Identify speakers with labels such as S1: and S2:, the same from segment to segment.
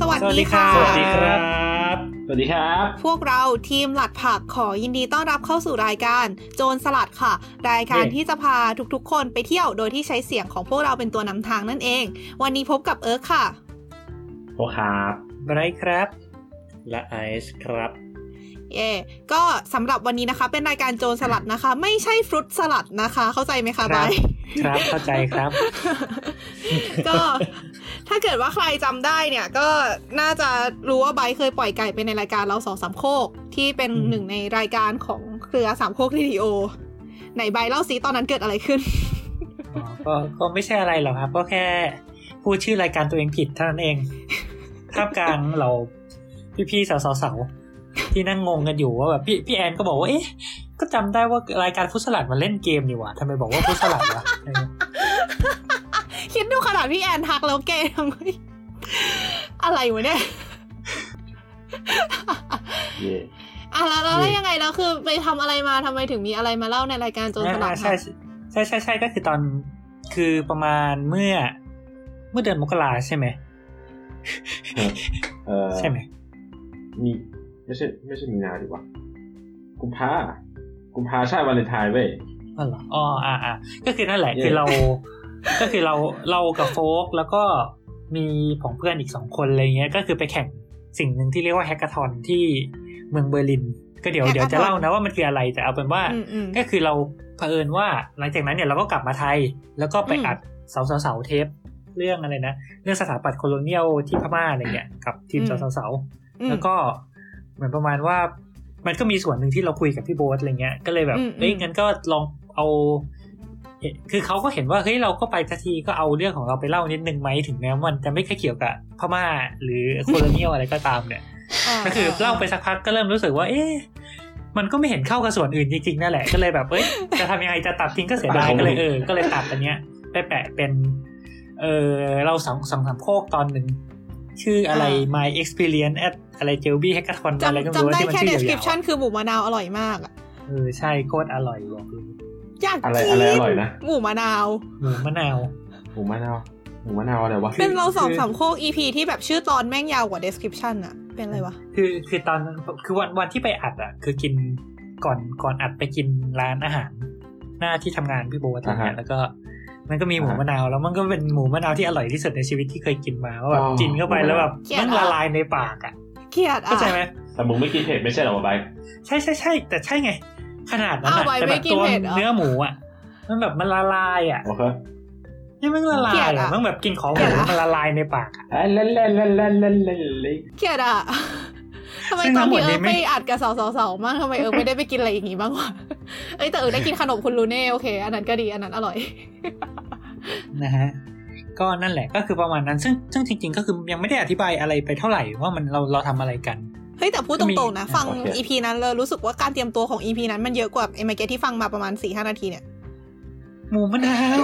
S1: สวัสดีค่ะ
S2: สวัสดีครับ
S3: สวัสดีครับ
S1: พวกเราทีมหลัดผักขอยินดีต้อนรับเข้าสู่รายการ โจรสลัดค่ะ รายการ
S2: เย้
S1: ที่จะพาทุกๆ คนไปเที่ยวโดยที่ใช้เสียงของพวกเราเป็นตัวนำทางนั่นเอง วันนี้พบกับเอิร์กค่ะ
S3: โอครับ
S2: ไบรท์ครับ และไอซ์ครับ
S1: เย่ก็สำหรับวันนี้นะคะ เป็นรายการโจรสลัดนะคะ ไม่ใช่ฟรุตสลัดนะคะ เข้าใจไหมคะ
S2: ครับ
S1: า
S2: บ
S1: ย
S2: ครับเข้าใจครับ
S1: ก็ถ้าเกิดว่าใครจำได้เนี่ย ก็น่าจะรู้ว่าไบร์ทเคยปล่อยไก่ไปในรายการเราสองสามโคก ที่เป็น
S2: อืม
S1: หนึ่งในรายการของเครือสามโคกทีดีโอไหนไบร์ทเล่าสิตอนนั้นเกิดอะไรขึ้น
S2: ก็ก็ไม่ใช่อะไรหรอกครับ ก็แค่พูดชื่อรายการตัวเองผิดเท่านั้นเองท่ามกลางเราพี่ๆสาวๆที่นั่งงงกันอยู่ว่าแบบพี่พี่แอนก็บอกว่าเอ๊ะ ก็จำได้ว่ารายการฟุตสลัดมันเล่นเกมนี่หว่าทำไมบอกว่าฟุตสลัดวะอะไรเงี้ย
S1: คิดดูขนาดพี่แอนทักแล้วเกย์ทำไม อะไรวะเนี่ย
S3: เย่
S1: อ่ะแล้วแล้วแล้วยังไงแล้วคือไปทำอะไรมาทำไมถึงมีอะไรมาเล่าในรายการโจรสลัด
S2: อ่า
S1: คะ
S2: ใช่ใช่ใช่ใช่ก็คือตอนคือประมาณเมื่อ เมื่อเดือนมกราใช่ไหม
S3: เออ
S2: ใช่ไหม
S3: มีไม่ใช่ไม่ใช่มีนาดีกว่า กุมภากุมภาใช่วาเลนไทน์เว้ย
S2: อ๋อเหรออ๋ออ่าอ่าก็คือนั่นแหละ
S3: เย้
S2: คือเรา ก็คือเรา เรากับโฟกแล้วก็มีของเพื่อนอีกสองคนอะไรเงี้ย ก็คือไปแข่งสิ่งหนึ่งที่เรียกว่าแฮก a ทอนที่เมืองเบอร์ลิน ก็เดี๋ยว เดี๋ยวจะเล่านะว่ามันคืออะไร แต่เอาเป็นว่า
S1: อืมอืม
S2: ก็คือเราเผอิญว่าหลังจากนั้นเนี่ยเราก็กลับมาไทย แล้วก็ไปอัดเสาเสาเสาเทป เรื่องอะไรนะ เรื่องสถาปัตย์โคโลเนียลที่พม่าอะไรเงี้ยกับทีม
S1: อืม
S2: เสาเสาเสา
S1: อืม
S2: แล้วก็เหมือนประมาณว่า มันก็มีส่วนหนึ่งที่เราคุยกับพี่โบ๊ทอะไรเงี้ยก็เลยแบบ
S1: อืม
S2: เอ้ย
S1: อืม
S2: งั้นก็ลองเอาเอ๊ะคือเขาก็เห็นว่าเฮ้ยเราก็ไปสักทีก็เอาเรื่องของเราไปเล่านิดนึงไหมถึงแม้มันจะไม่ค่อยเกี่ยวกับพม่าหรือ โคโลเนียลอะไรก็ตามเนี่ย ก็คือเล่าไปสักพักก็เริ่มรู้สึกว่า เอ๊ะมันก็ไม่เห็นเข้ากับส่วนอื่นจริงๆนั่นแหละก็เลยแบบเอ้ยจะทำยังไงจะตัดทิ้งก็เสียดายก็เลยเออก็เลยตัดอันเนี้ยไปแปะเป็น เออเราสองสองสามโคกตอนหนึ่งชื่ออะไร
S1: อ่า
S2: my experience at อะไร Jelby Hackathon อะไรก็
S1: จำ
S2: ไม่
S1: จำ
S2: รู้
S1: ได้
S2: ที่มัน
S1: แค่
S2: ชื่อยาว
S1: description
S2: ๆอะ
S1: คือหมูมะนาวอร่อยมากอะ
S2: เออใช่โคตรอร่อยบอกเลย
S1: อยาก
S3: อะไร
S1: กิ
S3: อะไรอร่อยนะ
S1: หมูมะนาว
S2: หมูมะนาว
S3: หมูมะนาวหมูมะนาวอะไรวะ
S1: เป็นเรา
S2: คือ
S1: สองสามโคก EP ที่แบบชื่อตอนแม่งยาวกว่า description อะเป็นอะไรวะ
S2: คือคือตอนนั้นคือวันวันที่ไปอัดอ่ะ คือกินก่อนก่อนอัดไปกินร้านอาหาร หน้าที่ทำงานพี่โบทอะไร
S3: อ่า
S2: เงี้
S3: ฮะ
S2: ยแล้วก็ มันก็มีหมู
S3: อ่าฮะ
S2: มะนาวแล้วมันก็เป็นหมูมะนาวที่อร่อยที่สุดในชีวิตที่เคยกินมาว่าแบ
S3: อ๋
S2: บ
S3: อ
S2: กินเข้าไปแล้วแบบ
S1: เกลียด
S2: มัน
S1: อ่ะ
S2: ละลายในปากอ่ะ
S1: เกลียด
S2: เข้า
S1: อะ
S2: ใจไหม
S3: แต่มึงไม่กินเผ็ดไม่ใช่เหรอวะไบร์ท
S2: ใช่ใช่ใช่แต่ใช่ไง ขนาดนั้น
S1: อ้า
S2: อะ
S1: วไว้
S2: แต่
S1: ไม่
S2: แบบ
S1: กิน
S2: ตัว
S1: เผ็ดเหรอ
S2: เนื้อหมูอ่ะมันแบบมันละลายอ่ะ
S3: โอเค
S2: นี่มันละลา
S1: เกลีย
S2: ย
S1: ด
S2: อะ
S1: อ่ะ
S2: มันแบบกินของห
S1: เกลียด
S2: มู
S1: อ่ะ
S2: มันละลายในปากอะ
S3: อ่ะเล่นเล่นเล่นเล่นเล่นเล่นเล่น
S1: เกลียดอะ ทำไม
S2: ซึ่ง
S1: ตอน
S2: ทั้งหม
S1: ที่
S2: ด
S1: เอิ
S2: นี้
S1: ร์ก
S2: ไม่
S1: ไปอัดกับสาวสาวๆๆมากทำไมเอิร์กไม่ได้ไปกินอะไรอย่างงี้บ้างวะ เอ้ยแต่เอิร์กได้กินขนมคุณลูเน่โอเคอันนั้นก็ดีอันนั้นอร่อย
S2: นะฮะก็นั่นแหละก็คือประมาณนั้นซึ่งซึ่งจริง ๆ ก็คือยังไม่ได้อธิบายอะไรไปเท่าไหร่ว่ามันเราเราทำอะไรกัน
S1: เฮ้ยแต่พูดตรงๆนะ
S2: มี
S1: ฟัง EP นั้นเลยรู้สึกว่าการเตรียมตัวของ EP นั้นมันเยอะกว่าเอเมเกที่ฟังมาประมาณ4ีหนาทีเนี่ย
S2: หมูมะนาว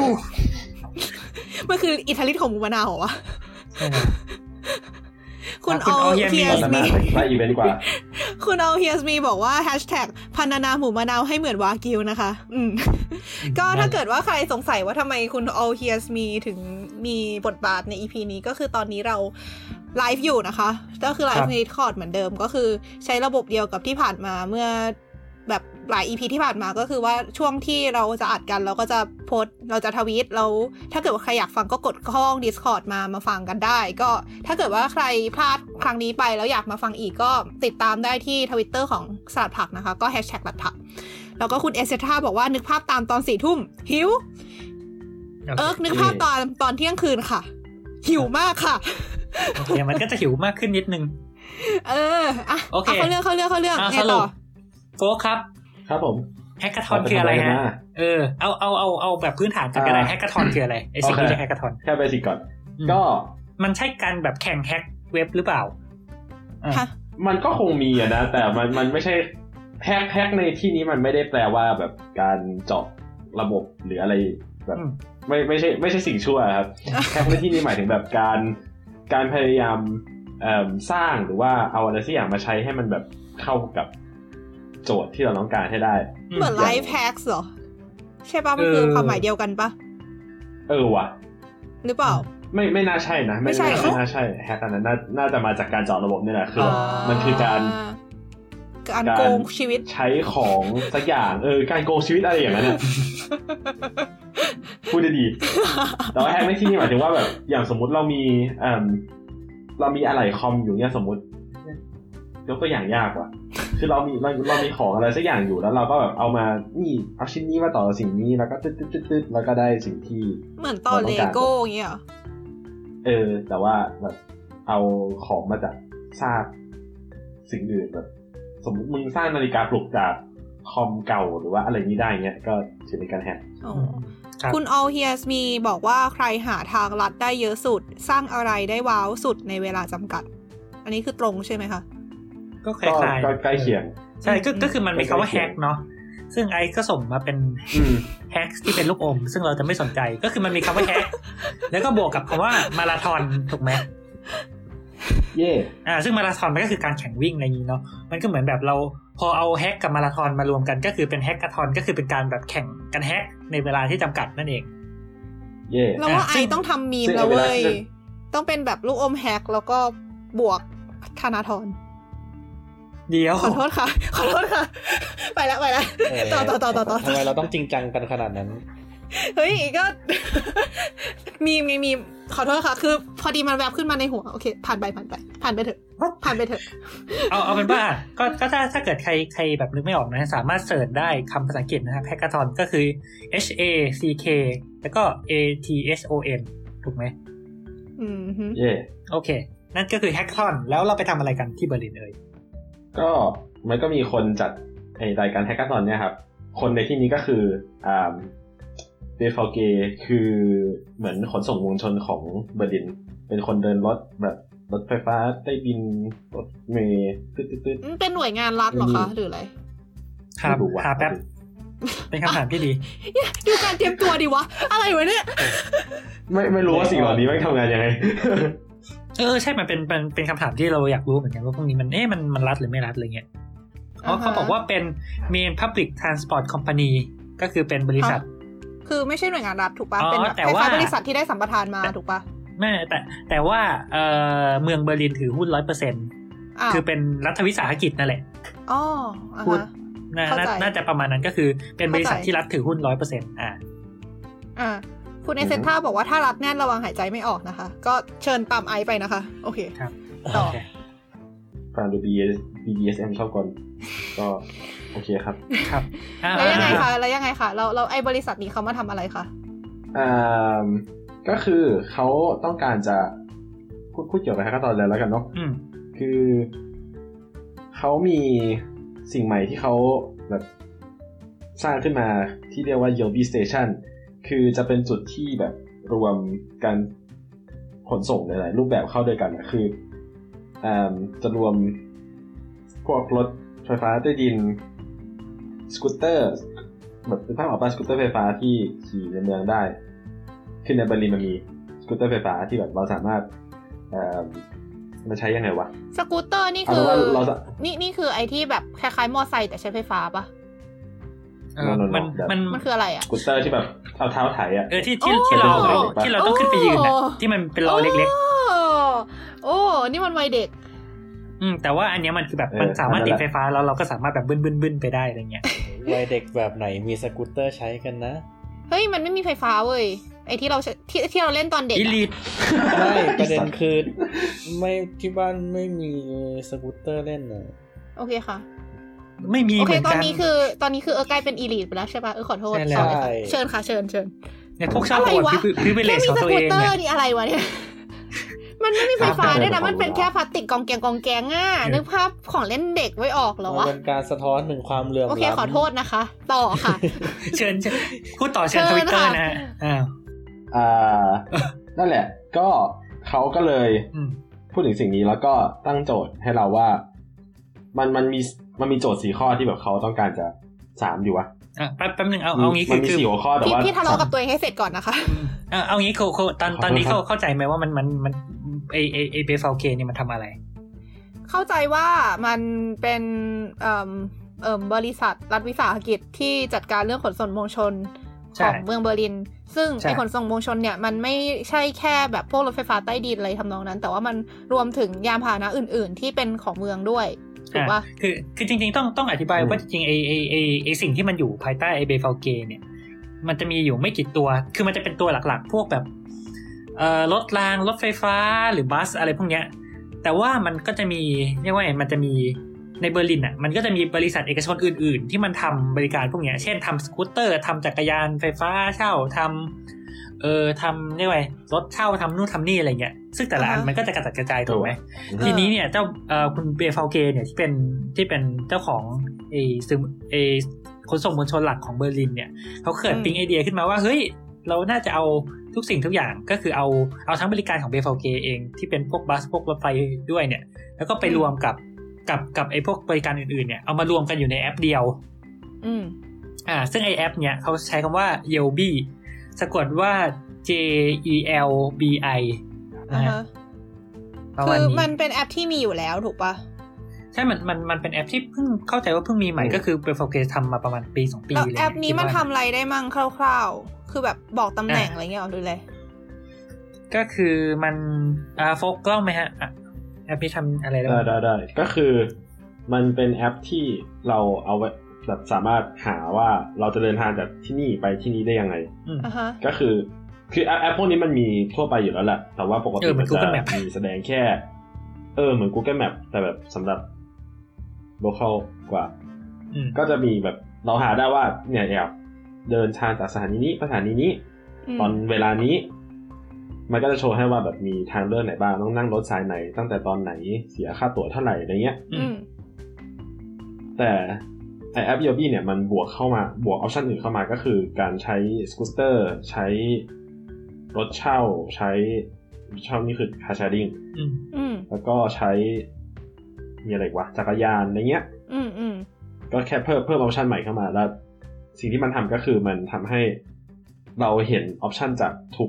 S1: มันคืออิทธิฤทธิ์ของหมูมะนาวเหรอวะ
S2: ใช่ไหม
S1: คุณ
S2: คุ
S1: เอา
S2: ณเอาเฮียมี
S1: เฮีย
S3: ตอน
S1: ส
S3: นั้น
S1: มี
S3: น่ะไล่อีเวนต์ดีกว่า
S1: คุณเอาเฮียสมีบอกว่าแฮชแท็กพันนาหมูมะนาวให้เหมือนวากิวนะคะ อืม ก็ถ้าเกิดว่าใครสงสัยว่าทำไมคุณ All Hears Me ถึงมีบทบาทใน EP นี้ก็คือตอนนี้เราไลฟ์อยู่นะคะ ก็คือไล
S2: ครั
S1: ฟ์
S2: บ
S1: ใน Discord เหมือนเดิมก็คือใช้ระบบเดียวกับที่ผ่านมาเมื่อแบบหลาย EP ที่ผ่านมาก็คือว่าช่วงที่เราจะอัดกันเราก็จะโพสต์เราจะทวีตแล้วถ้าเกิดว่าใครอยากฟังก็กดเข้าห้อง Discord มามาฟังกันได้ ก็ถ้าเกิดว่าใครพลาดครั้งนี้ไปแล้วอยากมาฟังอีกก็ติดตามได้ที่ทวิตเตอร์ของสลัดผักนะคะ ก็แฮชแท็กสลัดผัก แล้วก็คุณเอสเซธาบอกว่านึกภาพตามตอนสี่ทุ่มหิว เอิร์กนึกภาพตอนตอนเที่ยงคืนค่ะ หิวมากค่ะ
S2: โอเคมันก็จะหิวมากขึ้นนิดนึง
S1: เอออ่ะ
S2: โอเค
S1: ะเขาเรื่องเขาเรื่องเขาเรื่อง
S2: เอา
S1: ไง
S2: สรุ
S1: ต่
S2: ป
S1: อ
S2: โฟกครับ
S3: ครับผม
S2: แฮก a าทอนคืออะไร
S3: เาปทำกั
S2: ฮะ
S3: มา
S2: เออเอาเอาเอาเอาแบบพื้นฐานกันก็ได้
S3: อ่า
S2: แฮก a าทอนคืออะไรไอสิ่งที่
S3: โอเค
S2: เรียกแฮก a าทอน
S3: แค่ไปสิก่อน ก็
S2: มันใช่การแบบแข่งแฮกเว็บหรือเปล่า
S1: ฮะ
S3: มันก็คงมีอะนะ แต่มันมันไม่ใช่แฮกแฮกในที่นี้มันไม่ได้แปลว่าแบบการเจาะระบบหรืออะไรแบบ
S2: อืม
S3: ไม่ไม่ใช่ไม่ใช่สิ่งชั่ว ครับ แฮกในที่นี้หมายถึงแบบการการพยายามเอิ่มสร้างหรือว่าเอาอะไรสักอย่างมาใช้ให้มันแบบเข้ากับโจทย์ที่เราต้องการให้ได้
S2: อืม
S1: เหมือนไลฟ์แพ็กเหรอ ใช่ปะมันคือ
S2: เออ
S1: ความหมายเดียวกันปะ
S3: เออว่ะ
S1: หรือเปล่า
S3: ไม่ไม่น่าใช่นะ
S1: ไม่ใช่เหรอ
S3: ไม่น่าใช่แฮกอันนั้นน่าน่าจะมาจากการเจาะระบบนี่แหละคืออ
S1: อ่า
S3: มันคือการ
S1: การโกงชีวิต
S3: ใช้ของสักอย่างเออการโกงชีวิตอะไรอย่างนั้นน่ะ พูดได้ดี แต่ว่าแฮกในที่นี่หมายถึงว่าแบบอย่างสมมติเรามีเอิ่มเรามีอะไหล่คอมอยู่เนี่ยสมมติยกตัวอย่างยากว่ะ คือเรามีเราเรามีของอะไรสักอย่างอยู่แล้ว เราก็แบบเอามานี่เอาชิ้นนี้มาต่อสิ่งนี้แล้วก็ตึ๊ดตึ๊ดตึ๊ดตึ๊ดแล้วก็ได้สิ่งที่
S1: เหมือนต่อ
S3: เราต้
S1: เล
S3: องการ
S1: โก้อย่างเงี้ยเหรอ
S3: เออ แต่ว่าแบบเอาของมาจากซากสิ่งอื่นแบบ สมมติมึงสร้างนาฬิกาปลุกจากคอมเก่าหรือว่าอะไรนี้ได้เงี้ยก็ถือเป็นการแฮก
S1: อ๋อ
S2: อืมครับ
S1: คุณ All Hears Me บอกว่าใครหาทางลัดได้เยอะสุด สร้างอะไรได้ว้าวสุดในเวลาจำกัด อันนี้คือตรงใช่ไหมคะ
S2: ก็ค
S3: ก็
S2: ล้ายๆ
S3: ก็ใกล้เคียง
S2: ใช่ก็
S1: อืม
S2: ก็คือมันมีคำว่าแฮกเนาะซึ่งไอซ์ก็ส่งมาเป็น
S3: อืม
S2: แฮกที่เป็นลูกอม ซึ่งเราจะไม่สนใจก็คือมันมีคำว่าแฮกแล้วก็บวกกับคำว่ามาราธอนถูกไหม
S3: เย่
S2: อ่าซึ่งมาราธอนมันก็คือการแข่งวิ่งอะไรอย่างนี้เนาะมันก็เหมือนแบบเราพอเอาแฮกกับมาราธอนมารวมกันก็คือเป็นแฮกกาธอนก็คือเป็นการแบบแข่งกันแฮกในเวลาที่จำกัดนั่นเอง
S3: เย่
S1: เราว่า
S2: อ่ะ
S1: ไอ
S2: ซึ่ง
S1: ต้องทำมีม
S3: ซึ่ง
S1: แล้ว
S3: เวลา
S1: เว้ย
S3: ที่จะ
S1: ต้องเป็นแบบลูกอมแฮกแล้วก็บวกธนาธร
S2: เดียว
S1: ขอโทษค่ะ ขอโทษค่ะ ไปแล้วไปแล้ว
S4: เ
S1: ต่อต่อต่อต่อต่อ
S4: ทำไมเราต้องจริงจังกันขนาดนั้น
S1: เฮ้ยก็ มีมไงมีมขอโทษค่ะ คือ พอดีมันแวบขึ้นมาในหัวโอเค ผ่านไปผ่านไป ผ่านไปเถอะ ผ่านไปเถอะ
S2: เอาเอาเป็นว่าก็ก็ถ้าถ้าเกิดใครใครแบบนึกไม่ออกนะสามารถเสิร์ชได้คำภาษาอังกฤษนะครับแฮกกาธอนก็คือ H A C K แล้วก็ A T H O N ถูกไหม
S1: อืมฮึ
S3: เย่
S2: โอเค นั่นก็คือแฮกกาธอนแล้วเราไปทำอะไรกันที่เบอร์ลินเอ่ย
S3: ก็มันก็มีคนจัดไอรายการแฮกเกอร์ตอนเนี่ยครับ คนในที่นี้ก็คืออ่าเดฟเกคือเหมือนขนส่งมวลชนของเบอร์ลิน เป็นคนเดินรถแบบรถไฟฟ้าใต้ดินรถเมล์ตึ๊ดตึ๊ดตึ๊ด
S1: อืมเป็นหน่วยงานรัฐเหรอคะ หรืออะไร
S2: ครับ
S3: ไม่รู้ว่ะ
S2: หาแป๊บเป็นคำถามที่ดี
S1: ดูการเตรียมตัวดีวะ อะไรวะเนี่ย
S3: ไม่ไม่รู้ว่าสิ่งเหล่านี้ไม่งทำงาน ยังไง
S2: เออใช่ มันเป็นเป็นเป็นคำถามที่เราอยากรู้เหมือนกันว่าพวกนี้มันเอ๊ะมันมันรัดหรือไม่รัดอะไรเงี้ยอ๋อ
S1: อ่าฮะ
S2: เขาบอกว่าเป็น Main Public Transport Company ก็คือเป็นบริษัท
S1: คือไม่ใช่หน่วยงานรัฐถูกปะ
S2: อ๋อ
S1: เป็นแบบ
S2: แต่
S1: ค
S2: ว่า
S1: ล้ายๆบริษัทที่ได้สัมปทานมาถูกปะ
S2: ไม่แต่แต่ว่าเออเมืองเบอร์ลินถือหุ้นร้อยเปอร์เซ็นต์
S1: อ่า
S2: คือเป็นรัฐวิสาหกิจนั่นแหละ
S1: อ๋ออ่า
S2: พูด
S1: ฮะ
S2: น่า
S1: เข้าใจ
S2: น่าน่าจะประมาณนั้นก็คือเป็นบริษัท
S1: เข้าใจ
S2: ที่รัฐถือหุ้นร้อยเปอร์เซ็นต์อ่า
S1: อ่าคุณเอเซนท่าบอกว่าถ้ารัดแน่นระวังหายใจไม่ออกนะคะ ก็เชิญตามไอซ์ไปนะคะ โอเค ต่อ
S2: โอเค
S3: ฟังดู BS BDSM ชอบก่อน ก็โอเคครับ
S2: ครับอ่า
S1: แล้วยังไง
S2: อ่า
S1: คะแล้วยังไงคะเราเราไอบริษัทนี้เขามาทำอะไรคะ
S3: อ่ามก็คือเขาต้องการจะพูดพูดเกี่ยวกับแฮกเกอร์ตอนเลยแล้วกันเนาะ
S2: อืม
S3: คือเขามีสิ่งใหม่ที่เขาแบบสร้างขึ้นมาที่เรียกว่า Yobi Station คือจะเป็นจุดที่แบบรวมการขนส่งหลายๆรูปแบบเข้าด้วยกันนะคืออ่าจะรวมพวกรถไฟฟ้าใต้ดิน สกูตเตอร์แบบเป็นภาพออกมาสกูตเตอร์ไฟฟ้าที่ขี่ในเมืองได้ คือในเบอร์ลินมันมีสกูตเตอร์ไฟฟ้าที่แบบเราสามารถเอ่อมันใช้ยังไงวะ
S1: สกูตเตอร์นี่
S3: เอา
S1: คื
S3: เป็
S1: อ
S3: นว่าเราจะ
S1: นี่นี่คือไอที่แบบคล้ายๆมอไซค์แต่ใช้ไฟฟ้าปะ
S2: เออ
S3: No, no, no,
S2: มัน
S3: เดี๋ยว
S2: มัน
S1: มันคืออะไรอะ
S3: สกูตเตอร์ที่แบบเอาเท้าไถอ่ะ
S2: เออที่ที่
S1: โอ้
S2: ที่เรา
S3: โอ้
S2: ที่เราต้องขึ้นไปยืนอ่ะ
S1: โอ้
S2: ที่มันเป็นล้อเล็ก
S1: โอ้โอ้นี่มันวัยเด็ก
S2: ๆอืมแต่ว่าอันเนี้ยมันคือแบบ
S3: เออ
S2: มันสามารถติด
S3: นั่นแหละ
S2: ไฟฟ้าแล้วเราก็สามารถแบบบึ้นบึ้นบึ้นไปได้อะไรเงี้ย
S4: วัยเด็กแบบไหนมีสกูตเตอร์ใช้กันนะ
S1: เฮ้ย มันไม่มีไฟฟ้าเว้ย ไอที่เราใช้ที่ที่เราเล่นตอนเด็ก
S2: อี
S1: อะ
S2: ลีท
S4: ไม่ ประเด็นคือไม่ที่บ้านไม่มีสกูตเตอร์เล่นน่ะ
S1: โอเคค่ะ
S2: ไม่มี
S1: โอ
S2: เห
S1: เค
S2: มือน
S1: ตอน
S2: กัน
S1: นี้คือ ตอนนี้คือเออใกล้เป็นอีลีทไปแล้วใช่ปะเออขอโทษ
S2: ใช่แล้
S1: ข
S2: ว
S1: อโทษค่ะเชิญค่ะ เชิญเชิญ
S2: เนี่ยพวกชาติ
S1: อะไรวะ
S2: พิพิเวเล
S1: แค่
S2: ส
S1: มี
S2: ของ
S1: ส
S2: ตัว
S1: กู
S2: เอ
S1: ต
S2: ง
S1: เตอร์
S2: เนี่ย
S1: นี่อะไรวะเนี่ย มันไม่มีไฟฟ้าด้วยนะ
S3: ครับ
S1: มันเป็นแค่พลาสติกกองแกงกองแกงอ่ะ
S2: เออ
S1: นึกภาพของเล่นเด็กไว้ออกเหรอ
S4: มัน
S1: วะ
S4: เป็นการสะท้อนถึงความเหลื่อม
S1: โอเค
S4: ล้ำ
S1: ขอโทษนะคะ ต่อค่ะ
S2: เชิญเชิญพูดต่อเชิญ
S1: เชิ
S2: ท
S1: ญ
S2: วิตเตอร์
S1: ค่ะ
S2: นะฮะอ้าว
S3: อ่า นั่นแหละ ก็เขาก็เลย
S2: อืม
S3: พูดถึงสิ่งนี้แล้วก็ตั้งโจทย์ให้เราว่า มันมันมีมันมีโจทย์สี่ข้อที่แบบเขาต้องการจะสามอยู่วะ
S2: อ่ะแป๊บแป๊บหนึ่งเอาเอางี้คื
S3: มั
S2: อน
S3: มี
S2: คือ
S3: สี่หัวข้อแต่
S1: พี่
S3: ว่า
S1: พี่ทะเลาะกับตัวเองให้เสร็จก่อนนะคะ
S2: อ่ะเอางี้เขาเขาตอนตอนนี้
S3: ขอ
S2: เขา
S3: โทษครับ
S2: เข้าใจไหมว่ามันมันมันไอไอไอเบฟเคนี่ยมันทำอะไร
S1: เข้าใจว่ามันเป็นเอิ่มเอิ่มบริษัทรัฐวิสาหกิจที่จัดการเรื่องขนส่งมวลชน
S2: ใช่
S1: ของเมืองเบอร์ลิน ซึ่ง
S2: ใช่
S1: ไอขนส่งมวลชนเนี่ย มันไม่ใช่แค่แบบพวกรถไฟฟ้าใต้ดินอะไรทำนองนั้น แต่ว่ามันรวมถึงยานพาหนะอื่น ๆ ที่เป็นของเมืองด้วยถูกปะ
S2: อ่ะคือคือจริงๆต้องต้องอธิบาย
S3: อืม
S2: ว่าจริงๆไอไอไอไอสิ่งที่มันอยู่ภายใต้ไอเบฟเกเนี่ย มันจะมีอยู่ไม่กี่ตัว คือมันจะเป็นตัวหลักๆ พวกแบบเอ่อรถรางรถไฟฟ้าหรือบัสอะไรพวกเนี้ย แต่ว่ามันก็จะมีเรียกว่าไงมันจะมีในเบอร์ลินอ่ะมันก็จะมีบริษัทเอกชนอื่น ๆ ที่มันทำบริการพวกเนี้ย เช่นทำสกูตเตอร์ทำจักรยานไฟฟ้าเช่าทำเอ่อทำเรียกว่าไงรถเช่าทำนู่นทำนี่อะไรเงี้ยซึ่งแต่ละอัน
S1: อ่าฮะ
S2: มันก็จะกระจัดกระจายถูกไหม
S1: เออ
S2: ทีนี้เนี่ยเจ้าเอ่อคุณเบฟาเกเนี่ยที่เป็นที่เป็นเจ้าของไอ้ซึมไอ้ขนส่งมวลชนหลักของเบอร์ลินเนี่ยเขาเกิด
S1: อืม
S2: ปิ๊งไอเดียขึ้นมาว่าเฮ้ยเราน่าจะเอาทุกสิ่งทุกอย่างก็คือเอาเอาทั้งบริการของเบฟาเกเองที่เป็นพวกบัสพวกรถไฟด้วยเนี่ย แล้วก็ไปรวมกับกับกับไอ้พวกบริการอื่นๆเนี่ยเอามารวมกันอยู่ในแอปเดียว
S1: อืม
S2: อ่าซึ่งไอแอปเนี่ยเขาใช้คำว่า Yelby สะกดว่า J E L B I นะฮะ
S1: อ่าฮะ
S2: ประมาณ
S1: คือ
S2: นี้
S1: มันเป็นแอปที่มีอยู่แล้วถูกปะ
S2: ใช่ มัน มัน มันเป็นแอปที่เพิ่งเข้าใจว่าเพิ่งมีใหม่
S3: อืม
S2: ก็คือเปโฟเกสทำมาประมาณปีสองปี
S1: แล้ว
S2: เลย
S1: แอปนี้มัน
S2: คิด
S1: ทำ
S2: ว่า
S1: อะไรได้มั่งคร่าวๆ คือแบบบอกตำแหน่งอะไรเงี้ยเอาดูเลย
S2: ก็คือมันอ่าโฟกกล้องไหมฮะอ่ะแอปนี้ทำอะไรแล้ว
S3: ได้ได้ได้ก็คือมันเป็นแอปที่เราเอาไว้แบบสามารถหาว่าเราจะเดินทางจากที่นี่ไปที่นี่ได้ยังไง
S2: อืม
S1: อ่ะฮะ
S3: ก็คือคือแอปแอปพวกนี้มันมีทั่วไปอยู่แล้วแหละแต่ว่าปก
S2: เอ
S3: ติ
S2: อเหมือน
S3: มันจะ
S2: Google Map
S3: มีแสดงแค่ เออเหมือน Google Map แต่แบบสำหรับ local กว่า
S2: อืม
S3: ก็จะมีแบบเราหาได้ว่าเนี่ยแอบเดินทางจากสถานีนี้ไปสถานีนี้
S1: อืม
S3: ตอนเวลานี้ มันก็จะโชว์ให้ว่าแบบมีทางเลือกไหนบ้างต้องนั่งรถสายไหน ตั้งแต่ตอนไหนเสียค่าตั๋วเท่าไหร่อะไรเงี้ย
S1: อืม
S3: แต่ไอแอปย o บี้เนี่ยมันบวกเข้ามาบวกออปชันอื่นเข้ามาก็คือการใช้สกูตเตอร์ใช้รถเช่า ใช้รถเช่านี่คือคาชาริง
S2: อืม
S1: อืม
S3: แล้วก็ใช้มีอะไรอีกวะจักรยานอะไรเงี้ย
S1: อืมอืม
S3: ก็แค่เพิ่มเพิ่มออปชันใหม่เข้ามาแล้ว สิ่งที่มันทำก็คือมันทำให้เราเห็นออปชันจากทุก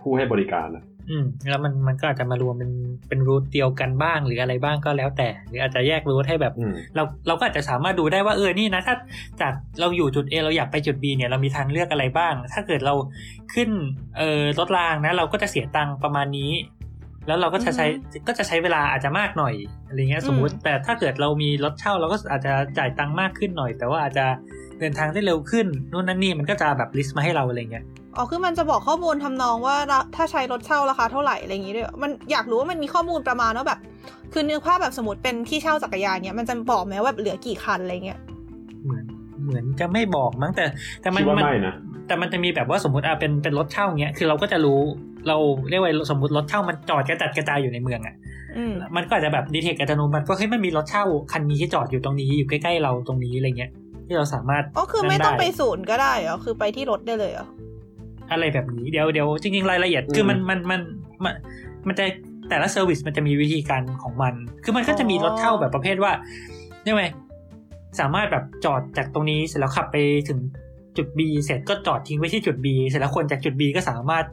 S3: ผู้ให้บริการนะ
S2: อืมแล้วมัน มันก็อาจจะมารวมเป็น เป็นรูทเดียวกันบ้างหรืออะไรบ้างก็แล้วแต่ หรืออาจจะแยกรูทให้แบบ
S3: อืม
S2: เรา เราก็อาจจะสามารถดูได้ว่า เออ นี่นะ ถ้า จากเราอยู่จุด A เราอยากไปจุด B เนี่ย เรามีทางเลือกอะไรบ้าง ถ้าเกิดเราขึ้น เอ่อ รถรางนะ เราก็จะเสียตังค์ประมาณนี้ แล้วเราก็จะใช้ ก็จะใช้เวลาอาจจะมากหน่อย อะไรเงี้ย
S1: อืม
S2: สมมุติ แต่ถ้าเกิดเรามีรถเช่าเราก็อาจจะจ่ายตังค์มากขึ้นหน่อย แต่ว่าอาจจะเดินทางได้เร็วขึ้น นู่นนั่นนี่ มันก็จะแบบลิสต์มาให้เราอะไรเงี้ย
S1: อ๋อคือมันจะบอกข้อมูลทำนองว่าเราถ้าใช้รถเช่าราคาเท่าไหร่อะไรอย่างงี้ด้วย มันอยากรู้ว่ามันมีข้อมูลประมาณว่าแบบ คือนึกภาพแบบสมมติเป็นที่เช่าจักรยานเนี่ยมันจะบอกไหมว่าแบบเหลือกี่คันอะไรเงี้ย
S2: เหมือน เหมือนจะไม่บอกมั้ง แต่ แต่มัน
S3: คิดว่า
S2: มัน
S3: ไม่นะ
S2: แต่มันจะมีแบบว่าสมมติอ่ะเป็นเป็นรถเช่าเงี้ย คือเราก็จะรู้ เราเรียกว่าสมมติรถเช่ามันจอดกระจัดกระจายอยู่ในเมืองอ่ะ
S1: อืม
S2: มันก็อาจจะแบบดีเทคอัตโนมัติว่าเฮ้ยมันมีรถเช่าคันนี้ที่จอดอยู่ตรงนี้อยู่ใกล้ๆเราตรงนี้อะไรเงี้ย ที่เราสามารถ
S1: อ๋อคือไม่ต้องไป
S2: นั่นด้
S1: ศูนย์ก็ได้เหรอ คือไปที่รถได้เลยเหรอ
S2: อะไรแบบนี้เดี๋ยวเดี๋ยวจริงๆรายละเอียดคือมันมันมันมันมันจะแต่ละเซอร์วิสมันจะมีวิธีการของมัน คือมันก็จะมีรถเช่าแบบประเภทว่าเนี่ยไงสามารถแบบจอดจากตรงนี้เสร็จแล้วขับไปถึงจุด B เสร็จก็จอดทิ้งไว้ที่จุด B เสร็จแล้วคนจากจุด B ก็สามารถ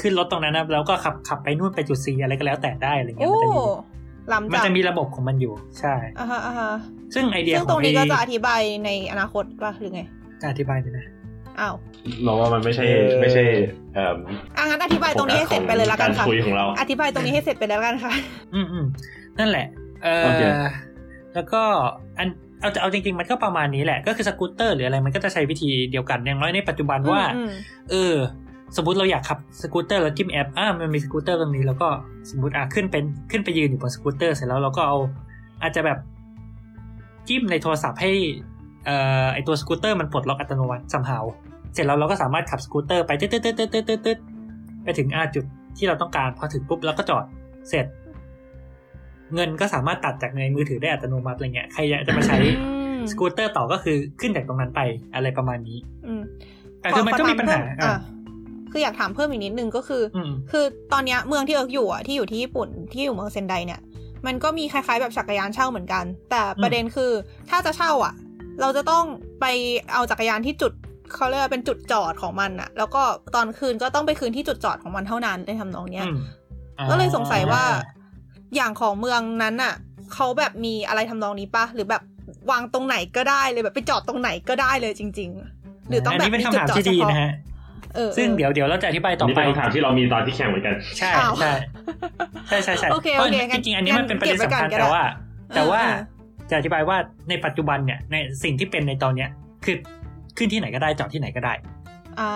S2: ขึ้นรถตรงนั้นนะแล้วก็ขับขับไปนู่นไปจุด C อะไรก็แล้วแต่ได้อะไรเงี้ย
S1: โอ้
S2: มัน
S1: ล้ำจัด
S2: จะมีมันจะมีระบบของมันอยู่ใช่
S1: อ่าฮะอ่าฮะ
S2: ซึ่งไอเดีย
S1: ซึ่ง
S2: ข
S1: ตร
S2: อง ง
S1: นี้
S2: ไอ้
S1: ก็จะอธิบายในอนาคตป่ะหรือไง
S2: จะอธิบายไปนะ
S1: อ้าว
S3: เราว่ามันไม่ใช่
S4: เออ
S3: ไม่ใช่เอ่อ
S1: อ่ะงั้นอธิบายตรงนี้ให้เสร็จไปเลยละกัน
S3: ข
S1: ค่ะ
S3: องารคุยของเรา
S1: อธิบายตรงนี้ให้เสร็จไปแล้วกันค่ะ
S2: อืมอืมนั่นแหละ เออ
S3: โอเค
S2: แล้วก็อันเอาจะเอาจริงๆ มันก็ประมาณนี้แหละ ก็คือสกูตเตอร์หรืออะไรมันก็จะใช้วิธีเดียวกันอย่างน้อยในปัจจุบันว่า
S1: อืม
S2: เออ สมมติเราอยากขับสกูตเตอร์เราจิ้มแอปอ่ามันมีสกูตเตอร์ตรงนี้แล้วก็สมมติอ่ะขึ้นเป็นขึ้นไปยืนอยู่บนสกูตเตอร์เสร็จแล้วเราก็เอา อาจจะแบบจิ้มในโทรศัพท์ให้เอ่อไอตัวสกูตเตอร์มันปลดล็อกอัตโนมัติสัมหาวเสร็จแล้วเราก็สามารถขับสกูตเตอร์ไปตึ๊ดตึ๊ดตึ๊ดตึ๊ดตึ๊ดตึ๊ดตึ๊ดไปถึงอ่าจุดที่เราต้องการพอถึงปุ๊บเราก็จอดเสร็จ เงินก็สามารถตัดจากในมือถือได้อัตโนมัติอะไรเงี้ยใครอยากจะมาใช้
S1: อืม
S2: สกูตเตอร์ต่อก็คือขึ้นจากตรงนั้นไปอะไรประมาณนี้
S1: อืม
S2: แต่คือมันก็มีปัญหา
S1: ขอถมเพิ่
S2: อ่ะ
S1: อ่ะคืออยากถามเพิ่มอีกนิดนึงก็คืออ
S2: อืม
S1: คือตอนเนี้ยเมืองที่เอิร์กอยู่อ่ะที่อยู่ที่ญี่ปุ่นที่อยู่เมืองเซนไดเนี่ย มันก็มีคล้ายๆแบบจักรยานเช่าเหมือนกัน แต่ประเด็นคือถ้าจะเช่าอ่ะ เราจะต้องไปเอาจักรยานที่จุดเขาเรียกว่าเป็นจุดจอดของมันอ่ะ แล้วก็ตอนคืนก็ต้องไปคืนที่จุดจอดของมันเท่านั้นในทำนองเนี้ย
S2: อืม
S1: ก็เลยสงสัยว่าอย่างของเมืองนั้นน่ะเขาแบบมีอะไรทำนองนี้ปะหรือแบบวางตรงไหนก็ได้เลยแบบไปจอดตรงไหนก็ได้เลยจริง หรือต้องแบบ
S2: นนี้เป็นคำถามที่
S1: จุ
S2: ดี
S1: เฉพ
S2: นะฮะ
S1: เออ
S2: ซึ่งเดี๋ยวเดี๋ยวเราจะอธิบาย
S5: ต่
S2: ต่
S5: อ
S2: อ
S5: ไป
S2: ไป
S5: คำถามที่เรามีตอนที่แข่งเหมือนกัน
S2: ใช่
S1: อ้าว
S2: ใช่ใช่ใช่ใช่
S1: โอเค
S2: พราะ
S1: โอเคงั้น
S2: จริงๆอันนี้มันเป็นประเด็น
S1: งั้นเก็บไว้
S2: สำคัญ
S1: ก่อนก็ได้
S2: แต่ว่า แต่ว่า
S1: เออเอ
S2: จะอธิบายว่าในปัจจุบันเนี่ยในสิ่งที่เป็นในตอนเนี้ยคือขึ้นที่ไหนก็ได้จอดที่ไหนก็ได้
S1: อ่า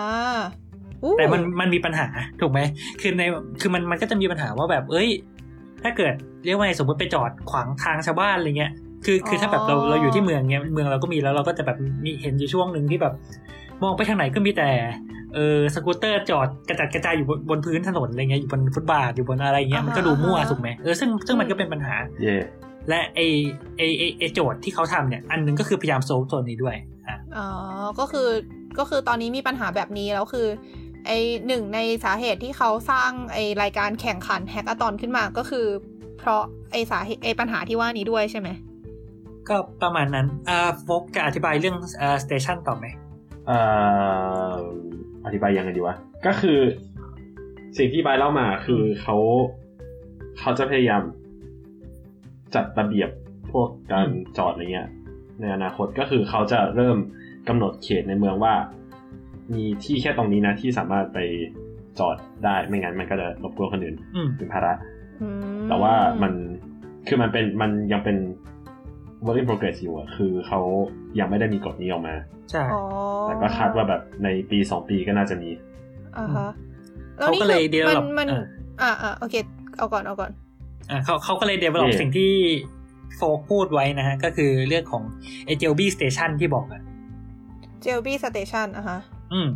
S1: อู้
S2: แต่มันมันมีปัญหาถูกไหมคือในคือมันมันก็จะมีปัญหาว่าแบบ เอ้ย ถ้าเกิดเรียกว่าไงสมมติไปจอดขวางทางชาวบ้านอะไรเงี้ยคือคือถ้าแบบเรา
S1: อ๋อ
S2: เราอยู่ที่เมืองเงี้ยเมืองเราก็มีแล้วเราก็จะแบบมีเห็นอยู่ช่วงหนึ่งที่แบบ มองไปทางไหนก็มีแต่เออสกูตเตอร์จอดกระจัดกระจายอยู่บนบนพื้นถนนอะไรเงี้ยอยู่บนฟุตบาทอยู่บนอะไรเงี้ยมันก็ดูมั่วถูกไหมเออซึ่งซึ่งมันก็เป็นปัญหา
S3: เย่
S2: และไอไอไอ้ไอโจทย์ที่เขาทำเนี่ยอันหนึงก็คือพยายามโซลตัวนี้ด้วยอ่ะ
S1: อ๋อ ก็คือ ก็คือตอนนี้มีปัญหาแบบนี้แล้วคือ ไอหนึ่งในสาเหตุที่เขาสร้างไอรายการแข่งขันแฮกอะตอนขึ้นมาก็คือ เพราะไอสาเหตุไอปัญหาที่ว่านี้ด้วยใช่ไหม
S2: ก็ประมาณนั้นอ่าโฟกจะอธิบายเรื่องอ่าสเตชันต่อไหม
S3: เอ่ออธิบายยังไงดีวะ ก็คือสิ่งที่บายเล่ามาคือเขาเขาจะพยายาม จัดระเบียบพวกการจอดอะไรเงี้ย ในอนาคตก็คือเขาจะเริ่มกำหนดเขตในเมืองว่า มีที่แค่ตรงนี้นะที่สามารถไปจอดได้ไม่งั้นมันก็จะรบกวนคนอื่น
S2: อืม
S3: เป็นภาระ
S1: อืม
S3: แต่ว่ามันคือมันเป็นมันยังเป็น work in progress อยู่อะคือเขายังไม่ได้มีกฎนี้ออกมา
S2: ใช่
S1: อ๋อ
S3: แต่ก็คาดว่าแบบในปีสองปีก็น่าจะมี
S1: อ่าฮะ
S2: เขาก็เลย
S1: แวนี่คือ
S2: develop
S1: มันมัน
S2: อ่า
S1: อ่าอ่าโอเค เอาก่อน เอาก่อน
S2: อ่ะเขาเขาก็เลย develop
S3: เย่
S2: สิ่งที่โฟกพูดไว้นะฮะ ก็คือเรื่องของไอเจลบี้สเตชันที่บอกอ่ะ
S1: j l b Station อ่ะฮะ
S2: อืม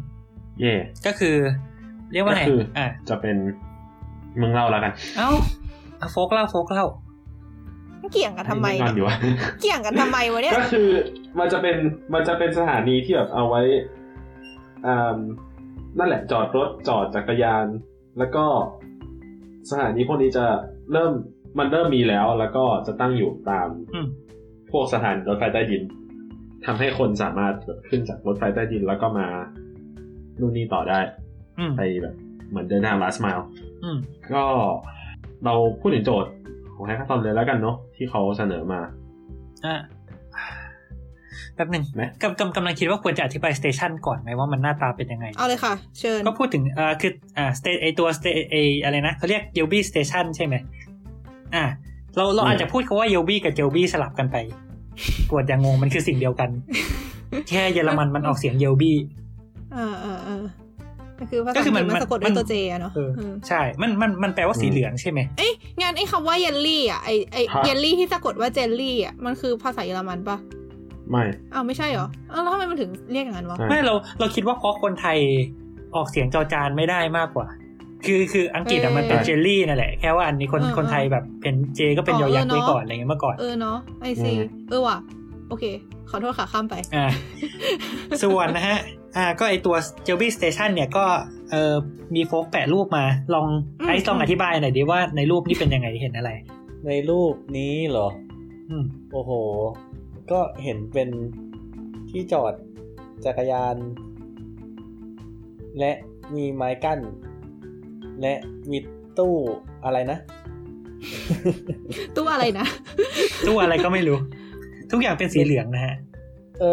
S3: เย่
S2: ก็คือ เรียกว่า
S3: ก็
S2: ไง
S3: คืออ
S2: อ่ะ
S3: จะเป็นมึงเล่าแล้วกัน
S2: เอ้าอ่ะโฟกเล่าโฟกเล่า
S1: เกี่ยงกันทำไม
S3: งอนอยู่วะ
S1: เกี่ยงกันทำไมวะเนี่ย
S3: ก็คือมันจะเป็นมันจะเป็นสถานีที่แบบเอาไว้อ่านั่นแหละจอดรถจอดจักรยาน แล้วก็สถานีพวกนี้จะเริ่มมันเริ่มมีแล้ว แล้วก็จะตั้งอยู่ตาม
S2: อืม
S3: พวกสถานีรถไฟใต้ดินทำให้คนสามารถแบบขึ้นจากรถไฟใต้ดิน แล้วก็มานู่นนี่ต่อได้
S2: อืม
S3: ไปแบบเหมือนเดินทางลัสไมล์
S2: อืม
S3: ก็เราพูดถึงโจทย์ของแฮก a ทอนเลยแล้วกันเนาะที่เขาเสนอมา
S2: อ่ะแป๊บหนึ่ง
S3: ไหม
S2: กำกำกำลังคิดว่าควรจะอธิบายสเตชันก่อนไหมว่ามันหน้าตาเป็นยังไง
S1: เอาเลยค่ะ เชิญ
S2: ก็พูดถึงอ่าคืออ่าสเตไอตัวสเตไออะไรนะเขาเรียกเยลบี้สเตชันใช่ไหมอ่า เราเรา
S3: อืม
S2: อาจจะพูดคาว่าเยลบี้กับเจลบี้สลับกันไปกวดอย่างงงมันคือสิ่งเดียว กัน แค่เยอรมันมันออกเสียงเยลบี้
S1: อ่าอ่าอ่าคือภา
S2: ก็
S1: ษา
S2: คือ
S1: อังกฤษมั
S2: มัน
S1: นสะกดด้
S2: มั
S1: วย
S2: น
S1: ตัวเจอะเนาะ
S2: เอออ
S1: อืม
S2: ใช่ มันมันมันแปลว่าสี
S3: อืม
S2: เหลืองใช่ไหม
S1: เอ้ยงานไอ้คำว่าเยลลี่อ่ะไอไอ
S3: ฮะ
S1: เยลลี่ที่สะกดว่าเจลลี่อ่ะมันคือภาษาเยอรมันปะ
S3: ไม่
S1: อ้าวไม่ใช่เหรออ้าวแล้วทำไมมันถึงเรียกอย่างนั้นวะ
S3: อ่ะ
S2: ไม่เราเราคิดว่าเพราะคนไทยออกเสียงจอจานไม่ได้มากกว่า คือคืออังกฤษอะมันเป็นเจลลี่นั่นแหละแค่ว่าอันนี้คนคนไทยแบบเป็นเจก็เป็นยอยักษ์ไว้ก่อนอะไรเงี้ยเมื่อก่อน
S1: เออเนาะไอซี
S3: อืม
S1: เออว่ะโอเค ขอโทษค่ะข้ามไป
S2: อ่า ส่วนนะฮะ อ่า ก็ไอตัว j e l b y Station เนี่ยก็ เออมีโฟกแปะรูปมา ลอง
S1: อืม
S2: ไอซ์ลอง
S1: อืม
S2: อธิบายหน่อยดิว่าในรูปนี่เป็นยังไงเห็นอะไร
S4: ในรูปนี้เหรอ
S2: อืม
S4: โอ้โห ก็เห็นเป็นที่จอดจักรยาน และมีไม้กั้น และมีตู้อะไรนะ
S1: ตู้อะไร นะ
S2: ตู้อะไรก็ไม่รู้ ทุกอย่างเป็นสีเหลืองนะฮะ
S4: เอ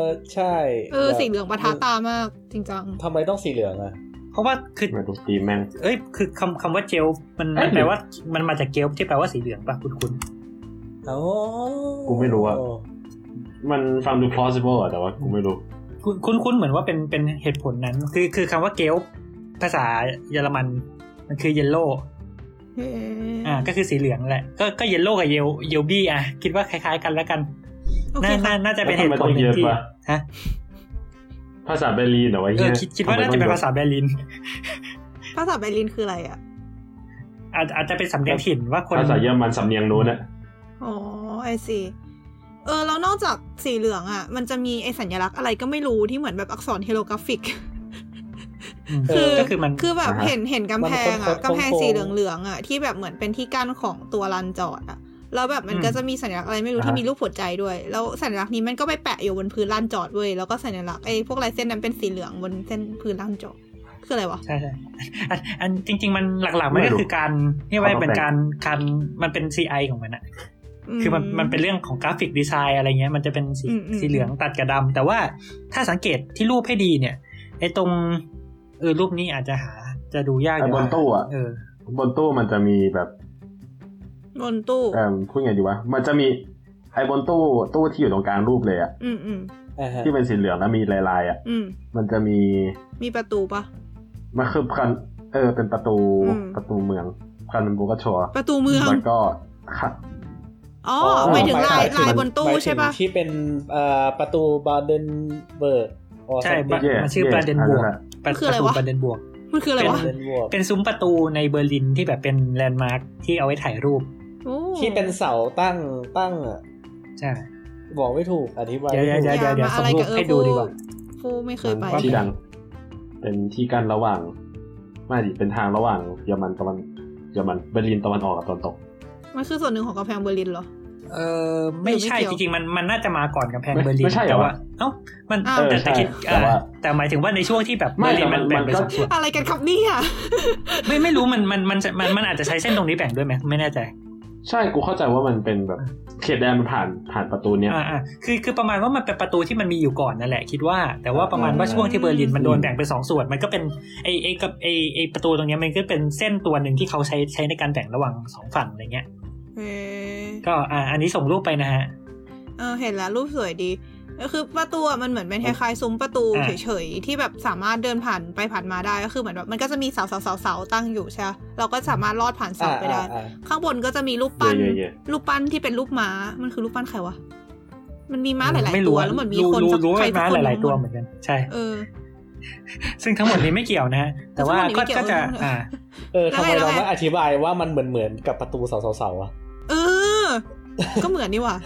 S4: อใช่
S1: เออสีเหลืองปะทะตามากจริงจัง
S4: ทำไมต้องสีเหลืองอะ
S2: เพราะว่าคือ
S3: มาดูตีมแม่ง
S2: เอ้ย คือคำคำว่าเจลมัน
S3: เอ้
S2: มั
S3: ย
S2: นแปลว่า มันมาจากเกลที่แปลว่าสีเหลืองป่ะคุณคุณ
S4: โอ้
S3: กูไม่รู้อะ มันฟังดู plausible อะแต่ว่ากูไม่รู้
S2: คุณคุณคุณเหมือนว่าเป็นเป็นเหตุผลนั้น คือคือคำว่าเกลภาษาเยอรมัน มันคือเยลโล่
S1: เฮ้
S2: อ่า ก็คือสีเหลืองแหละ ก็ก็เยลโล่กับเยลเยลบี้อ่ะ คิดว่าคล้ายๆกันแล้วกัน
S1: โอเค
S2: น่า
S1: ค่ะ
S2: น่าน่าจะเป็นเหตุผลหนึ่งที่
S3: แล้วทำไมต้องเยอะวะ
S2: ฮะ
S3: ภาษาเบอร์ลินเหรอวะ
S2: เอ
S3: เฮี
S2: อย คิดคิดว่าน่าจะเป็นภาษาเบอร์ลิน
S1: ภาษาไบลินคืออะไรอ่ะ
S2: อาจอาจจะเป็นสำเนียงถิ่นว่าคน
S3: ภาษาเยอรมันสำเนียงนู้นอะ
S1: อ๋อไอซีเออแล้วนอกจากสีเหลืองอ่ะ มันจะมีไอสัญลักษณ์อะไรก็ไม่รู้ที่เหมือนแบบอักษรเฮโลกราฟิก
S2: อืม
S1: คือ
S2: ก็คือมัน
S1: คือแบบเห็นเห็นกำแพง
S4: มั
S1: อ่ะ
S4: นโค้งๆ
S1: กำแพง
S4: โค้งๆ
S1: สีเหลืองๆอ่ะที่แบบเหมือนเป็นที่กั้นของตัวลานจอดอ่ะแล้วแบบมันก็จะมีสัญลักษณ์อะไรไม่รู้ที่มีรูปหัวใจด้วย แล้วสัญลักษณ์นี้มันก็ไปแปะอยู่บนพื้นลานจอดเว้ยแล้วก็สัญลักษณ์ไอ้พวกลายเส้นนั้นเป็นสีเหลืองบนเส้นพื้นลานจอดคืออะไรวะ
S2: ใช่ใช่ อันอันจริง ๆ มันหลักๆมันก็คือการเรียกว่าเป็นการการมันเป็น CI ของมันอะ คือมันมันเป็นเรื่องของกราฟิกดีไซน์อะไรเงี้ยมันจะเป็นสี
S1: อืมอืม
S2: สีเหลืองตัดกับดำแต่ว่าถ้าสังเกตที่รูปให้ดีเนี่ยไอ้ตรงเออรูปนี้อาจจะหาจะดูยากอ
S3: ไอ้
S2: ยู่
S3: บนตู้อะ
S2: เออบ
S3: นตู้มันจะมีแบบ
S1: บนตู้
S3: เอ่อพูดไงดีวะ มันจะมีไอ้บนตู้ตู้ที่อยู่ตรงกลางรูปเลยอะ
S1: อืมอืม
S4: อ่าฮะ
S3: ที่เป็นสีเหลืองแล้วมีลายๆอะ
S1: อืม
S3: มันจะมี
S1: มีประตูปะ
S3: มันคือคันเออเป็นประตู
S1: อืม
S3: ประตูเมืองคันบูกชัว
S1: ประตูเมือง
S3: แล้วก็ค่ะ
S1: อ๋อหมายถึงลาย
S3: หมายถึง
S1: ลายบนตู้ใช่ปะ
S4: หมายถึงที่เป็นเอ่อประตูบาเดนเบิร์ก
S2: ใช่มัน
S3: something
S2: มันชื่อ
S3: yeah,
S2: ประเด็นบวก
S3: อันนั้นอะ
S2: ประ
S1: คืออะไร
S2: ตู
S1: วะ
S2: ประเด็นบวก
S1: มันคืออะไรวะ
S4: เดนว
S2: เป็นซุ้มประตูในเบอร์ลินที่แบบเป็นแลนด์มาร์คที่เอาไว้ถ่ายรูป
S1: โอ้
S4: ที่เป็นเสาตั้งตั้งอ่ะ
S2: ใช่
S4: บอกไม่ถูกอธิบาย
S2: เดี๋ยว
S4: ไม่
S2: เดี๋ยว
S4: ถู
S1: อา
S4: ก
S1: มาอะไรกับ
S2: ส่
S1: เองอ
S2: รูปให้ดูดีกว่า
S1: ผู้ไม่เคยไป
S3: ที่ดัง เป็นที่กั้นระหว่างไม่ดิเป็นทางระหว่างเยอรมันตะวันเยอรมันเบอร์ลินตะวันออกกับตะวันตก
S1: มันคือส่วนหนึ่งของกำแพงเบอร์ลินเหรอ
S2: เออไม่ใช่
S1: หรือไม่เกี่
S2: จ
S1: ยว
S2: ริงๆมันมันน่าจะมาก่อนกำแพง
S3: ไม่
S2: เบอร์ลิน
S3: ไม่ใช่เหรอ
S2: แต่ว่าเอ้ามัน
S1: อ้าว
S2: แต่
S3: เออใช่
S2: แต่คิด
S3: แต่ว่า
S2: เออแต่หมายถึงว่าในช่วงที่แบบเบ
S3: ไม่
S2: อร์ลิน
S3: แต่มั
S2: มัน นแบ่ง
S3: มั
S2: เป็น น
S3: ก็
S2: สองส่วน
S1: อะไรกันครับเนี่ย
S2: ไม่ไม่รู้มันมันมันจะมันมันอาจจะใช้เส้นตรงนี้แบ่งด้วยไหมไม่แน่ใจ
S3: ใช่กูเข้าใจว่ามันเป็นแบบเขตแดนมันผ่านผ่านประตูเนี้ย
S2: อ่าอ่าคือคือประมาณว่ามันเป็นประตูที่มันมีอยู่ก่อนนั่นแหละคิดว่า แต่ว่าประมาณว่าช่วงที่เบอร์ลินมันโดนแบ่งเป็นสองส่วน มันก็เป็นไอไอกับไอไอประตูตรงเนี้ยมันก็เป็นเส้นตัวหนึ่งที่เขาใช้ใช้ในการแบ่งระหว่างสองฝั่งอะไรเงี้ย
S1: เออ
S2: ก็อ่าอันนี้ส่งรูปไปนะฮะ
S1: เออเห็นแล้วรูปสวยดีก็คือประตูอะมันเหมือนเป็นคล้ายๆซุ้มประตู
S2: อ่า
S1: เฉยๆที่แบบสามารถเดินผ่านไปผ่านมาได้ก็คือเหมือนแบบมันก็จะมีเสาเสาเสาเสาตั้งอยู่ใช่ปะเราก็สามารถลอดผ่านเสา
S4: อ่า
S1: ไป
S4: อ่า
S1: ได้
S4: อ่า
S1: ข้างบนก็จะมีรูปปั้น
S3: เย่เย่เย่
S1: รูปปั้นที่เป็นรูปม้า มันคือรูปปั้นใครวะ มันมีม้าหลาย
S2: ไม่
S1: ๆตั
S2: รู้
S1: ว
S2: อะ
S1: แล้วเหมือนมี
S2: รู้
S1: คน
S2: รู้
S1: สัก
S2: รู้
S1: ใครสั
S2: มาก
S1: คน
S2: หลาย ๆ ตัว
S1: ข้งบน
S2: เหมือนกันใช่
S1: เออ
S2: ซึ่งทั้งหมดนี้ไม่เกี่ยวนะฮะแต่ว่าก็
S1: ทั้งหมดนี้ไม่เกี่ยวทั้งหมดแล้วไง
S2: ก็จะอ่า
S4: เออทำไมเราไม่อธิบายว่ามันเหมือนเหมือนกับประตูเสาเสาเสาอ่ะ
S1: เออ ก็เหมือนนี่ว่ะ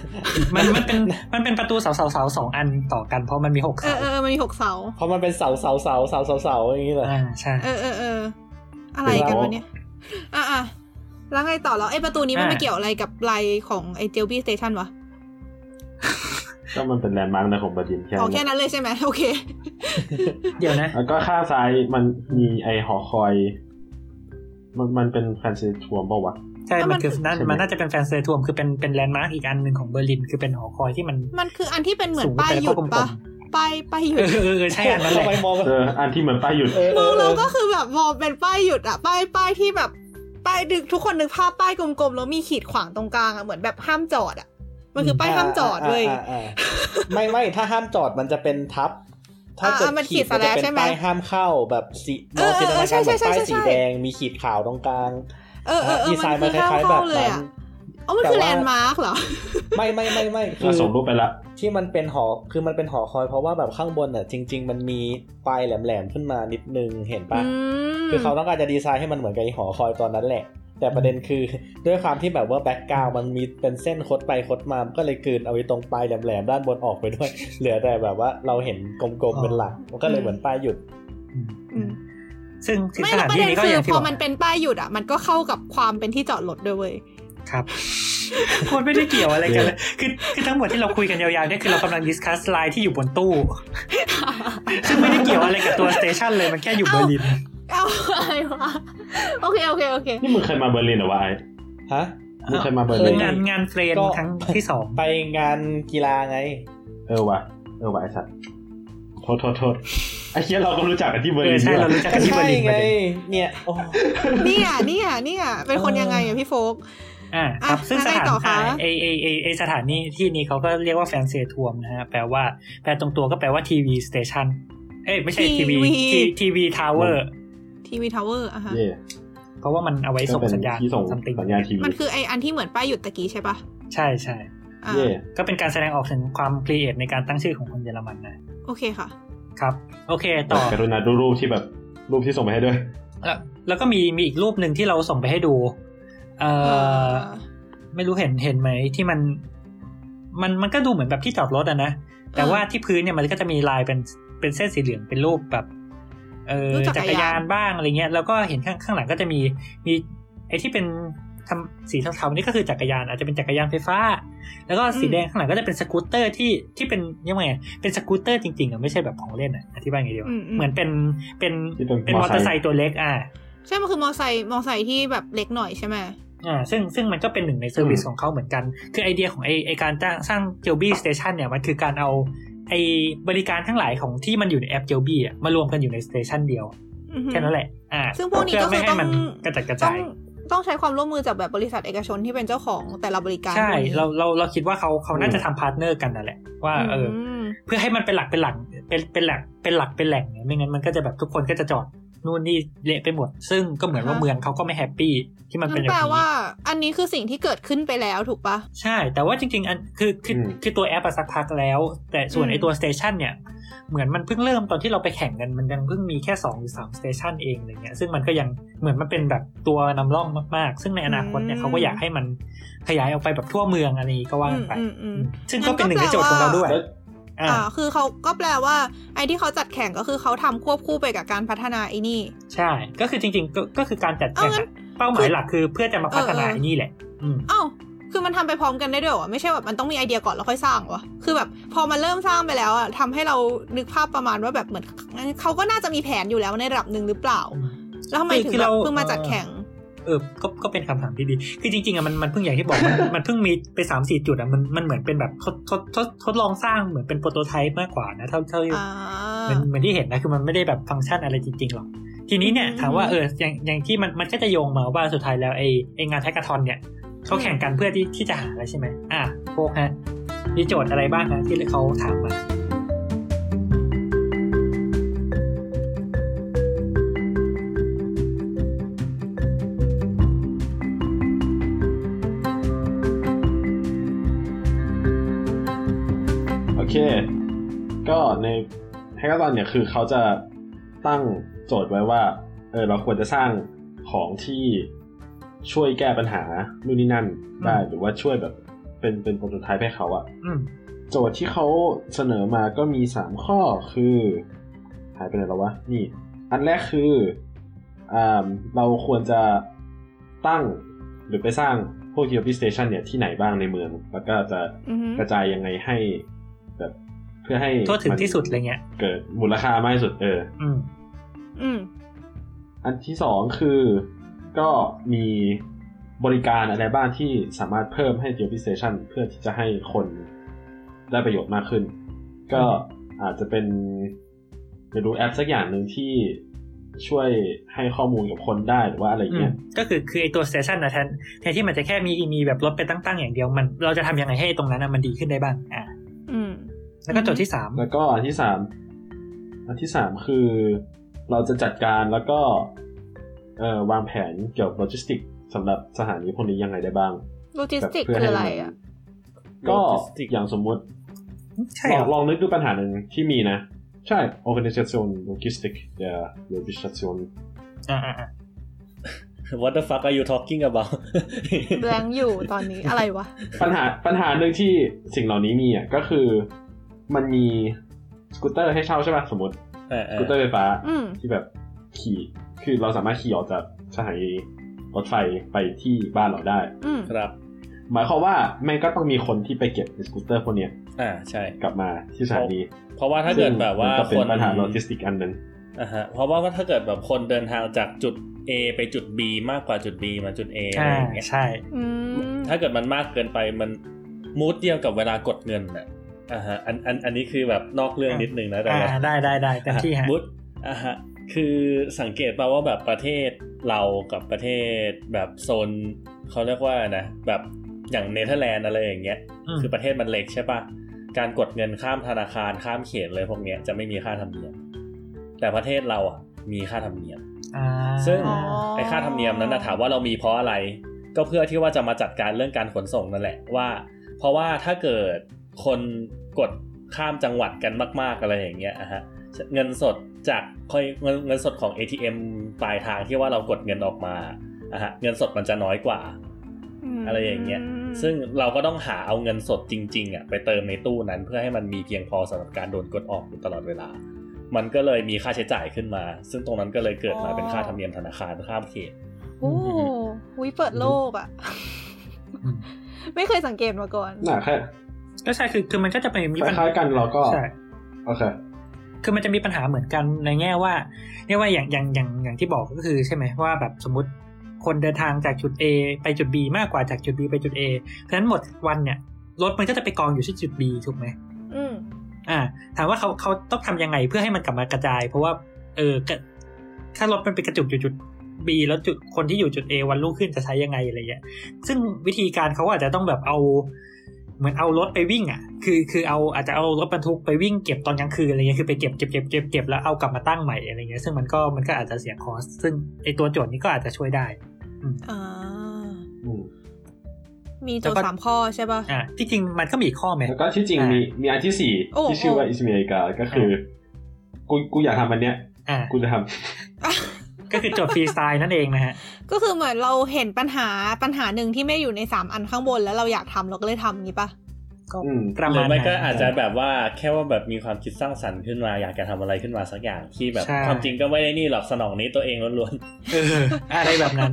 S2: มันมันเป็นมันเป็นประตูเสาเสาเสาสองอันต่อกันเพราะมันมีหก
S1: เอ
S2: เสา
S1: อเออเออมันมีหกเสา
S4: เพราะมันเป็นเสาเสาเสาเสาเสาเสาอย่างนี้เหรอ
S2: อ่าใช่
S1: เออเออเอออะไรกันวะเนี่ย อ่ะอ่ะแล้วไงต่อแล้วไอ้ประตูนี้มันไม่เกี่ยวอะไรกับลายของไอ้เจลบี้สเตชันวะ
S3: ก็มันเป็นแลนด์มาร์กในของเบอร์ลินแค่
S1: อ๋อ
S3: นั้น
S1: แค่นั้นเลยใช่ไหม โอเค
S2: เดี๋ยวนะ
S3: แล้วก็ข้างซ้ายมันมีไอหอคอย มันมันเป็นแฟนซีทัวร์ป่าวะ
S2: ใช่
S1: แล้วมั
S2: มัน
S1: น
S2: คือนั่น
S3: ใช่ไหม
S2: มันน่าจะเป็นแฟนเซอร์ทัวมคือเป็นเป็นแลนด์มาร์กอีกอันหนึ่งของเบอร์ลินคือเป็นหอคอยที่มัน
S1: มันคืออันที่เป็นเหมือ
S2: สู
S1: น
S2: ง
S1: ป้าย
S2: ไปแล้
S1: หยุ
S2: วก็
S1: ด
S2: กลมๆ
S1: ปะป้ายป้ายหยุด
S2: เออเออเออใช่อันนั้นแห
S4: ทำ
S2: ละ
S4: ไมมอง
S3: เออ อันที่เหมือนป้ายหยุด
S4: เออ
S1: ม
S4: เอ
S1: อง
S4: อเอ
S1: แล้ว
S4: อ
S1: ก็คือแบบมองเป็นป้ายหยุดอะป้ายป้ายที่แบบป้ายดึกทุกคนนึกภาพป้ายกลมๆแล้วมีขีดขวางตรงกลางอะเหมือนแบบห้ามจอดอะมันคือป้ายห้ามจอดเลย
S4: าอ่าอ่าไม่ไม่ถ้าห้ามจอดมันจะเป็นทับ ถ้าเกิด
S1: อ่ามันขี
S4: ขี
S1: ด
S4: ด
S1: ส
S4: มัน
S1: แลช
S4: จะเป็
S1: ใช่
S4: น
S1: ไหม
S4: ป้ายห้ามเข้าแบบสี
S1: เอ
S4: เรา
S1: อ
S4: จิน
S1: เออ
S4: ตนา
S1: เออใช่
S4: การ
S1: ใช่
S4: แบบป้าย
S1: ใช่
S4: สี
S1: ใช่
S4: แดงมีขีดขาวตรงกลาง
S1: เออเออเออ
S4: ดี
S1: มั
S4: ไซ
S1: น
S4: น์
S1: คื
S4: มั
S1: อ
S4: นค
S1: ห้าม
S4: ล้ายๆแบ
S1: เข้า
S4: บ
S1: เลย
S4: นั้น
S1: อะอ๋อมันคือแลนด์มาร์กเหรอ
S4: ไม่ไม่ไม่ไม่คื
S3: เรา
S4: อ
S3: ส่งรูปไปละ
S4: ที่มันเป็นหอคือมันเป็นหอคอยเพราะว่าแบบข้างบนอ่ะจริง ๆ มันมีปลายแหลมๆขึ้นมานิดนึงเห็นปะ
S1: อืม
S4: คือเขาต้องการจะดีไซน์ให้มันเหมือนกับไอ้หอคอยตอนนั้นแหละ แต่ประเด็นคือ ด้วยความที่แบบว่าแบ็กกราวมันมีเป็นเส้นคดไปคดมามันก็เลยกลืนเอาไอ้ตรงปลายแหลมๆด้านบนออกไปด้วย เหลือแต่แบบว่าเราเห็นกลมๆเป็นหลัก มันก็เลยเหมือนป้ายหยุด
S1: อืม
S2: ซึ่งซึ่ง
S1: ไม่
S2: ส
S1: แล้ว
S2: ถาน
S1: ประ
S2: ที่
S1: เด็น
S2: นี้ก็
S1: คื
S2: อย่า
S1: อง
S2: ที่
S1: พ
S2: บ
S1: อ
S2: อก
S1: มันเป็นป้ายหยุดอ่ะ มันก็เข้ากับความเป็นที่จอดรถด้วยเว้ย
S2: ครับคนไม่ได้เกี่ยวอะไรกันเลยคือคือทั้งหมดที่เราคุยกันยาวๆเนี่ยคือเรากำลังดิสคัสไลน์ที่อยู่บน ตู้ ซึ่งไม่ได้เกี่ยวอะไรกับตัวสเตชันเลยมันแค่อยู่เบอร์ลิน
S1: เอาอะไรวะ โอเค โอเค โอเค
S3: นี่มึงเคยมาเบอร์ลินเหรอวะไอ้
S4: ฮะ
S3: มึงเคยมาเบอร์
S2: เอ
S3: ลิ
S2: อน งานงานเฟรน
S4: ก็
S2: ครั้งที่สอง
S4: ไปงานกีฬาไง
S3: เออวะเออวะไอ้สัตว์โทษโทษโทษไอ้เหี้ยเราก็รู้จักกันที่เบอร์
S2: เอ
S3: ลิ
S2: อนใช่
S3: ด้วย
S2: เรารู้จักกันที่เบอ
S4: ใช่
S2: ร์ลิน
S4: ไง
S2: ประเด็น
S4: เนี่ยโอ้
S1: เนี่ยเนี่ยเนี่ยเป็นคนยังไงอ่ะพี่โฟก
S2: อ่าครับ
S1: อ่ะ
S2: ซึ่งสถาน
S1: อะไรต่อคะ
S2: ไอไอไอไอสถานีที่นี้เขาก็เรียกว่าแฟนเซทัวมนะฮะ แปลว่าแปลตรงตัวก็แปลว่าทีวีสเตชันเอ้ยไม่ใช่ทีวีทีวีทาวเวอร์
S1: ทีวีทาวเวอร์อะฮะ
S3: เย่
S2: เพราะว่ามันเอาไว้
S3: ก็
S2: ส่ง
S3: เป็น
S2: สัญญาณ
S3: ที่ส่ง
S2: ซัมติง
S3: สัญญาณทีวี
S1: มันคือไออันที่เหมือนป้ายหยุดตะกี้ใช่ปะ
S2: ใช่ใช่
S1: อ่า
S3: เย่
S2: ก็เป็นการแสดงออกถึงความครีเอทในการตั้งชื่อของคนเยอรมันนะ
S1: โอเคค่ะ
S2: ครับ โอเค
S3: ต่
S2: ต่
S3: อ
S2: อ
S3: กรุณาดูรูปที่แบบรูปที่ส่งไปให้ด้วย
S2: แล้วแล้วก็มีมีอีกรูปหนึ่งที่เราส่งไปให้ดู เอ่อ ไม่รู้เห็นเห็นไหมที่มัน มันมันก็ดูเหมือนแบบที่จอดรถอะนะแต่ว่าที่พื้นเนี่ยมันก็จะมีลายเป็นเป็นเส้นสีเหลืองเป็นรูปแบบ เออ
S1: รูปจั
S2: จั
S1: ก
S2: ก
S1: รยาน
S2: รยานบ้างอะไรเงี้ย แล้วก็เห็นข้างข้างหลังก็จะมีมีไอ้ที่เป็นทำสีเทาๆนี่ก็คือจักรยาน อาจจะเป็นจักรยานไฟฟ้า แล้วก็สีแดงข้างหลังก็จะเป็นสกูตเตอร์ที่ที่เป็นยังไงอะเป็นสกูตเตอร์จริงๆอะไม่ใช่แบบของเล่นอะอธิบายไงดีวะ
S1: อืมอืม
S2: เหมือนเป็นเป็น
S3: ที่เป็น
S2: เป็น
S3: ม
S2: ม
S3: อ
S2: อเต
S3: เต
S2: อ
S3: อร์
S2: ร์
S3: ไซ
S2: ไซ
S3: ค์
S2: ค์ตัวเล็กอ่ะ
S1: ใช่ มันคือมอไซค์มอไซค์ที่แบบเล็กหน่อยใช่ไหม
S2: อ่าซึ่งซึ่งมันก็เป็นหนึ่งในเซอร์วิส
S3: อืม
S2: ของเขาเหมือนกัน คือไอเดียของไอไอการจ้างสร้างเจลบี้สเตชันเนี่ยมันคือการเอาไอบริการทั้งหลายของที่มันอยู่ในแอปเจลบี้อะมารวมกันอยู่ในสเตชันเดียว
S1: อือหือ
S2: แค่นั้นแหละอ่า
S1: ซึ่งพวกนี้ก็คือ
S2: เพื่ไม่ให้มัน
S1: ต้อง
S2: กระจัดกระ
S1: ต้อ
S2: จาง ย
S1: ต้องใช้ความร่วมมือจากแบบบริษัทเอกชนที่เป็นเจ้าของแต่ละบริการ
S2: ใช่
S1: พวกนี้
S2: เราเราเราคิดว่าเขาเขาน่า
S3: อืม
S2: จะทำพาร์ทเนอร์กันนั่นแหละว่าเอออ
S1: ม
S2: เพื่อให้มันเป็นหลักเป็นหลังเป็นเป็นหลักเป็นหลักเป็นแหล่งเนี่ยไม่งั้นมันก็จะแบบทุกคนก็จะจอดนู่นนี่เละไปหมด ซึ่งก็เหมือนว่า
S1: อ่าฮะ
S2: เมืองเขาก็ไม่แฮปปี้ที่มันเป็น
S1: น
S2: แบบ
S1: แปล
S2: นี้
S1: ว่าอันนี้คือสิ่งที่เกิดขึ้นไปแล้วถูกปะ
S2: ใช่ แต่ว่าจริง ๆ อันคือคือ
S3: อืม
S2: คือตัวแอปอะสักพักแล้ว แต่ส่วน
S1: อืม
S2: ไอตัวสเตชันเนี่ย เหมือนมันเพิ่งเริ่มตอนที่เราไปแข่งกันมันยังเพิ่งมีแค่2หรือ3สเตชันเองอะไรเงี้ยซึ่งมันก็ยังเหมือนมันเป็นแบบตัวนำร่องมากๆ ซึ่งในอนาคตเนี่ยเขาก็อยากให้มันขยายออกไปแบบทั่วเมืองอะไรอย่างงี้ก็ว่ากันไป
S1: อืมอืม
S2: ซึ่งก็เป็นหนึ่งในโจทย์ของเราด้วย
S3: แล้ว
S2: อ่า
S1: อ่า คือเขาก็แปลว่าไอ้ที่เขาจัดแข่งก็คือเขาทำควบคู่ไปกับการพัฒนาไอ้นี่
S2: ใช่ ก็คือจริงๆ ก็ก็คือการจัดแข่ง
S1: เอางั้
S2: อะ
S1: น
S2: เป้าหมายหลักคือเพื่อจะมาพัฒ
S1: เออเอ
S2: นา
S1: อ
S2: ไอ้นี่แหละ อืม
S1: เอ้า คือมันทำไปพร้อมกันได้ด้วยเหรอ ไม่ใช่แบบมันต้องมีไอเดียก่อนแล้วค่อยสร้างวะคือแบบพอมันเริ่มสร้างไปแล้วอะทำให้เรานึกภาพประมาณว่าแบบเหมือนเขาก็น่าจะมีแผนอยู่แล้วในระดับหนึ่งหรือเปล่า แล้วทำไมถึง
S2: คือ
S1: แบบ
S2: เรา
S1: เพิ่งมาจัดแข่ง
S2: เออ ก็ก็เป็นคำถามที่ดี คือจริงๆอะมันมันเพิ่งอย่างที่บอก มันมันเพิ่งมีไปสามสี่จุดอะมันมันเหมือนเป็นแบบทดทดทดทดลองสร้างเหมือนเป็นโปรโตไทป์มากกว่านะเท่าเท่า
S1: อ่า
S2: เหมือนเหมือนที่เห็นนะ คือมันไม่ได้แบบฟังก์ชันอะไรจริงๆหรอก ทีนี้เนี่ย
S1: อืม
S2: ถามว่าเอออย่างอย่างที่มันมันก็จะโยงมาว่าสุดท้ายแล้วไอไองานแทกทอนเนี่ยเขา
S1: อืม
S2: แข่งกันเพื่อที่ที่จะหาอะไรใช่ไหมอ่ะพวกฮะมีโจทย์อะไรบ้างนะที่เขาถามมา
S3: โอเค ก็ในแฮกเกอร์ตอนเนี่ยคือเขาจะตั้งโจทย์ไว้ว่า เออเราควรจะสร้างของที่ช่วยแก้ปัญหานู่นนี่นั่นได้
S2: อืม
S3: หรือว่าช่วยแบบเป็นเป็นโปรโตไทป์ให้เขาอะ
S2: อืม
S3: โจทย์ที่เขาเสนอมาก็มี 3 ข้อคือ หายไปไหนแล้ววะ นี่ อันแรกคืออ่าเราควรจะตั้งหรือไปสร้างพวก Geopi Station เนี่ยที่ไหนบ้างในเมือง แล้วก็จะ
S1: อือหือก
S3: ระจายยังไงให้แบบเพื่อให้
S2: ทั่วถึง
S3: มัน
S2: ที่สุดอะไรเงี้ย
S3: เกิดมูลค่ามากที่สุดเออ
S2: อืม
S1: อืม
S3: อันที่สองคือก็มีบริการอะไรบ้างที่สามารถเพิ่มให้ Geopi Station เพื่อที่จะให้คนได้ประโยชน์มากขึ้น ก็อาจจะเป็นไม่รู้แอปสักอย่างหนึ่งที่ช่วยให้ข้อมูลกับคนได้หรือว่าอะไร
S2: อืม
S3: เงี้ย
S2: ก็คือคือไอตัวสเตชันนะแทนแทนที่มันจะแค่มีมีแบบรถไปตั้งๆอย่างเดียวมันเราจะทำยังไงให้ไอ้ตรงนั้นนะมันดีขึ้นได้บ้างอ่ะ
S1: อืม
S2: แล้วก็โจทย์ที่สาม
S3: แล้วก็อันที่สามอันที่สามคือเราจะจัดการแล้วก็เอ่อวางแผนเกี่ยวกับโลจิสติกส์สำหรับสถานีพวกนี้ยังไงได้บ้าง
S1: โลจิส
S3: แบบ
S1: ติก
S3: เพื่
S1: คือ
S3: ให้
S1: อะไร
S3: มัน
S1: อ่ะ
S3: ก็
S4: โลจิสติกส์
S3: อย่างสมมุติ
S2: ใช่
S3: ล
S2: เหร
S3: องล
S2: อ
S3: องนึกดูปัญหาหนึ่งที่มีนะ ใช่ organization logistic เดี๋ยว logistation
S2: อ่าอ่าอ่า
S4: What the fuck are you talking about
S1: แบงค์อยู่ตอนนี้อะไรวะ
S3: ปัญหาปัญหาหนึ่งที่สิ่งเหล่านี้มีอ่ะก็คือมันมีสกูตเตอร์ให้เช่าใช่ป่ะสมมติ
S4: เออ
S3: สกูตเตอร์ไฟฟ้า
S1: อืม
S3: ที่แบบขี่ คือเราสามารถขี่ออกจากสถานีรถไฟไปที่บ้านเราได้
S1: อืม
S4: ครับ
S3: หมายความว่าแม่งก็ต้องมีคนที่ไปเก็บสกูตเตอร์พวกเนี้ย
S4: อ่าใช่
S3: กลับมาที่สถานี
S4: เพราะว่าถ้าเกิดแบบว่า
S3: ซึ่งมันก็เป็
S4: คน
S3: ปัญหาโลจิสติกอันหนึง
S4: อ่าฮะเพราะว่าถ้าเกิดแบบคนเดินทางจากจุด A ไปจุด B มากกว่าจุด B มาจุด A อะไร
S2: อ่า
S4: อย่างเงี้ย
S2: ใช่
S1: อืม
S4: ถ้าเกิดมันมากเกินไปมันมูดเดียวกับเวลากดเงินน่ะอ่าฮะอันอันอันนี้คือแบบนอกเรื่องนิดนึงนะแต่
S2: อ่า
S4: ว่า
S2: ได้ได้ได้เต็มที่ฮะ
S4: มุดอ่ะฮะ คือสังเกตป่าว่าแบบประเทศเรากับประเทศแบบโซนเขาเรียกว่านะ แบบอย่างเนเธอร์แลนด์อะไรอย่างเงี้ย
S2: อืม
S4: คือประเทศมันเล็กใช่ปะการกดเงินข้ามธนาคารข้ามเขตเลยพวกเนี้ยจะไม่มีค่าธรรมเนียม แต่ประเทศเราอ่ะมีค่าธรรมเนียม
S2: อ่า
S4: ซึ่ง
S1: อ๋อ
S4: ไอค่าธรรมเนียมนั้นนะถามว่าเรามีเพราะอะไร ก็เพื่อที่ว่าจะมาจัดการเรื่องการขนส่งนั่นแหละว่า เพราะว่าถ้าเกิดคนกดข้ามจังหวัดกันมาก ๆอะไรอย่างเงี้ยอะฮะเงินสดจากค่อยเงินเงินสดของ ATM ปลายทางที่ว่าเรากดเงินออกมาอะฮะเงินสดมันจะน้อยกว่า
S1: ม
S4: อะไรอย่างเงี้ย ซึ่งเราก็ต้องหาเอาเงินสดจริงๆอ่ะไปเติมในตู้นั้น เพื่อให้มันมีเพียงพอสำหรับการโดนกดออกอยู่ตลอดเวลา มันก็เลยมีค่าใช้จ่ายขึ้นมา ซึ่งตรงนั้นก็เลยเกิดมาเป็นค่าธรรมเนียมธนาคารข้ามเขต
S1: โอ้วิเปิดโลกอ่ะ ไม่เคยสังเกตมาก่อน
S3: น่าแค่
S2: ก็ใช่คือคือมันก็จะไปมี
S3: ค
S2: ปัญหา
S3: ล้ายๆกันเราก็
S2: ใช่
S3: โอเค
S2: คือมันจะมีปัญหาเหมือนกันในแง่ว่าเรียกว่าอย่างอย่างอย่างอย่างที่บอกก็คือใช่ไหมว่าแบบสมมติ คนเดินทางจากจุด A ไปจุด B มากกว่าจากจุด B ไปจุด A เพราะฉะนั้นหมดวันเนี่ยรถมันก็จะไปกองอยู่ที่จุด B ถูกไหม
S1: อืม
S2: อ่า ถามว่าเขาเขาต้องทำยังไงเพื่อให้มันกลับมากระจาย เพราะว่า เออกระถ้ารถมันไปกระจุกอยู่จุด B แล้วจุดคนที่อยู่จุด A วันรุ่งขึ้นจะใช้ยังไงอะไรเงี้ย ซึ่งวิธีการเขาอาจจะต้องแบบเอา เหมือนเอารถไปวิ่งอ่ะ คือคือเอาอาจจะเอารถบรรทุกไปวิ่งเก็บตอนกลางคืนอะไรเงี้ยคือไปเก็บเก็บเก็บเก็บเก็บแล้วเอากลับมาตั้งใหม่อะไรเงี้ยซึ่งมันก็มันก็อาจจะเสียคอสซึ่งไอตัวโจทย์นี้ก็อาจจะช่วยได้
S1: อ่า
S3: อืม
S1: มีโจทย์สามข้อใช่ป่ะ
S2: อ่าที่จริงมันก็มีอีกข้อไหม
S3: แล้วก็ที่จริงมีมีอันที่สี่
S1: โอ้
S3: ที่ชื่อ
S1: โอ้
S3: ว่าอิสเมริกาก็คือกูกูอยากทำอันเนี้ย
S2: อ่า
S3: กูจะท
S2: ก็คือโจทย์ฟรีสไตล์นั่นเองนะฮะ
S1: ก็คือเหมือนเราเห็นปัญหาปัญหาหนึ่งที่ไม่อยู่ในสามอันข้างบนแล้วเราอยากทำเราก็เลยทำนี้ป่ะ
S2: ก็
S3: ำอืม
S2: ประ
S4: หรื
S2: มา
S4: อ
S2: ณ
S4: ไม่
S2: นั้น
S4: ก็อาจจะแบบว่าแค่ว่าแบบมีความคิดสร้างสรรค์ขึ้นมา อยากจะทำอะไรขึ้นมาสักอย่างที่แบบ
S2: ใช่
S4: ความจริงก็ไม่ได้นี่หรอกสนองนี้ตัวเองล้วน
S2: เอออะไรแบบนั้น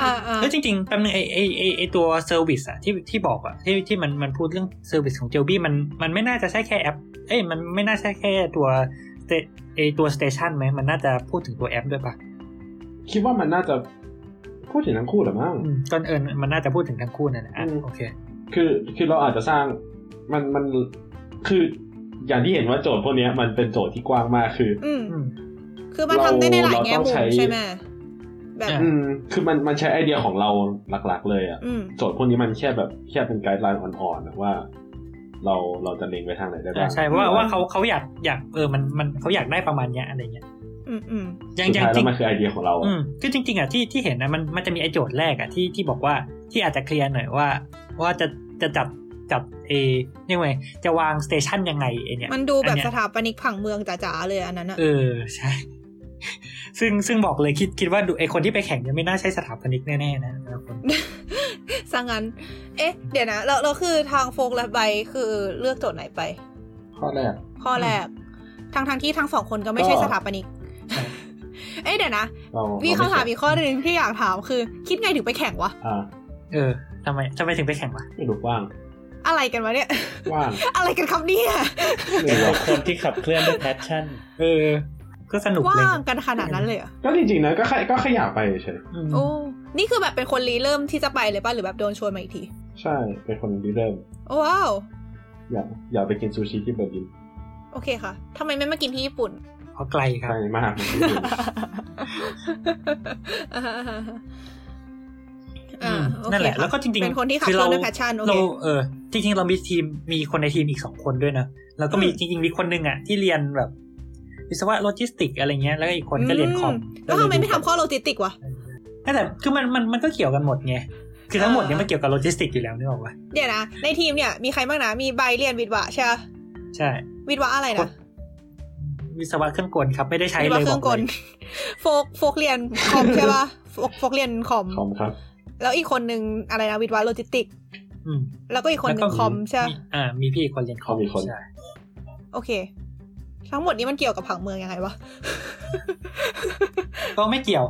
S1: อ่าอ่า
S2: แล้วจริงๆแป๊บนึงไอไอไอไอตัวเซอร์วิสอะที่ที่บอกอะที่ที่มันมันพูดเรื่องเซอร์วิสของเจลบี้มันมันไม่น่าจะใช่แค่แอป เอ้ยมันไม่น่าใช่แค่ตัวเตไอตัวสเตชันไหมมันน่าจะพูดถึงตัวแอปด้วยปะ
S3: คิดว่ามันน่าจะพูดถึงทั้งคู่เหรือมั้ง
S2: อืมก่อนเอิญมันน่าจะพูดถึงทั้งคู่นั่นแหละอ่ะ
S3: อืม
S2: โอเค
S3: คือคือเราอาจจะสร้างมันมันคืออย่างที่เห็นว่าโจทย์พวกเนี้ยมันเป็นโจทย์ที่กว้างมากคือ
S1: อืม
S2: อืม
S1: คือมันทำได้ในหลายแง่มุม
S3: เราต้องใช้
S1: ใช่ไหมแบบ
S2: อ่ะ
S3: อืมคือมันมันใช้ไอเดียของเราหลักๆ เลยอะ
S1: อืม
S3: โจทย์พวกนี้มันแค่แบบแค่เป็นไกด์ไลน์อ่อนๆอะว่า เราเราจะเล็งไปทางไหนได้บ้า
S2: อ่าง ใช่เพราะว่าว่าเขาเขาอยากอยากเออมันมันเขาอยากได้ประมาณเนี้ยอะไรเงี้ย
S1: อืมอืม
S2: อยัง
S3: สุด
S2: อยัง
S3: ท้าย
S2: จริ
S3: แล้ว
S2: ง
S3: มันคือไอเดียของเรา
S2: อื
S3: อะ
S2: มคือจริงๆอ่ะที่ที่เห็นนะมันมันจะมีไอโจทย์แรกอ่ะที่ที่บอกว่าที่อาจจะเคลียร์หน่อยว่า ว่าจะจะจับจับเอยังไงจะวางสเตชันยังไงเอเนี่ย
S1: มันดูแบบ
S2: อัเย
S1: สถาปนิกผังเมืองจ๋าๆเลยอันนั้นอะ
S2: เออใช่ ซึ่งซึ่งบอกเลยคิดคิดว่าดูไอคนที่ไปแข่งเนี่ยไม่น่าใช่สถาปนิกแน่ๆนะแต่ละคน
S1: ซะงั้น เอ๊ะ เดี๋ยวนะเราเราคือทางโฟกและใบคือเลือกโจทย์ไหนไป
S3: ข้อแรก
S1: ข้อแรกทางทางๆที่ทั้งสองคนก็ไม่ใช่
S3: ก็
S1: สถาปนิก เอ๊ะเดี๋ยวนะ
S3: เรา
S1: มี
S3: มี
S1: คำถามอีกข้อหนึ่งที่อยากถามคือ คิดไงถึงไปแข่งวะ
S3: อ่า
S2: เออทำไมทำไมถึงไปแข่งวะ
S3: ไม่รู้ว่าง
S1: อะไรกันวะเนี่ย
S3: ว่าง
S1: อะไรกันครับเนี่ย
S4: ๆ
S3: ไม่รู้
S4: เป็
S3: ว่าน ง
S4: คนที่ขับเคลื่อนด้วยแพชชั่น
S2: เออ ก็สนุกเลย
S1: ว่างกันขนาดนั้นเลยเหรอ
S3: ก็จริงๆนะก็แค่ก็แค่อยากไปเฉย
S2: อืม
S1: โอ้ นี่คือแบบเป็นคนรีเริ่มที่จะไปเลยป่ะ หรือแบบโดนชวนมาอีกที
S3: ใช่เป็นคนที่เริ่ม
S1: โอ้ว้าว
S3: อยากอยากไปกินซูชิที่เบอร์ลิน
S1: โอเคค่ะทำไมไม่มากินที่ญี่ปุ่น
S2: เพราะไกลครับ
S3: ใช่มาก
S1: อ่า
S2: อืม
S1: โอเค
S2: นั่นแหละ
S1: ค่
S2: แล้วก็จริงๆ
S1: เป็นคนที่ขับ
S2: คื
S1: เค
S2: อ
S1: ลื่อนด้
S2: เรา
S1: วยแพชชั่นโอเค
S2: เราเออจริงๆ เรามีทีมมีคนในทีมอีกสองคนด้วยนะแล้วก็มี
S1: อืม
S2: จริง ๆ มีคนหนึงอ่ะที่เรียนแบบ วิศวะโลจิสติกอะไรเงี้ยแล้วก็อีกคนก็เรียนคอม
S1: แล้วทำไมไม่ทำข้อโลจิสติกวะ
S2: นั่นแต่คือมันมันมันก็เกี่ยวกันหมดไงคือทั้งหมดเนี่ย
S1: อ่ามั
S2: มันเกี่ยวกับโลจิสติกอยู่แล้วนึกออกปะ
S1: เดี๋ยวนะ ในทีมเนี่ยมีใครบ้างนะ มีใบเรียนวิทย์วะใช่ปะ
S2: ใช่
S1: วิทย์วะอะไร
S2: ครั
S1: นะ
S2: บ วิศวะเครื่องกลครับไม่ได้ใช้
S1: วิทย์
S2: เล
S1: วะ
S2: ย
S1: เค
S2: บ
S1: รื่
S2: อ
S1: อง
S2: ก
S1: ก
S2: เล
S1: ล
S2: ย
S1: โฟกโฟกเรียนคอมใช่ปะโฟกโฟกเรียนคอม
S3: คอมครับ
S1: แล้วอีกคนนึงอะไรนะวิทย์วะโลจิสติก
S2: อืม
S1: แล้วก็อีกคนนึงคอมใช่ปะ
S2: อ่า มีพี่อีกคนเรียนคอม
S3: มีคน
S2: ใช่
S1: โอเค ทั้งหมดนี้มันเกี่ยวกับผังเมืองยังไงวะ
S2: ก็ไม่เกี่ยว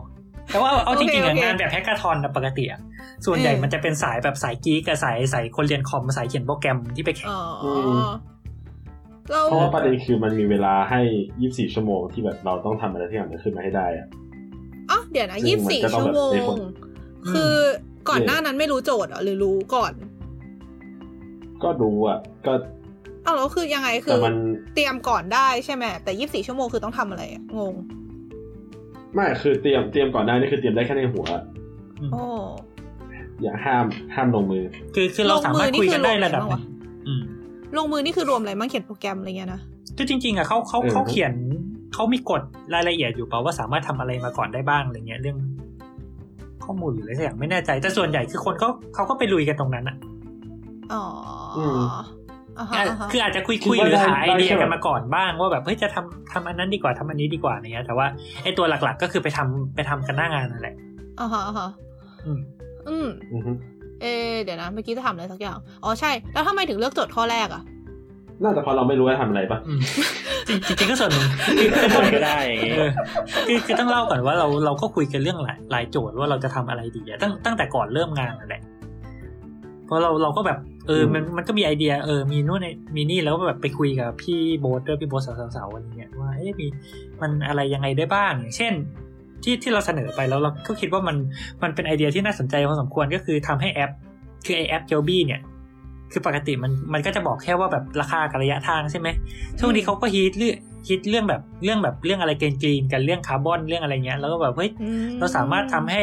S2: แต่ว่าเอาจริงๆอะ
S1: โอเคโอเค
S2: งานแบบแฮกเกอร์ทอนน่ะปกติอะส่วนใหญ่
S1: อืม
S2: มันจะเป็นสายแบบสายกีกกับสายสายคนเรียนคอมสายเขียนโปรแกรมที่ไปแข่ง
S1: อ๋ออ
S3: ม
S1: เรา
S3: เพราะว่าประเด็นคือมันมีเวลาให้ 24 ชั่วโมงที่แบบเราต้องทำอะไรที่อย่างนั้นขึ้นมาให้ได้อะ
S1: อ๋อเดี๋ยวนะ
S3: ซึ่
S1: ยี่
S3: ง
S1: สิบสี่
S3: มันก็ต้อง
S1: ชั่วโม
S3: แบบในค
S1: ง
S3: น
S2: อืม
S1: คือก่อนหน้านั้นไม่รู้โจทย์เหรอหรือรู้ก่อน
S3: ก็รู้อ่ะ ก็
S1: เอาแล้วคือยังไงคื
S3: แต่
S1: อ
S3: มัน
S1: เตรียมก่อนได้ใช่ไหมแต่ยี่สิบสี่ชั่วโมงคือต้องทำอะไรอะงง
S3: ไม่คือเตรียมเตรียมก่อนหน้านี่คือเตรียมได้แค่ในหัว
S1: โอ้
S3: อย่าห้ามห้ามลงมือ
S2: คือคือเราสามารถคุยกันได้ระดับห
S1: ลงมือนี่คือลงไหนบ้างวะลงมือนี่คือรวมอะไร
S2: นึ่งอืม
S1: มั่งเขียนโปรแกรมอะไรเงี้ยนะ
S2: คือจริงๆอ่ะเขาเขา
S3: เออ
S2: เขาเขียนเขามีกฎรายละเอียดอยู่เปล่าว่าสามารถทำอะไรมาก่อนได้บ้างอะไรเงี้ยเรื่อง ข้อมูลหรืออะไรสักอย่างไม่แน่ใจ แต่ส่วนใหญ่คือคนเขาเขาก็ไปลุยกันตรงนั้นอ่ะ
S1: อ๋ออ
S3: ม
S1: อ่าฮะอ่าฮะ
S2: คืออาจจะคุยคุย
S3: คิดว่า
S2: หรือหา
S3: ได้
S2: ไอเดีย
S3: ได้ใช่ไหม
S2: กันมาก่อนบ้างว่าแบบเฮ้ยจะทำทำอันนั้นดีกว่าทำอันนี้ดีกว่าอะไรเงี้ยแต่ว่าไอตัวหลักๆ ก็คือไปทำไปทำกันหน้างานนั่นแหละ
S1: อ่าฮะอ่าฮะ
S2: อืม
S1: อืม
S3: อือฮึ
S1: เออเดี๋ยวนะเมื่อกี้จะถามอะไรสักอย่าง อ๋อใช่ แล้วทำไมถึงเลือกโจทย์ข้อแรกอะ
S3: น่าจะเพอเราไม่รู้ว่าทำอะไรปะ
S2: อืม จริงจริงๆก็ส่วนหนึ่งคือคือ ต้อง
S4: ก็ ได้อย่างงี้
S2: เออคือคือต้องเล่าก่อนว่าเราเราก็คุยกันเรื่องหลายหลายโจทย์ว่าเราจะทำอะไรดีอะตั้งตั้งแต่ก่อนเริ่มงานนั่นแหละเพราะเราเราก็แบบเออมันมันก็มีไอเดียเออมีนู่นมีนี่แล้วก็แบบไปคุยกับพี่โบ๊ทด้วยพี่โบ๊ทสาวๆวันนี้เนี่ยว่าเอ๊ะมีมันอะไรยังไงได้บ้างอย่างเช่น ที่ที่เราเสนอไปแล้วเราก็คิดว่ามันมันเป็นไอเดียที่น่าสนใจพอสมควรก็คือทำให้แอป คือไอแอปเกลบี้เนี่ย คือปกติมันมันก็จะบอกแค่ว่าแบบราคากับระยะทางใช่ไหม ช่วงนี้เขาก็ฮิตเรื่องฮิตเรื่องแบบเรื่องแบบเรื่องอะไรเกนกรีนกันเรื่องคาร์บอนเรื่องอะไรเงี้ยแล้วก็แบบเฮ้ย
S1: อื
S2: เราสามารถทำให้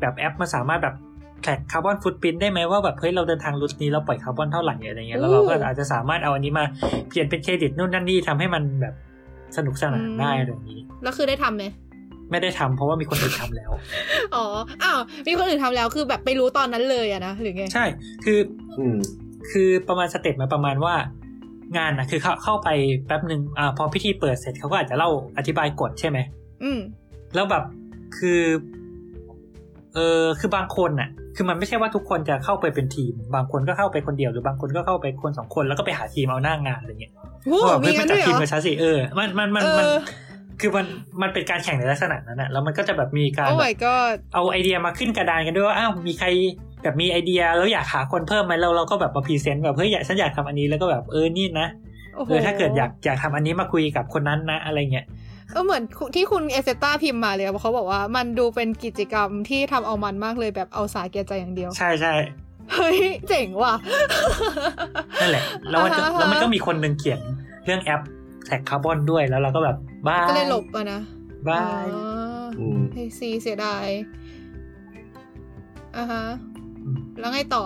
S2: แบบแอปมันสามารถแบบแทร็กคาร์บอนฟุตปรินได้ไหมว่าแบบเฮ้ยเราเดินทางรูทนี้เราปล่อยคาร์บอนเท่าไหร่อะไรเงี้ยแล้วเราก็อาจจะสามารถเอาอันนี้มาเปลี่ยนเป็นเครดิตนู่นนั่นนี่ทำให้มันแบบสนุกสนานได้อะไรอย่างนี้
S1: แล้วคือได้ทำไหม
S2: ไม่ได้ทำเพราะว่ามีคนอื่นทำ แล้ว
S1: อ๋ออ้าวมีคนอื่นทำแล้วคือแบบไปรู้ตอนนั้นเลยอะนะหรือไง
S2: ใช่คือ
S3: อืม
S2: คือประมาณสเต็ปมาประมาณว่างานนะคือเข้าเข้าไปแป๊บหนึ่งอ่าพอพิธีเปิดเสร็จเขาก็อาจจะเล่าอธิบายกฎใช่ไหม
S1: อืม
S2: แล้วแบบคือ เออคือบางคนน่ะ คือมันไม่ใช่ว่าทุกคนจะเข้าไปเป็นทีม บางคนก็เข้าไปคนเดียวหรือบางคนก็เข้าไปคนสองคนแล้วก็ไปหาทีมเอาหน้างานอะไรเงี้ย
S1: โอ้
S2: ก็แบบ
S1: มี
S2: เฮ้ย
S1: กั
S2: มัน
S1: นด้วยเหร
S2: จับทีม
S1: อ
S2: กันซะสิเออมันมันมันมัน
S1: เออ
S2: คือมันมันเป็นการแข่งในลักษณะนั้นน่ะแล้วมันก็จะแบบมีการ
S1: โอ้
S2: แบบ
S1: my god
S2: เอาไอเดียมาขึ้นกระดานกันด้วยว่าอ้าวมีใครแบบมีไอเดียแล้วอยากหาคนเพิ่มไหมเราเราก็แบบมาพรีเซนต์แบบเฮ้ยอยากฉันอยากทำอันนี้แล้วก็แบบเออนี่นะ
S1: โอ้โห
S2: เออถ้าเกิดอยากอยากทำอันนี้มาคุยกับคนนั้นนะอะไรเงี้ย
S1: เออเหมือนที่คุณเอเซต้าพิมพ์มาเลยอะเขาบอกว่ามันดูเป็นกิจกรรมที่ทำเอามันมากเลยแบบเอาสาแก่ใจอย่างเดียว
S2: ใช่ใช่
S1: เฮ้ย เจ๋งว่ะ
S2: นั่นแหละ แล้วมันก็
S1: อ่าฮะ
S2: แล้วมันก็มีคนหนึ่งเขียนเรื่องแอปแท็กคาร์บอนด้วยแล้วเราก็แบบบาย
S1: ก็เลยหลบอะนะ
S2: บาย
S1: อ๋อ
S3: อืม
S1: ไอซีเสียดายอ่ะฮะ
S2: อืม
S1: แล้วไงต่อ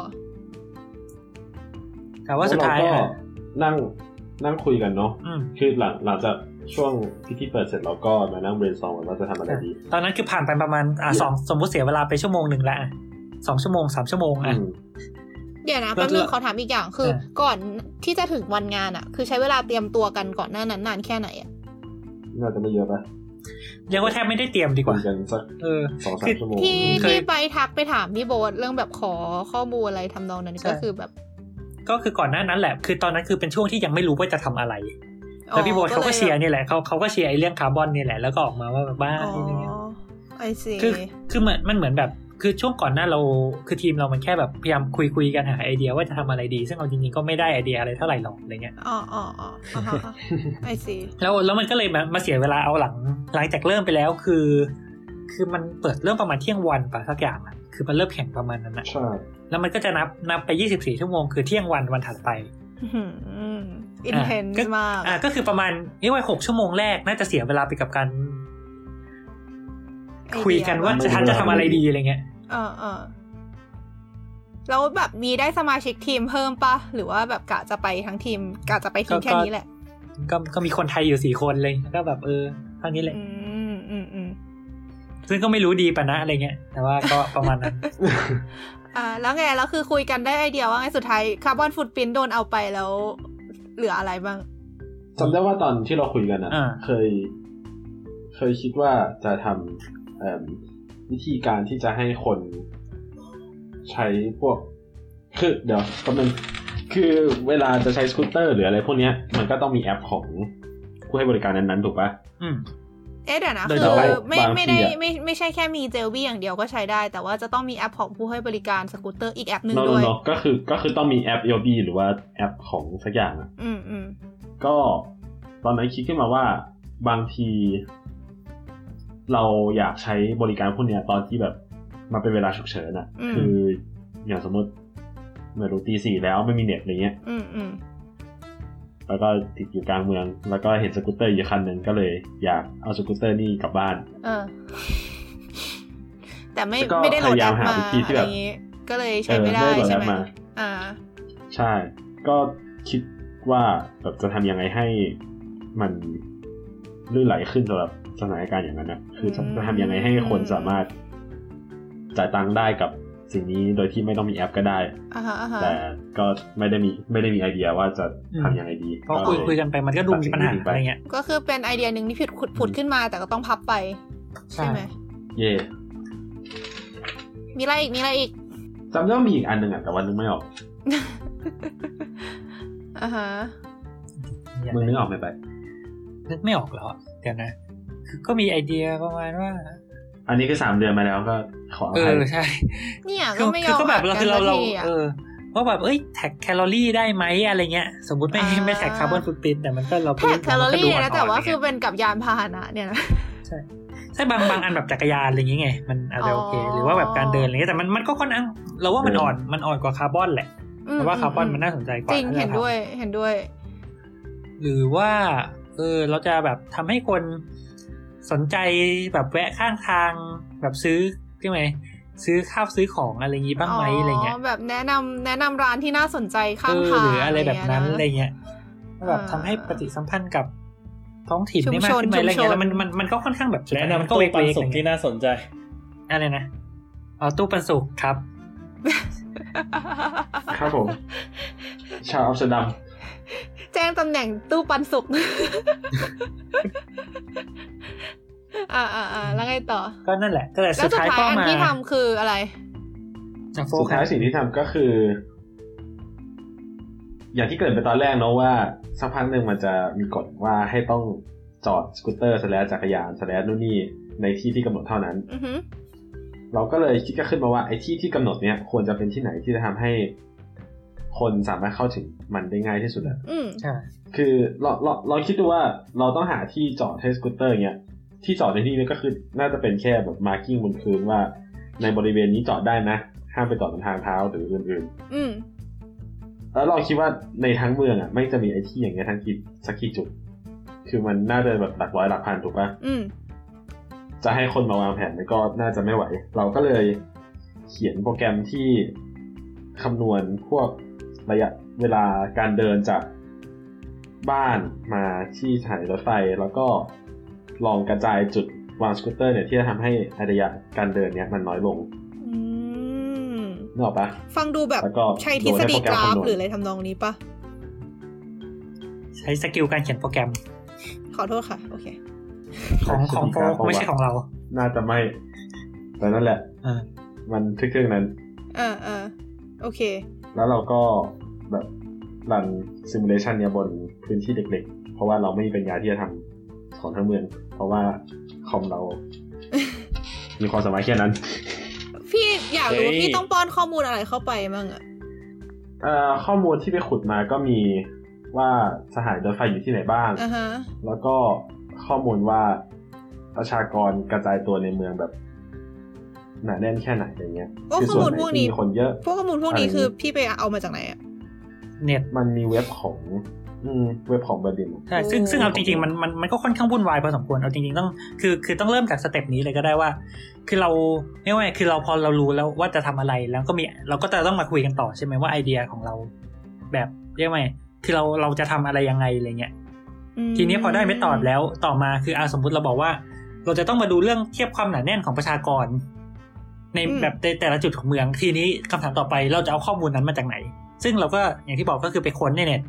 S2: แต่ว่าสุดท้าย
S3: แล้วเร
S2: อ่ะ
S3: ก็นั่งนั่งคุยกันเนาะ
S2: อืม
S3: คือหลังหลังจากช่วงพิธีเปิดเสร็จเราก็มานั่ง brainstorm กันว่าจะทำอะไรดี
S2: ตอนนั้นคือผ่านไปประมาณอ่ะสองสมมุติเสียเวลาไปชั่วโมงหนึ่งละอ่ะสองชั่วโมงสามชั่วโมงอ่ะ
S3: อืม
S1: เดี๋ยวนะ
S2: แล้ว
S1: แป๊บนึงขอถามอีกอย่างคือ
S2: เออ
S1: ก่อนที่จะถึงวันงานอะคือใช้เวลาเตรียมตัวกันก่อนหน้านั้นนานแค่ไหนอะ
S3: น่าจะไม่เยอะปะ
S2: เรียกว่าแทบไม่ได้เตรียมดีก
S3: คุย
S2: ว่า
S3: กันสัก
S2: เออ
S3: สองสา
S2: คื
S3: ม
S2: อ
S3: ชั่วโมง
S1: ที่
S2: เคย
S1: ที่ไปทักไปถามพี่โบ๊ทเรื่องแบบขอข้อมูลอะไรทำนองนั้น
S2: ใช่
S1: ก็คือแบบ
S2: ก็คือก่อนหน้านั้นแหละ คือตอนนั้นคือเป็นช่วงที่ยังไม่รู้ว่าจะทำอะไร แล้วพี่โบท
S1: อ๋อ
S2: เขาก็เชีย
S1: ล
S2: ร์นี่แหละเขาเขาก็เชียร์ไอ้เรื่องคาร์บอนนี่แหละแล้วก็ออกมาว่าแบบบ้า
S1: อ๋อ
S2: อะไรเงี้ย
S1: ไอซี
S2: คือคือมันมันเหมือนแบบคือช่วงก่อนหน้าเราคือทีมเรามันแค่แบบพยายามคุยคุยกันหาไอเดียว่าจะทำอะไรดี ซึ่งเราจริงๆก็ไม่ได้ไอเดียอะไรเท่าไหร่หรอกอะไรเงี้ย
S1: อ๋ออ๋ออ๋อ ไอซี
S2: แล้วแล้วมันก็เลยมามาเสียเวลาเอาหลังหลังจากเริ่มไปแล้วคือ คือมันเปิดเริ่มประมาณเที่ยงวันปะสักอย่างอะคือมันเริ่มแข่งประมาณนั้นนะ
S3: ใช่
S2: แล้วมันก็จะนับนับไป 24 ชั่วโมงคือเที่ยงวันวันถัดไป
S1: อินเทนส์มาก
S2: อ่ะก็คือประมาณนี่ว่าหกชั่วโมงแรกน่าจะเสียเวลาไปกับการ
S1: ไอเดี
S2: คุยกันว่าจะฉันจะทำอะไรดีอะไรเงี้ย
S1: เออเออแล้วแบบมีได้สมาชิกทีมเพิ่มปะหรือว่าแบบกะจะไปทั้งทีมกะจะไปทีมแค่นี้แหละ
S2: ก็ก็มีคนไทยอยู่สี่คนเลยก็แบบเออเท่านี้แหละ
S1: อืมอืมอืม
S2: ซึ่งก็ไม่รู้ดีปะนะอะไรเงี้ย แต่ว่าก็ประมาณ นั้น
S1: อ่าแล้วไงแล้วคือคุยกันได้ไอเดียว่าไงสุดท้ายคาร์บอนฟุตปรินท์โดนเอาไปแล้ว เหลืออะไรบ้าง
S3: จำได้ว่าตอนที่เราคุยกันอ่ะ
S2: อ่า
S3: เคย เคยคิดว่าจะทำเอิ่มวิธีการที่จะให้คนใช้พวก คือ เดี๋ยวกำลังคือเวลาจะใช้สกูตเตอร์หรืออะไรพวกเนี้ย มันก็ต้องมีแอปของผู้ให้บริการนั้นๆถูกปะ
S2: อืม
S1: เอ๊ะเดี๋ยวนะ
S2: โดย
S1: คื
S2: ทั่
S1: อ
S2: วไป
S1: ไม่
S3: บางที
S1: ไม่ได้
S3: อะ
S1: ไม่ไม่ใช่แค่มีเจลบี้อย่างเดียวก็ใช้ได้ แต่ว่าจะต้องมีแอปของผู้ให้บริการสกูตเตอร์อีกแอปหนึ่ง
S3: โน
S1: ด้วย
S3: โนก็คือก็คือต้องมีแอป e o b หรือว่าแอปของสักอย่างอะ
S1: อืมอืม
S3: ก็ตอนนั้นคิดขึ้นมาว่าบางที เราอยากใช้บริการพวกเนี้ยตอนที่แบบมันเป็นเวลาฉุกเฉินอะ
S1: อืม
S3: คืออย่างสมมติเมื่อรู้ตีสี่แล้วไม่มีเน็ตอะไรเงี้ย
S1: อืมอืม
S3: แล้วก็ติดอยู่กลางเมือง แล้วก็เห็นสกูตเตอร์อยู่คันหนึ่งก็เลย อยากเอาสกูตเตอร์นี่กลับบ้าน
S1: เออ แต่ไม่
S3: แล้วก็
S1: ไม่ได้โหลดแอป
S3: พยายามหา
S1: มา
S3: วิธีที่
S1: อะไร
S3: แบบ
S1: อย่างงี้ ก็เลย
S3: เอ
S1: ใช้
S3: อ
S1: ไม่ได้
S3: ได้โหลด
S1: ใช่
S3: แอ
S1: ไหม
S3: ปมา
S1: อ่า
S3: ใช่ ก็คิดว่าแบบจะทำยังไงให้มันลื่นไหลขึ้นสำหรับสถานการณ์อย่างนั้นนะคือจะ
S1: อืม
S3: จะทำยังไงให้คนสามารถจ่ายตังค์ได้กับสิ่งนี้โดยที่ไม่ต้องมีแอปก็ได้
S1: อ่าฮะอ่าฮะ
S3: แต่ก็ไม่ได้มีไม่ได้มีไอเดียว่าจะทำยังไงดี
S2: พอคุยคุยกันไปมันก็ดูมีปัญหาอะไรเงี้ย
S1: ก็คือเป็นไอเดียหนึ่งที่ผุดผุดผุดขึ้นมา แต่ก็ต้องพับไป ใช่ไหม
S3: เย่
S1: มีอะไรอีกมีอะไรอีก
S3: จำได้ว่ามีอีกอันหนึ่งอะแต่วันนึงไม่ออก
S1: อ่าฮะ
S3: มึงนึกออกไหมไป
S2: นึกไม่ออกแล้วอะเดี๋ยวนะ คือก็มีไอเดียประมาณว่า
S3: อันนี้คือสามเดือนมาแล้วก็ขออ
S2: เอ
S3: ภัย
S2: อใช่
S1: เนี่ย
S2: คื
S1: ก็
S2: อ
S1: ไม่ย
S2: คือ
S1: อม
S2: ก็แบบเรา
S1: อัด
S2: คือ
S1: กันสั
S2: เราเรา
S1: กทีอะ
S2: เออว่าแบบเอ้ยแท็กแคลอรี่ได้ไหมอะไรเงี้ย สมมติไม่
S1: อ่า
S2: ไม่แท็กคาร์บอนฟุตปรินแต่มันก็เรา
S1: แท็กแคลอรี่
S2: มั
S1: นะ
S2: ก็ดู
S1: แต่ว่า
S2: ๆะไร
S1: คือ
S2: เงี้ย
S1: เป็นกับยานพาหนะเนี่ยนะ
S2: ใช่บางบางอันแบบจักรยานอะไรอย่างเงี้ยมันอาจจะโอเค
S1: อ๋อ
S2: หรือว่าแบบการเดินอะไรเงี้ยแต่มันมันก็ค่อนข้างเราว่ามันอ่อนมันอ่อนกว่าคาร์บอนแหละ
S1: อื
S2: เพราะว่าคาร์บอนมันน่าสนใจกว่า
S1: จริงเห็นด้วยเห็นด้วย
S2: หรือว่าเออเราจะแบบทำให้คนสนใจแบบแวะข้างทางแบบซื้อใช่ไหมซื้อข้าวซื้อของอะไรอย่างงี้บ้างไหมอะไรเงี้ย
S1: แบบแนะนำแนะนำร้านที่น่าสนใจข้าง
S2: เออ
S1: ทาง
S2: หรืออะไรแบบนั้นอะไร
S1: เงี้ย
S2: เงี้ยแบบทำให้ปฏิสัมพันธ์กับท้องถิ่นได้มากขึ้นไหม
S1: ชุมชน
S2: อะไรเงี้ย
S1: ชุมชน
S2: แล้วมันมันมันก็ค่อนข้างแบบมัน
S4: แนะำ
S2: ก็
S4: ตู้
S2: เว้
S4: ปัน
S2: ๆ
S4: สุ
S2: อะ
S4: ก
S2: ไรเงี้ย
S4: ที่น่าสนใจ
S2: อะไรนะอ๋อตู้ปันสุกครับ
S3: ครับ ผม ชาวอัมสเตอร์ดัม
S1: แจ้งตำแหน่งตู้ปันสุก อ่าอ่าอ่าแล้วไงต่อ
S2: ก็นั่นแหละ ก็แต่
S1: แล้ว
S2: สุ
S1: สุ
S2: ด
S1: ด
S2: ท้าย
S1: ท้าย
S2: ก็
S1: อัน
S2: มา
S1: ที่ทำคืออะไร
S2: อ่ะโฟ
S3: สุด
S2: กั
S3: ท้าย
S2: ส
S3: สิ่งที่ทำก็คือ อย่างที่เกริดไปตอนแรกเนาะว่าสักพักหนึ่งมันจะมีกฎว่าให้ต้องจอดสกูตเตอร์สแลชจักรยานสแลชนู่นนี่ในที่ที่กำหนดเท่านั้น
S1: อือหือ
S3: เราก็เลยคิดก็ขึ้นมาว่าไอ้ที่ที่กำหนดเนี้ยควรจะเป็นที่ไหนที่จะทำให้คนสามารถเข้าถึงมันได้ง่ายที่สุดอะ
S1: อืม
S2: อ่า
S3: คือเราเราเราคิดดูว่าเราต้องหาที่จอดให้สกูตเตอร์อย่างเงี้ยที่จอดในที่นี้ก็คือน่าจะเป็นแค่แบบมาร์กิ้งบนพื้นว่า ในบริเวณนี้จอดได้นะห้ามไปจอดบนทางเท้าหรืออื่น
S1: อืม
S3: ๆแล้วเราคิดว่าในทั้งเมืองอ่ะไม่จะมีไอ้ที่อย่างเงี้ยทั้งกี่สักกี่จุด คือมันน่าจะแบบหลักร้อยหลักพันถูกปะ
S1: อืม
S3: จะให้คนมาวางแผนมันก็น่าจะไม่ไหว เราก็เลยเขียนโปรแกรมที่คำนวณพวกระยะเวลาการเดินจากบ้านมาที่สถานีรถไฟแล้วก็ลองกระจายจุดวางสกูตเตอร์เนี่ยที่จะทำให้ระยะการเดินเนี่ยมันน้อยลง
S1: อืม
S3: นึกออกปะ
S1: ฟังดูแบบ
S3: แล้วก็
S1: ใช้ทฤษฎีกราฟห
S3: โดนให้โปรแกรมคำนวณ
S1: รืออะไรทำนองนี้ปะ
S2: ใช้สกิลการเขียนโปรแกรม
S1: ขอโทษค่ะ โอเค
S2: ของของโฟกไม่ใช่ของเรา
S3: น่าจะไม่ แต่นั่นแหละ
S2: อ่า
S3: มันทึกเครื่องนั้น
S1: เออเออโอเค
S3: แล้วเราก็แบบรันซิมูเลชันเนี่ยบนพื้นที่เด็กๆ เพราะว่าเราไม่มีปัญญาที่จะทำของทั้งเมือง เพราะว่าคอมเรา มีความสามารถแค่นั้น
S1: พี่อยากรู้
S4: เฮ้ย
S1: พี่ต้องป้อนข้อมูลอะไรเข้าไปมั่งอะ
S3: เอ่อข้อมูลที่ไปขุดมาก็มีว่าสหายรถไฟอยู่ที่ไหนบ้าง
S1: อ่าฮะ
S3: แล้วก็ข้อมูลว่าประชากรกระจายตัวในเมืองแบบหนาแน่นแค่ไหนอะไรเงี้ย
S1: โอ้
S3: คืส่วน
S1: ข้อมูลพวก
S3: ไหน
S1: นี้
S3: ที่มีคนเยอะ
S1: พวกข้อมูลพวกนี้คือพี่ไปเอามาจากไหนอะ
S2: เน็ต
S3: มันมีเว็บของอืมเว็บของเบอร์ลิน
S2: ใช่ซึ่ง
S1: โอ้
S2: ซึ่งเอาจริงๆมันมันมันก็ค่อนข้างวุ่นวายพอสมควรเอาจริงๆต้องคือคือต้องเริ่มจากสเต็ปนี้เลยก็ได้ว่า คือเราไม่ว่าคือเราพอเรารู้แล้วว่าจะทำอะไรแล้วก็มีเราก็จะต้องมาคุยกันต่อใช่ไหมว่าไอเดียของเรา แบบเรียกว่าไงคือเราเราจะทำอะไรยังไงอะไรเงี้ย
S1: อืม
S2: ทีนี้พอได้ไม่ตอบแล้วต่อมาคืออาสมมติเราบอกว่า เราจะต้องมาดูเรื่องเทียบความหนาแน่นของประชากร ใน
S1: อืม
S2: แบบในแต่ละจุดของเมือง ทีนี้คำถามต่อไปเราจะเอาข้อมูลนั้นมาจากไหน ซึ่งเราก็อย่างที่บอกก็คือไปค้นในเน็ต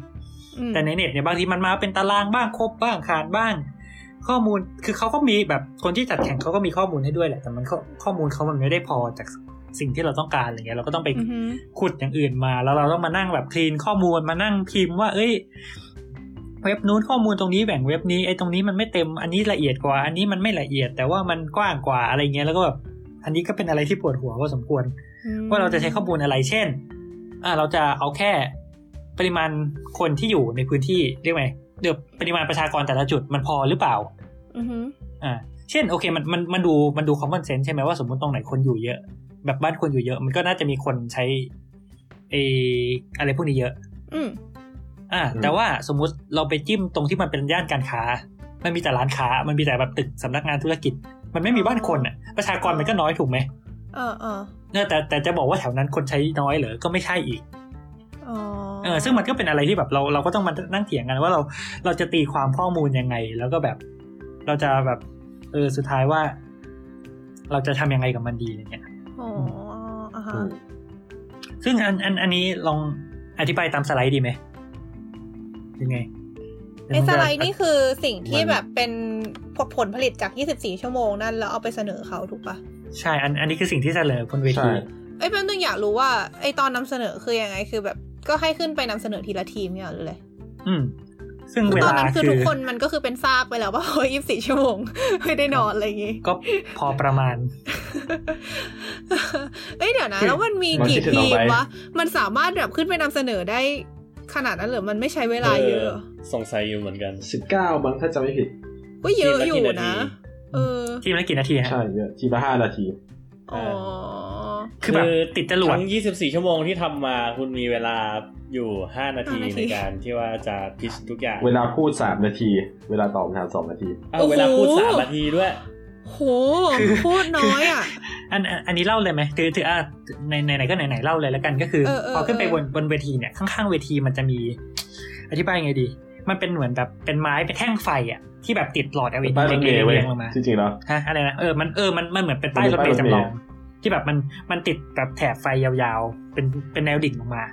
S1: อืม
S2: แต่ในเน็ตเนี่ยบางทีมันมาเป็นตารางบ้างครบบ้างขาดบ้าง ข้อมูลคือเขาก็มีแบบคนที่จัดแข่งเขาก็มีข้อมูลให้ด้วยแหละแต่มันข้อข้อมูลเขามันไม่ได้พอจากสิ่งที่เราต้องการอะไรเงี้ยเราก็ต้องไป
S1: อือหือ
S2: ขุดอย่างอื่นมาแล้วเราต้องมานั่งแบบคลีนข้อมูลมานั่งพิมพ์ว่า เอ้ย เว็บนู้นข้อมูลตรงนี้แบ่งเว็บนี้ไอ้ตรงนี้มันไม่เต็มอันนี้ละเอียดกว่า อันนี้มันไม่ละเอียด แต่ว่ามันกว้างกว่าอะไรเงี้ยแล้วก็แบบอันนี้ก็เป็นอะไรที่ปวดหัวพอสมควร ว่าเราจะใช้ข้อมูลอะไรเช่น อ่าเราจะเอาแค่ปริมาณคนที่อยู่ในพื้นที่เรียกไงเดี๋ยวปริมาณประชากรแต่ละจุดมันพอหรือเปล่า
S1: อือหือ
S2: อ่า เช่น โอเค มัน มัน มันดู มันดู common sense ใช่ไหมว่าสมมติตรงไหนคนอยู่เยอะ แบบบ้านคนอยู่เยอะ มันก็น่าจะมีคนใช้เอออะไรพวกนี้เยอะ
S1: อืม
S2: อ่า
S3: อืม
S2: แต่ว่าสมมุติเราไปจิ้มตรงที่มันเป็นย่านการค้า มันมีแต่ร้านค้า มันมีแต่แบบตึกสำนักงานธุรกิจ มันไม่มีบ้านคนอ่ะ ประชากรมันก็น้อยถูกไหม
S1: เออเออ
S2: เออแต่แต่จะบอกว่าแถวนั้นคนใช้น้อยเหรอ ก็ไม่ใช่อีก
S1: อ๋อ
S2: เออ ซึ่งมันก็เป็นอะไรที่แบบเรา เราก็ต้องมานั่งเถียงกันว่าเรา เราจะตีความข้อมูลยังไง แล้วก็แบบ เราจะแบบ เออ สุดท้ายว่า เราจะทำยังไงกับมันดีอะไรเงี้ย
S1: อ๋ออ่าฮะ
S3: อืม
S2: ซึ่งอันอันอันนี้ลองอธิบายตามสไลด์ดีไหมยังไง
S1: ไอสไลด์นี่คือสิ่งที่
S3: มัน
S1: แบบเป็นผลผลผลิตจาก 24 ชั่วโมงนั่นแล้วเอาไปเสนอเขาถูกปะ
S2: ใช่อันอันนี้คือสิ่งที่เสนอบนเว
S3: ใช่
S2: ที
S1: เอ้ยแป๊บนึงอยากรู้ว่าไอตอนนำเสนอคือยังไงคือแบบก็ให้ขึ้นไปนำเสนอทีละทีมเนี่ยหรืออะไร
S2: อืม ซึ่งเว
S1: ตอน
S2: ลา
S1: นั้นคือ
S2: คื
S1: ทุ
S2: อก
S1: คนมันก็คือเป็นซากไปแล้วว่า โอ้ย24 ชั่วโมง ไม่ได้นอนอะไรอย่างงี้
S2: ก็พอประมาณ
S1: เอ้ยเดี๋ยวนะ
S2: คือ
S1: แล้วมันมี
S3: มัน
S1: กี่
S3: คิดถึง
S1: ทีม
S3: เอาไว้
S1: วะมันสามารถแบบขึ้นไปนำเสนอได้ขนาดนั้นเหรือมันไม่ใช้เวลาเยอะเหรอ
S4: สงสัยอยู่เหมือนกัน
S3: สิบเก้าบางถ้าจำไม่ผิด
S1: ก็เยอะอยู่
S4: ทีลกี่าที
S1: นะ เออ
S2: ทีมละกี่นาทีฮะ
S3: ใช่เยอะทีละห้านาที
S1: อ๋อ
S2: คือแบบติดจรวด
S4: ทั้ง 24 ชั่วโมงที่ทำมาคุณมีเวลาอยู่ 5 นาทีในการที่ว่าจะพิชทุกอย่าง
S3: เวลาพูดสามนาที เวลาตอบคำถามสองนาที
S4: เอาเวลาพูด 3 นาทีด้วย
S1: โหพูดน้อยอ่ะ
S2: อันอันอันนี้เล่าเลยไหมถือถืออ่ะในในไหนก็ไหนไหนเล่าเลยแล้วกันก็คือ
S1: เออเออ
S2: พอขึ้นไป
S1: เออ
S2: บนบนเวทีเนี่ยข้างๆเวทีมันจะมี อธิบายยังไงดี มันเป็นเหมือนแบบเป็นไม้เป็นแท่งไฟอ่ะที่แบบติดหลอด LED
S3: ป้ายรถเม
S2: เรี
S3: ล์เว้ย
S2: ยงๆลงมา
S3: จริงๆแล้ว
S2: ฮะอะไรนะเออมันเออมันมันเหมือนเป็น
S3: มัน
S2: ป้ายรถ
S3: เป็น
S2: เมล์
S3: ป้ายรถเมล์
S2: จำลอง ที่แบบมันมันติดแบบแถบไฟยาวๆ เป็นเป็นแนวดิ่งลงมา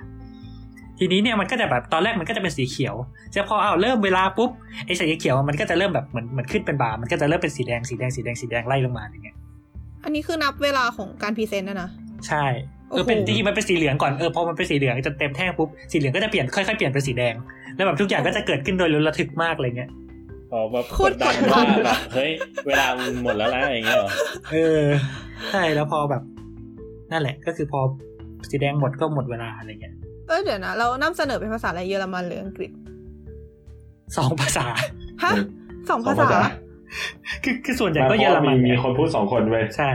S2: ทีนี้เนี่ยมันก็จะแบบตอนแรกมันก็จะเป็นสีเขียวแต่พอเอาวเริ่มเวลาปุ๊บไอ้สีเขียวมันก็จะเริ่มแบบเหมือนเหมือนขึ้นเป็นบาร์มันก็จะเริ่มเป็นสีแดงสีแดงสีแดงสีแดงไล่ลงมาอย่างเงี้ย
S1: อันนี้คือนับเวลาของการพรีเซนต์นะนะ
S2: ใช่เออเป็นจริงๆมันเป็นสีเหลืองก่อนเออพอมันเป็นสีเหลืองจนเต็มแท่งปุ๊บสีเหลืองก็จะเปลี่ยนค่อยๆเปลี่ยนเป็นสีแดงแล้วแบบทุกอย่างก็จะเกิดขึ้นโดยระทึกมากอะไรเงี้ย
S4: พอแบบ
S1: โค
S4: ก
S1: ตร
S4: ดดัน
S1: กดดั
S4: ว่าน แบบเฮ้ย เวลามึงหมดแล้วนะอย่างเงี้ยเหรอ
S2: เออใช่แล้วพอแบบ นั่นแหละก็คือพอสีแดงหมดก็หมดเวลาอะไรเงี้ย
S1: เออเดี๋ยวนะ เรานำเสนอเป็นภาษาอะไรเยอรมันหรืออังกฤษ
S2: สองภาษา
S1: ฮะสองภาษา
S2: คือคือส่วนใหญ่
S3: แต่
S2: ก็
S3: ก็
S2: เย
S3: เย
S2: อ
S3: อ
S2: ร
S3: ร
S2: มั
S3: มัน น
S2: ไง
S3: มีคนพูดสองคนเว้ย
S2: ใช่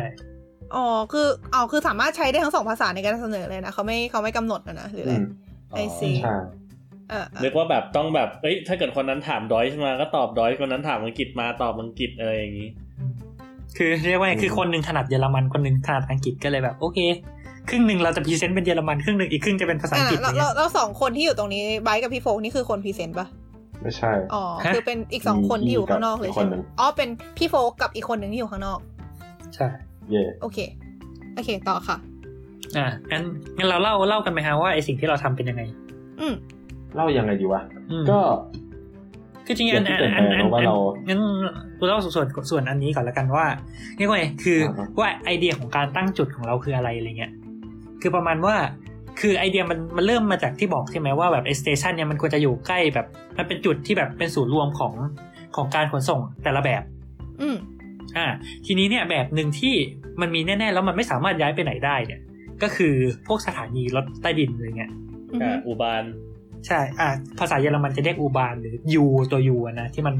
S1: อ๋อคืออ๋อคือสามารถใช้ได้ทั้งสองภาษาในการเสนอเลยนะเขาไม่เขาไม่กำหนดนะนะหรืออะไร
S3: อืม
S1: ไอ้สิ
S3: ใช่
S1: เออเออ
S4: นึกว่าแบบต้องแบบเอ้ยถ้าเกิดคนนั้นถามดอยมาก็ตอบดอยคนนั้นถามอังกฤษมาตอบอังกฤษอะไรอย่างงี้
S2: คือเรียกว่าไง
S3: อืม
S2: คือคนหนึ่งถนัดเยอรมันคนหนึ่งถนัดอังกฤษก็เลยแบบโอเค ครึ่งหนึ่งเราจะพรีเซนต์เป็นเยอรมันครึ่งหนึ่งอีกครึ่งจะเป็นภาษาอังกฤษ
S1: อ่ะเรา
S2: เนี่
S1: เรา
S2: ย
S1: เราสองคนที่อยู่ตรงนี้ไบร์ทกับพี่โฟกนี่คือคนพรีเซนต์ปะ
S3: ไม่ใช่
S1: อ๋อ
S2: ฮะ
S1: คือเป็นอีกสองคนที่อยู่ข้างนอกเลย
S3: อีกค
S1: ใช่
S3: น
S1: ไห
S3: ห
S1: ม
S3: นึ่ง
S1: อ๋อเป็นพี่โฟกกับอีกคนหนึ่งที่อยู่ข้างนอก
S2: ใช่
S3: เย่
S1: โอเค โอเคต่อค่ะ
S2: อ่ะงั้นงั้นเราเล่าเล่ากันไหมฮะว่าไอสิ่งที่เราทำเป็นยังไง
S1: อืม
S3: เล่ายังไงดีวะ
S2: อืม
S3: ก็
S2: คือจริงๆ
S3: อ
S2: อั
S3: ย่าน งที่
S2: อัน
S3: เกิด
S2: อัน
S3: ไป
S2: อัน
S3: เพราะว่าเรา
S2: งั้นเราเล่าส่วนส่วนอันนี้ก่อนละกันว่าเรียกว่าไงคือ
S3: อ่าฮะ
S2: ว่าไอเดียของการตั้งจุดของเราคืออะไรอะไรเงี้ยคือประมาณว่าคือไอเดียมันมันเริ่มมาจากที่บอกใช่ไหมว่าแบบไอสเตชันเนี่ยมันควรจะอยู่ใกล้แบบมันเป็นจุดที่แบบเป็นศูนย์รวมของของการขนส่งแต่ละแบบ
S1: อืม
S2: อ่าทีนี้เนี่ยแบบหนึ่งที่มันมีแน่ๆแล้วมันไม่สามารถย้ายไปไหนได้เนี่ย ก็คือพวกสถานีรถใต้ดินอะไรเงี้ย
S1: อืม
S4: อ่ะอุบาน
S2: ใช่อ่าภาษาเยอรมันจะเรียกอูบานหรือยูตัวยูนะที่มัน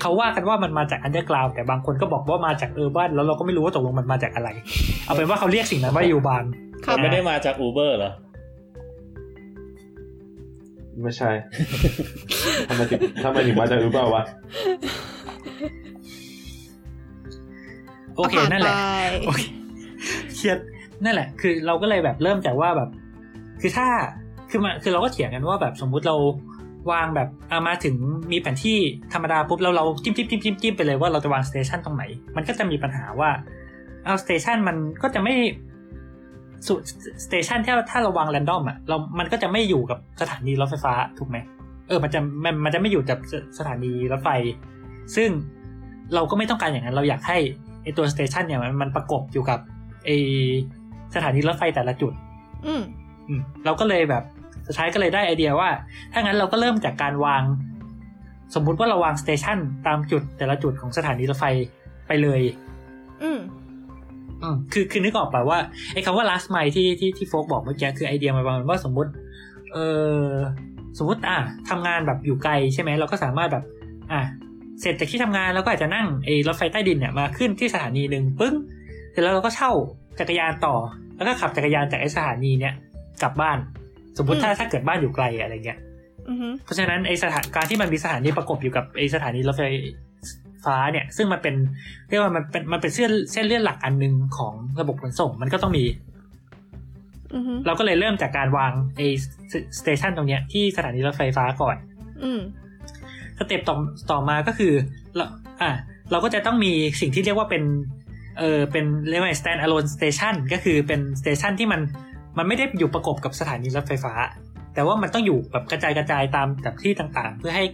S2: เขาว่ากันว่ามันมาจากอันเดอร์กราวแต่บางคนก็บอกว่ามาจากเออร์บ้านแล้วเราก็ไม่รู้ว่าตกลงมันมาจากอะไร เอาเป็นว่าเขาเรียกสิ่งนั้นว่ายูบาน
S1: ครับ
S4: มันไม่ได้มาจากอูเบอร์เหรอ
S3: ไม่ใช่ ทำไมถึงทำไมถึงมาจากอูเบอร์วะ
S2: โอเคนั่นแหละ
S1: ผ่าไป
S2: โอเคเครียดนั่นแหละ คือเราก็เลยแบบเริ่มจากว่าแบบ คือถ้าคือมาคือเราก็เถียงกันว่าแบบสมมุติเราวางแบบเอามาถึงมีแผนที่ธรรมดาปุ๊บเราเราจิ้มจิ้มจิ้มจิ้มจิ้มไปเลยว่าเราจะวางสเตชันตรงไหน มันก็จะมีปัญหาว่าเอาสเตชันมันก็จะไม่สุสเตชันถ้าถ้าเราวางแรนดอมอ่ะเรา มันก็จะไม่อยู่กับสถานีรถไฟฟ้าถูกไหม เออ มันจะมันมันจะไม่อยู่กับสสถานีรถไฟ ซึ่งเราก็ไม่ต้องการอย่างนั้น เราอยากให้ไอตัวสเตชันเนี่ยมันมันประกบอยู่กับไอสถานีรถไฟแต่ละจุด
S1: อืม
S2: อืมเราก็เลยแบบสุดท้ายก็เลยได้ไอเดียว่า ถ้างั้นเราก็เริ่มจากการวาง สมมุติว่าเราวางสเตชันตามจุดแต่ละจุดของสถานีรถไฟไปเลย
S1: อืม
S2: อืมคือคือนึกออกป่ะว่าไอ้คำว่า last mile ที่ที่ที่โฟกบอกเมื่อกี้คือไอเดียมันประมาณว่าสมมติ เออสมมติอ่ะทำงานแบบอยู่ไกลใช่ไหมเราก็สามารถแบบ อ่ะเสร็จจากที่ทำงานเราก็อาจจะนั่งไอ้รถไฟใต้ดินเนี่ยมาขึ้นที่สถานีหนึ่งปึ้งเสร็จแล้วเราก็เช่าจักรยานต่อ แล้วก็ขับจักรยานจากไอ้สถานีเนี่ยกลับบ้าน สมมติถ้าถ้าเกิดบ้านอยู่ไกลอะไรเงี้ย
S1: อืม
S2: เพราะฉะนั้นไอสถานการที่มันมีสถานีประกบอยู่กับไอสถานีรถไฟฟ้าเนี่ย ซึ่งมันเป็นเรียกว่ามันเป็นมันเป็นเส้นเส้นเลือดหลักอันหนึ่งของระบบขนส่ง มันก็ต้องมี
S1: อืม
S2: เราก็เลยเริ่มจากการวางไอสเตชันตรงเนี้ยที่สถานีรถไฟฟ้าก่อน
S1: อืม
S2: สเต็ปต่อต่อมาก็คือเราอ่ะเราก็จะต้องมีสิ่งที่เรียกว่าเป็นเออเป็นเรียกว่า stand alone station ก็คือเป็น station ที่มันมันไม่ได้อยู่ประกบกับสถานีรถไฟฟ้า แต่ว่ามันต้องอยู่แบบกระจายกระจายตามแบบที่ต่างๆ เพื่อให้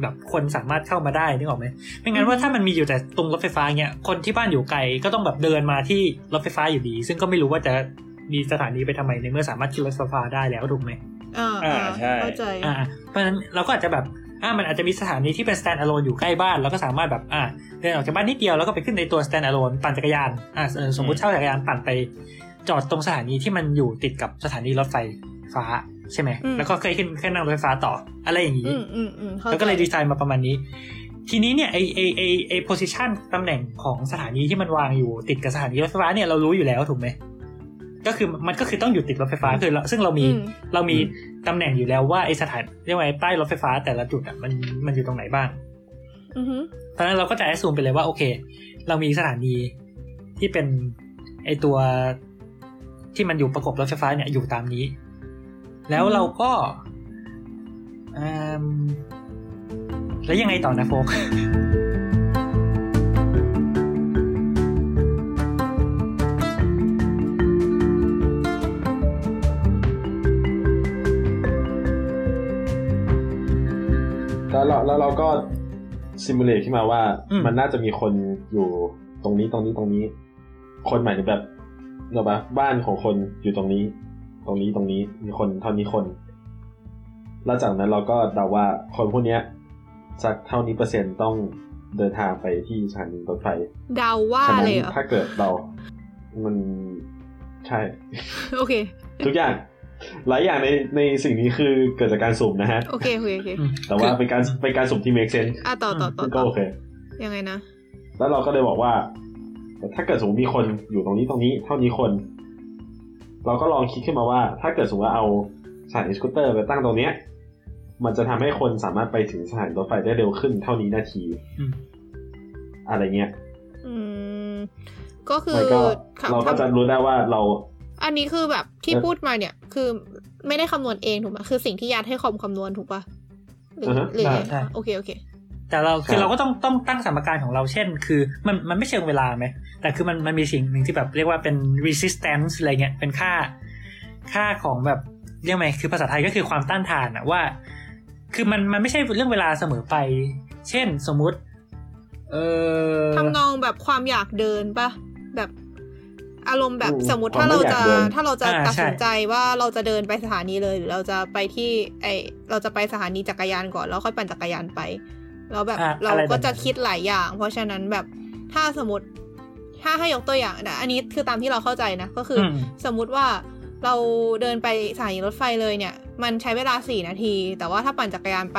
S2: แบบคนสามารถเข้ามาได้นึกออกไหมไม่งั้นว่าถ้ามันมีอยู่แต่ตรงรถไฟฟ้าเนี้ยคนที่บ้านอยู่ไกลก็ต้องแบบเดินมาที่รถไฟฟ้าอยู่ดี ซึ่งก็ไม่รู้ว่าจะมีสถานีไปทำไมในเมื่อสามารถขึ้นรถไฟฟ้าได้แล้วถูกไหม
S1: อ่า
S4: อ่าใช่
S1: เข้าใจ
S2: อ่าเพราะฉะนั้นเราก็อาจจะแบบอ่ามันอาจจะมีสถานีที่เป็น stand alone อยู่ใกล้บ้าน แล้วก็สามารถแบบอ่าเดินออกจากบ้านนิดเดียวแล้วก็ไปขึ้นในตัว stand alone ปั่นจักรยานอ่าเออสมมติเช่าจักรยานปั่นไปจอดตรงสถานีที่มันอยู่ติดกับสถานีรถไฟฟ้าใช่ไหม
S1: อืม
S2: แล้วก็เคยขึ้นเคยนั่งรถไฟฟ้าต่ออะไรอย่างนี้
S1: อืมอืมอืมข้าใจ
S2: แล้วก็เลยดีไซน์มาประมาณนี้ ทีนี้เนี่ยไอไอไอไอโพซิชันตำแหน่งของสถานีที่มันวางอยู่ติดกับสถานีรถไฟฟ้าเนี่ยเรารู้อยู่แล้วถูกไหมก็คือมันก็คือต้องอยู่ติดรถไฟฟ้าคือเราซึ่งเรามี
S1: อืม
S2: เรามีตำแหน่งอยู่แล้วว่าไอสถานเรียกว่าไอ้ป้ายรถไฟฟ้าแต่ละจุดอ่ะมันมันอยู่ตรงไหนบ้าง
S1: อือหือ
S2: ตอนนั้นเราก็จะแอสซูมไปเลยว่าโอเค เรามีสถานีที่เป็นไอตัวที่มันอยู่ประกบรถไฟฟ้าเนี่ยอยู่ตามนี้ แล้วเราก็อืมแล้วยังไงต่อนะโฟก
S3: แล้วเราแล้วเราก็ซิมูเลตขึ้นมาว่า
S2: อืม
S3: มันน่าจะมีคนอยู่ตรงนี้ตรงนี้ตรงนี้ คนหมายถึงแบบเนอะปะบ้านของคนอยู่ตรงนี้ ตรงนี้ตรงนี้มีคนเท่านี้คน แล้วจากนั้นเราก็เดาว่าคนพวกเนี้ยสักเท่านี้เปอร์เซ็นต์ต้องเดินทางไปที่สถานีรถไฟ
S1: เดาว่า
S3: ฉะนั้
S1: เล
S3: น
S1: ยเหรอ
S3: ถ้าเกิดเรา มันใช่
S1: โอเค
S3: ทุกอย่าง หลายอย่างในในสิ่งนี้คือเกิดจากการสุ่มนะฮะ
S1: โอเค โอเค โอเค
S2: อืม
S3: แต่ว่าเป็นการเป็นการสุ่มที่ make sense
S1: อ่ะต่อต่อต่อ
S3: ซึ่ง
S1: ต่
S3: ก็
S1: อ
S3: โอเค
S1: ยังไงนะ
S3: แล้วเราก็เลยบอกว่า แต่ถ้าเกิดสมมติมีคนอยู่ตรงนี้ตรงนี้เท่านี้คน เราก็ลองคิดขึ้นมาว่า ถ้าเกิดสมมติว่าเอาสถานีสกูตเตอร์ไปตั้งตรงเนี้ย มันจะทำให้คนสามารถไปถึงสถานีรถไฟได้เร็วขึ้นเท่านี้นาที
S2: อืม
S3: อะไรเงี้ย
S1: อืม ก็คื
S3: มั
S1: อน
S3: ก็
S1: ค่ะ
S3: เราก็จะ
S1: ทำ
S3: รู้ได้ว่าเรา
S1: อันนี้คือแบบที่
S3: เอ่อ
S1: พูดมาเนี่ย คือไม่ได้คำนวณเองถูกไหมคือสิ่งที่ยัดให้คอมคำนวณถูกปะหรือ
S3: อฮะ
S1: หรือ
S3: ได้
S1: ไงโอเค โอเค
S2: แต่เราคือ
S3: ครับ
S2: เราก็ต้องต้องตั้งสมการของเราเช่น คือมันมันไม่เชิงเวลาไหมแต่คือมันมันมีสิ่งหนึ่งที่แบบเรียกว่าเป็น resistance อะไรเงี้ยเป็นค่า ค่าของแบบเรียกไงคือภาษาไทยก็คือความต้านทานอะว่า คือมันมันไม่ใช่เรื่องเวลาเสมอไป เช่นสมมุติ เออ
S1: ทำนองแบบความอยากเดินปะแบบอารมณ์แบบ
S3: อืม
S1: สมมติ
S3: ความ
S1: ถ้า
S3: ไม่
S1: เรา
S3: อยาก
S1: จะ
S3: เดิน
S1: ถ้าเราจะ
S2: อ่า
S1: ตัด
S2: ใช่
S1: สินใจว่าเราจะเดินไปสถานีเลยหรือเราจะไปที่ไอเราจะไปสถานีจักรยานก่อนแล้วค่อยปั่นจักรยานไปแล้วแบบ
S2: อ่ะ
S1: เรา
S2: อะไรแบบ
S1: ก็จะ
S2: นั้น
S1: คิดหลายอย่าง เพราะฉะนั้นแบบถ้าสมมติถ้าให้ยกตัวอย่างนะอันนี้คือตามที่เราเข้าใจนะก็คืออ
S2: ม
S1: สมมุติว่าเราเดินไปสถานีรถไฟเลยเนี่ย มันใช้เวลา 4 นาที แต่ว่าถ้าปั่นจักรยานไป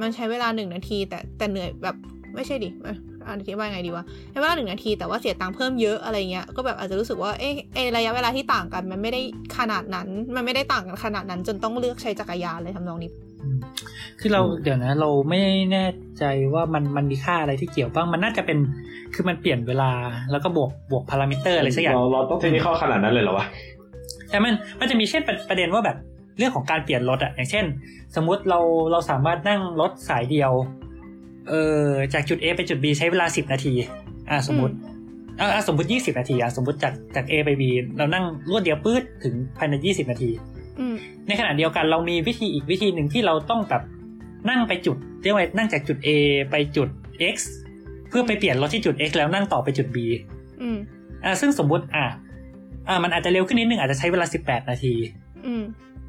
S1: มันใช้เวลา 1 นาที แต่แต่เหนื่อยแบบไม่ใช่ดิเอ่ออันนี้ว่ายังไงดีวะใช้เวลาหนึ่งนาทีแต่ว่าเสียตังค์เพิ่มเยอะอะไรเงี้ยก็แบบอาจจะรู้สึกว่าเอ๊ะเอ๊ะระยะเวลาที่ต่างกันมันไม่ได้ขนาดนั้น มันไม่ได้ต่างกันขนาดนั้น จนต้องเลือกใช้จักรยานเลยทำนองนี้
S2: คือเรา
S3: อืม
S2: เดี๋ยวนะ เราไม่แน่ใจว่ามันมันมีค่าอะไรที่เกี่ยวบ้างมันน่าจะเป็นคือมันเปลี่ยนเวลาแล้วก็บวกบวกพารามิเตอร์อะไรสักอย่าง
S3: เราเราต้องเทคนิคอลขนาดนั้นเลยเหรอวะ
S2: แต่มันมันจะมีเช่นประประเด็นว่าแบบเรื่องของการเปลี่ยนรถอะอย่างเช่น สมมุติเราเราสามารถนั่งรถสายเดียวเออจากจุด A ไปจุด B ใช้เวลา 10 นาทีอ่าสมมติอ่ะอ่าสมมติ 20 นาทีอ่ะสมมติจากจาก A ไป B เรานั่งรวดเดียวปื๊ดถึงภายใน 20 นาที
S1: อืม
S2: ในขณะเดียวกันเรามีวิธีอีกวิธีหนึ่งที่เราต้องแบบนั่งไปจุดเรียกว่านั่งจากจุด A ไปจุด X เพื่อไปเปลี่ยนรถที่จุด X แล้วนั่งต่อไปจุด B
S1: อืม
S2: อ่าซึ่งสมมุติอ่าอ่ามันอาจจะเร็วขึ้นนิดนึงอาจจะใช้เวลา 18 นาที
S1: อืม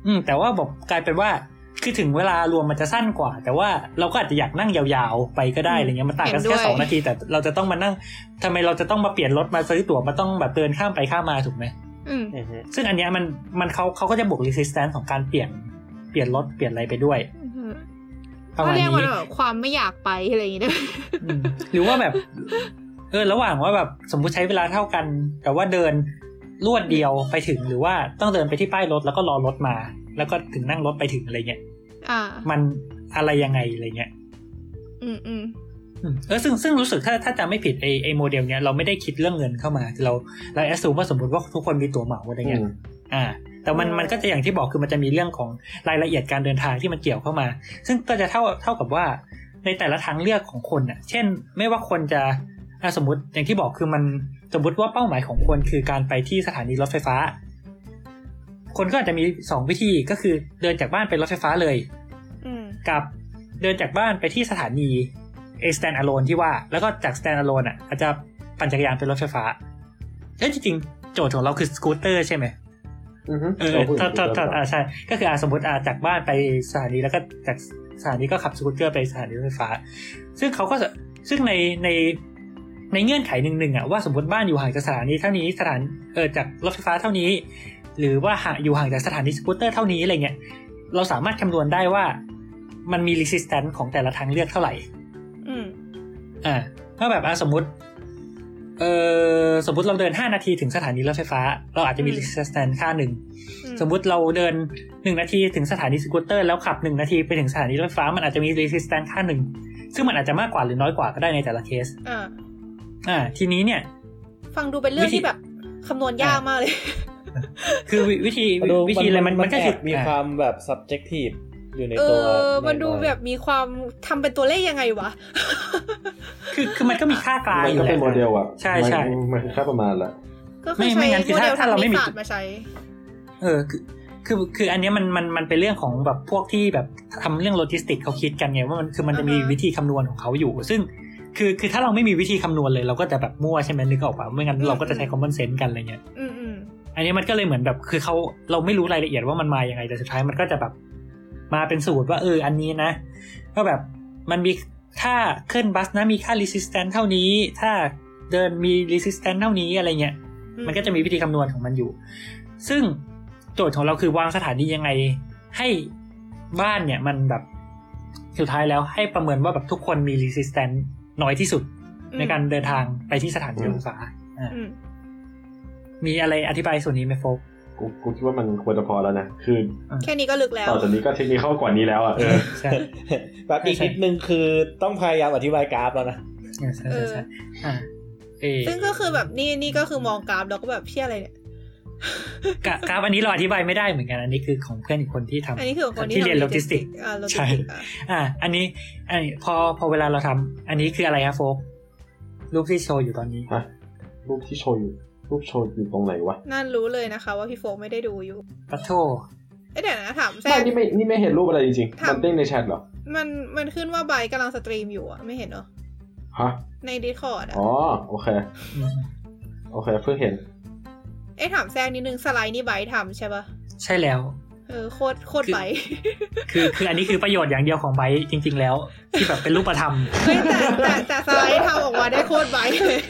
S2: อืมแต่ว่าแบบกลายเป็นว่าคือถึงเวลารวมมันจะสั้นกว่า แต่ว่าเราก็อาจจะอยากนั่งยาวๆ ไปก็ได้
S1: อืม
S2: อะไรเงี้ยมันต่างกัน
S1: เห็นด้
S2: แค่
S1: วย
S2: สองนาที แต่เราจะต้องมานั่งทำไมเราจะต้องมาเปลี่ยนรถมาซื้อตั๋วมาต้องแบบเดินข้ามไปข้ามมาถูกไหม
S1: อืม
S4: อือฮึ
S2: ซึ่งอันเนี้ยมันมันเขาเขาก็จะบวก resistance ของการเปลี่ยนเปลี่ยนรถเปลี่ยนอะไรไปด้วยประ
S1: ก็
S2: มาณ
S1: เรียกว่า
S2: นี้
S1: แบบความไม่อยากไปอะไรอย่างงี้ได้ไหม
S2: อืมหรือว่าแบบ เออระหว่างว่าแบบสมมุติใช้เวลาเท่ากัน แต่ว่าเดินรวดเดียวไปถึงหรือว่าต้องเดินไปที่ป้ายรถแล้วก็รอรถมา แล้วก็ถึงนั่งรถไปถึงอะไรเงี้ย
S1: อ่า
S2: มันอะไรยังไงอะไรเงี้ย
S1: อืมอืม
S2: อืมเออซึ่งซึ่งรู้สึกถ้าถ้าจำไม่ผิดไอไอโมเดลเนี้ยเราไม่ได้คิดเรื่องเงินเข้ามาเราเราแอสซูว่าสมมติว่าทุกคนมีตั๋วเหมาอะไรเงี้ย อ่าแต่มัน
S1: อืม
S2: มันก็จะอย่างที่บอกคือมันจะมีเรื่องของรายละเอียดการเดินทางที่มันเกี่ยวเข้ามา ซึ่งก็จะเท่าเท่ากับว่าในแต่ละทางเลือกของคนอ่ะ เช่น ไม่ว่าคนจะอ่ะสมมติอย่างที่บอกคือมันสมมติว่าเป้าหมายของคนคือการไปที่สถานีรถไฟฟ้า คนก็อาจจะมีสองวิธีก็คือเดินจากบ้านไปรถไฟฟ้าเลย
S1: อืม
S2: กับเดินจากบ้านไปที่สถานีเอ stand alone ที่ว่า แล้วก็จาก stand alone อ่ะอาจจะปั่นจักรยานไปรถไฟฟ้าเอ้ยจริงๆโจทย์ของเราคือสกูตเตอร์ใช่ไหม
S3: อือฮึ
S2: เออ
S3: ราพูด
S2: ถอดถอดถอด
S3: ถึง
S2: อ่าใช่ ก็คืออ่าสมมติอ่าจากบ้านไปสถานีแล้วก็จากสถานีก็ขับสกูตเตอร์ไปสถานีรถไฟฟ้า ซึ่งเขาก็จะซึ่งในในในเงื่อนไขหนึ่งหนึ่งๆอ่ะว่าสมมติบ้านอยู่ห่างจากสถานีเท่านี้สถานเออจากรถไฟฟ้าเท่านี้ หรือว่าห่างอยู่ห่างจากสถานีสกูตเตอร์เท่านี้อะไรเงี้ยเราสามารถคำนวณได้ว่ามันมี resistance ของแต่ละทางเลือกเท่าไหร่
S1: อืม
S2: อ่าถ้าแบบอ่ะสมมติ เออสมมติเราเดินห้านาทีถึงสถานีรถไฟฟ้า เราอาจจะมี
S1: อืม
S2: resistance ค่าหนึ่ง
S1: อื
S2: สมมุติเราเดินหนึ่งนาทีถึงสถานีสกูตเตอร์แล้วขับหนึ่งนาทีไปถึงสถานีรถไฟฟ้ามันอาจจะมี resistance ค่าหนึ่ง ซึ่งมันอาจจะมากกว่าหรือน้อยกว่าก็ได้ในแต่ละเคส
S1: อ่า
S2: อ่า ทีนี้เนี่ย
S1: ฟังดูเป็นเรื่อง
S2: วิธี
S1: ที่แบบคำนวณยากมากเลย
S2: คือวิวิธี
S4: ดู
S2: วิธีอะไรมันมันก็
S4: แอ
S2: คือบ
S4: มี
S2: อ่า
S4: ความแบบ subjective อยู่ใน
S1: เอ
S4: ตัว
S1: อ มันดู
S4: อยๆ
S1: แบบมีความทำเป็นตัวเลขยังไงวะ
S2: คือคือมันก็มีค่ากลาง
S3: มัน
S2: อยู่
S3: ก็
S2: แห
S3: เป็นโมเด
S2: ละ
S3: ลอะ
S2: ใช่ใช่
S3: มันมันค่าประมาณละ
S1: ก็คือ
S2: ไม่
S1: ใช้
S2: งั้นคือ
S1: โมเดล
S2: ถ้า
S1: ทาง
S2: เรา
S1: นิ
S2: ไม่มี
S1: สาสตร์มาใช้
S2: เออคือคือคืออันเนี้ยมันมันมันเป็นเรื่องของแบบพวกที่แบบทำเรื่องโลจิสติกเขาคิดกันไงว่ามันคือมันจะมี
S1: อ่าฮะ
S2: วิธีคำนวณของเขาอยู่ ซึ่งคือคือถ้าเราไม่มีวิธีคำนวณเลย เราก็จะแบบมั่วใช่ไหมนึกออกปะไม่งั้นเราก็จะใช้ common sense กันอะไรเงี้ย
S1: อืมอืม
S2: อันนี้มันก็เลยเหมือนแบบคือเขาเราไม่รู้รายละเอียดว่ามันมาอย่างไงแต่สุดท้ายมันก็จะแบบ มาเป็นสูตรว่าเอออันนี้นะ ก็แบบมันมีถ้าเคลื่อนบัสนะมีค่า resistance เท่านี้ ถ้าเดินมี resistance เท่านี้อะไรเงี้ย
S1: อื
S2: มันก็จะมีวิธีคำนวณของมันอยู่ ซึ่งโจทย์ของเราคือวางสถานียังไง ให้บ้านเนี่ยมันแบบสุดท้ายแล้วให้ประเมินว่าแบบทุกคนมี resistance น้อยที่สุดในการเดินทางไปที่สถานที่
S3: อืม
S2: ศึกษาอ่า
S1: อืม
S2: มีอะไรอธิบายส่วนนี้ไหมโฟก
S3: กูกูคิดว่ามันควรจะพอแล้วนะ คือ
S1: แค่นี้ก็ลึกแล้ว
S3: ต่อจากนี้ก็เทคนิคเข้ากว่านี้แล้วอะเออ
S2: ใช่
S4: แบบอีก
S2: ใช่
S4: นิดนึงคือต้องพยายามอธิบายกราฟแล้วนะ
S2: ใช่ใช่ใช่อ่าเออ
S1: ซึ่งก็คือแบบนี่นี่ก็คือมองกราฟแล้วก็แบบเพี้ยอะไรเนี่ย
S2: กะกราฟอันนี้เราอธิบายไม่ได้เหมือนกันอันนี้คือของเพื่อนอีกคนที่ทำ
S1: อันนี้คือคนที่
S2: ที่เรียน
S1: ทำ
S2: logistic
S1: อ่าโลจิ
S2: ใช่
S1: สติกอ่ะ
S2: อ่า อันนี้อันนี้พอพอเวลาเราทำอันนี้คืออะไรครับโฟกรูปที่โชว์อยู่ตอนนี้
S3: ฮะรูปที่โชว์อยู่รูปโชว์อยู่ตรงไหนวะ
S1: นั่นรู้เลยนะคะ ว่าพี่โฟกไม่ได้ดูอยู่
S2: ปัทโท
S1: เอ้ยเดี๋ยวนะถามแทรก
S3: ไม่นี่ไม่นี่ไม่เห็นรูปอะไรจริงๆ
S1: ถาม
S3: มันเด้งในแชทเหรอ
S1: มันมันขึ้นว่าไบร์ทกำลังสตรีมอยู่อะไม่เห็นเหรอ
S3: ฮะ
S1: ในดิสคอร์ดอะ
S3: อ๋อโอเค
S2: อืม
S3: โอเคเพิ่งเห็น
S1: เอ้ยถามแทรกนิดนึงสไลด์นี่ไบร์ททำใช่ปะ
S2: ใช่แล้ว
S1: เออโคตรโคตรไบร์ท
S2: คือคืออันนี้คือประโยชน์อย่างเดียวของไบค์จริง ๆ แล้ว ที่แบบเป็นรูปธรรม
S1: เฮ้ยแต่แต่แต่สไลด์ทำออกมาได้โคตรไบร์ทเลย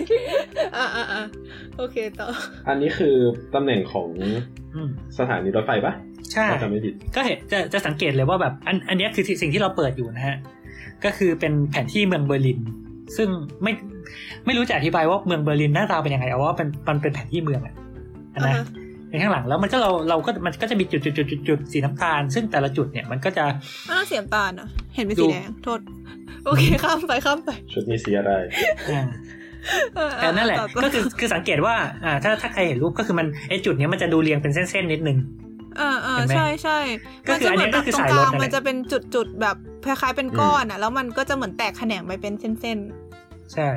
S1: อ่ะอ่ะอ่ะโอเคต่อ
S3: อันนี้คือตำแหน่งของ
S2: อืม
S3: สถานีรถไฟปะ
S2: ใช่
S3: ถ้าจำไม่ผิด
S2: ก็เห็นจะจะสังเกตเลยว่าแบบอันอันเนี้ยคือสิ่งที่เราเปิดอยู่นะฮะ ก็คือเป็นแผนที่เมืองเบอร์ลิน ซึ่งไม่ไม่รู้จะอธิบายว่าเมืองเบอร์ลินหน้าตาเป็นยังไงเอาว่าเป็นมันเป็นแผนที่เมืองอะนะ
S1: อ่าฮะ
S2: ในข้างหลังแล้วมันก็เราเราก็มันก็จะมีจุดจุดจุดจุดจุดสีน้ำตาล ซึ่งแต่ละจุดเนี่ยมันก็จะ
S1: อ้าวเสียมตาลอ่ะ เห็นเป็น
S2: ดู
S1: สีแดงโทษ โอเค ข้ามไปข้ามไป
S3: ชุดนี้สีอะไร
S2: อ่า
S1: เออ
S2: แต่นั่นแหละ
S1: ต่อต่อ
S2: ก็คือคือสังเกตว่าอ่าถ้าถ้าใครเห็นรูปก็คือมันไอจุดเนี้ยมันจะดูเรียงเป็นเส้นๆนิดนึง
S1: อ่าอ่า
S2: เห็นไหม
S1: ใช่ใช่
S2: ก็คืออันเนี้ย
S1: มั
S2: ก็คือ
S1: ตรง
S2: สาย
S1: ก
S2: ลบ
S1: ลาง
S2: นั่นแหละ
S1: มันจะเป็นจุดจุดๆแบบคล้ายๆเป็นก้อนอ่ะ แล้วมันก็จะเหมือนแตกแขนงไปเป็นเส้น
S2: ใช่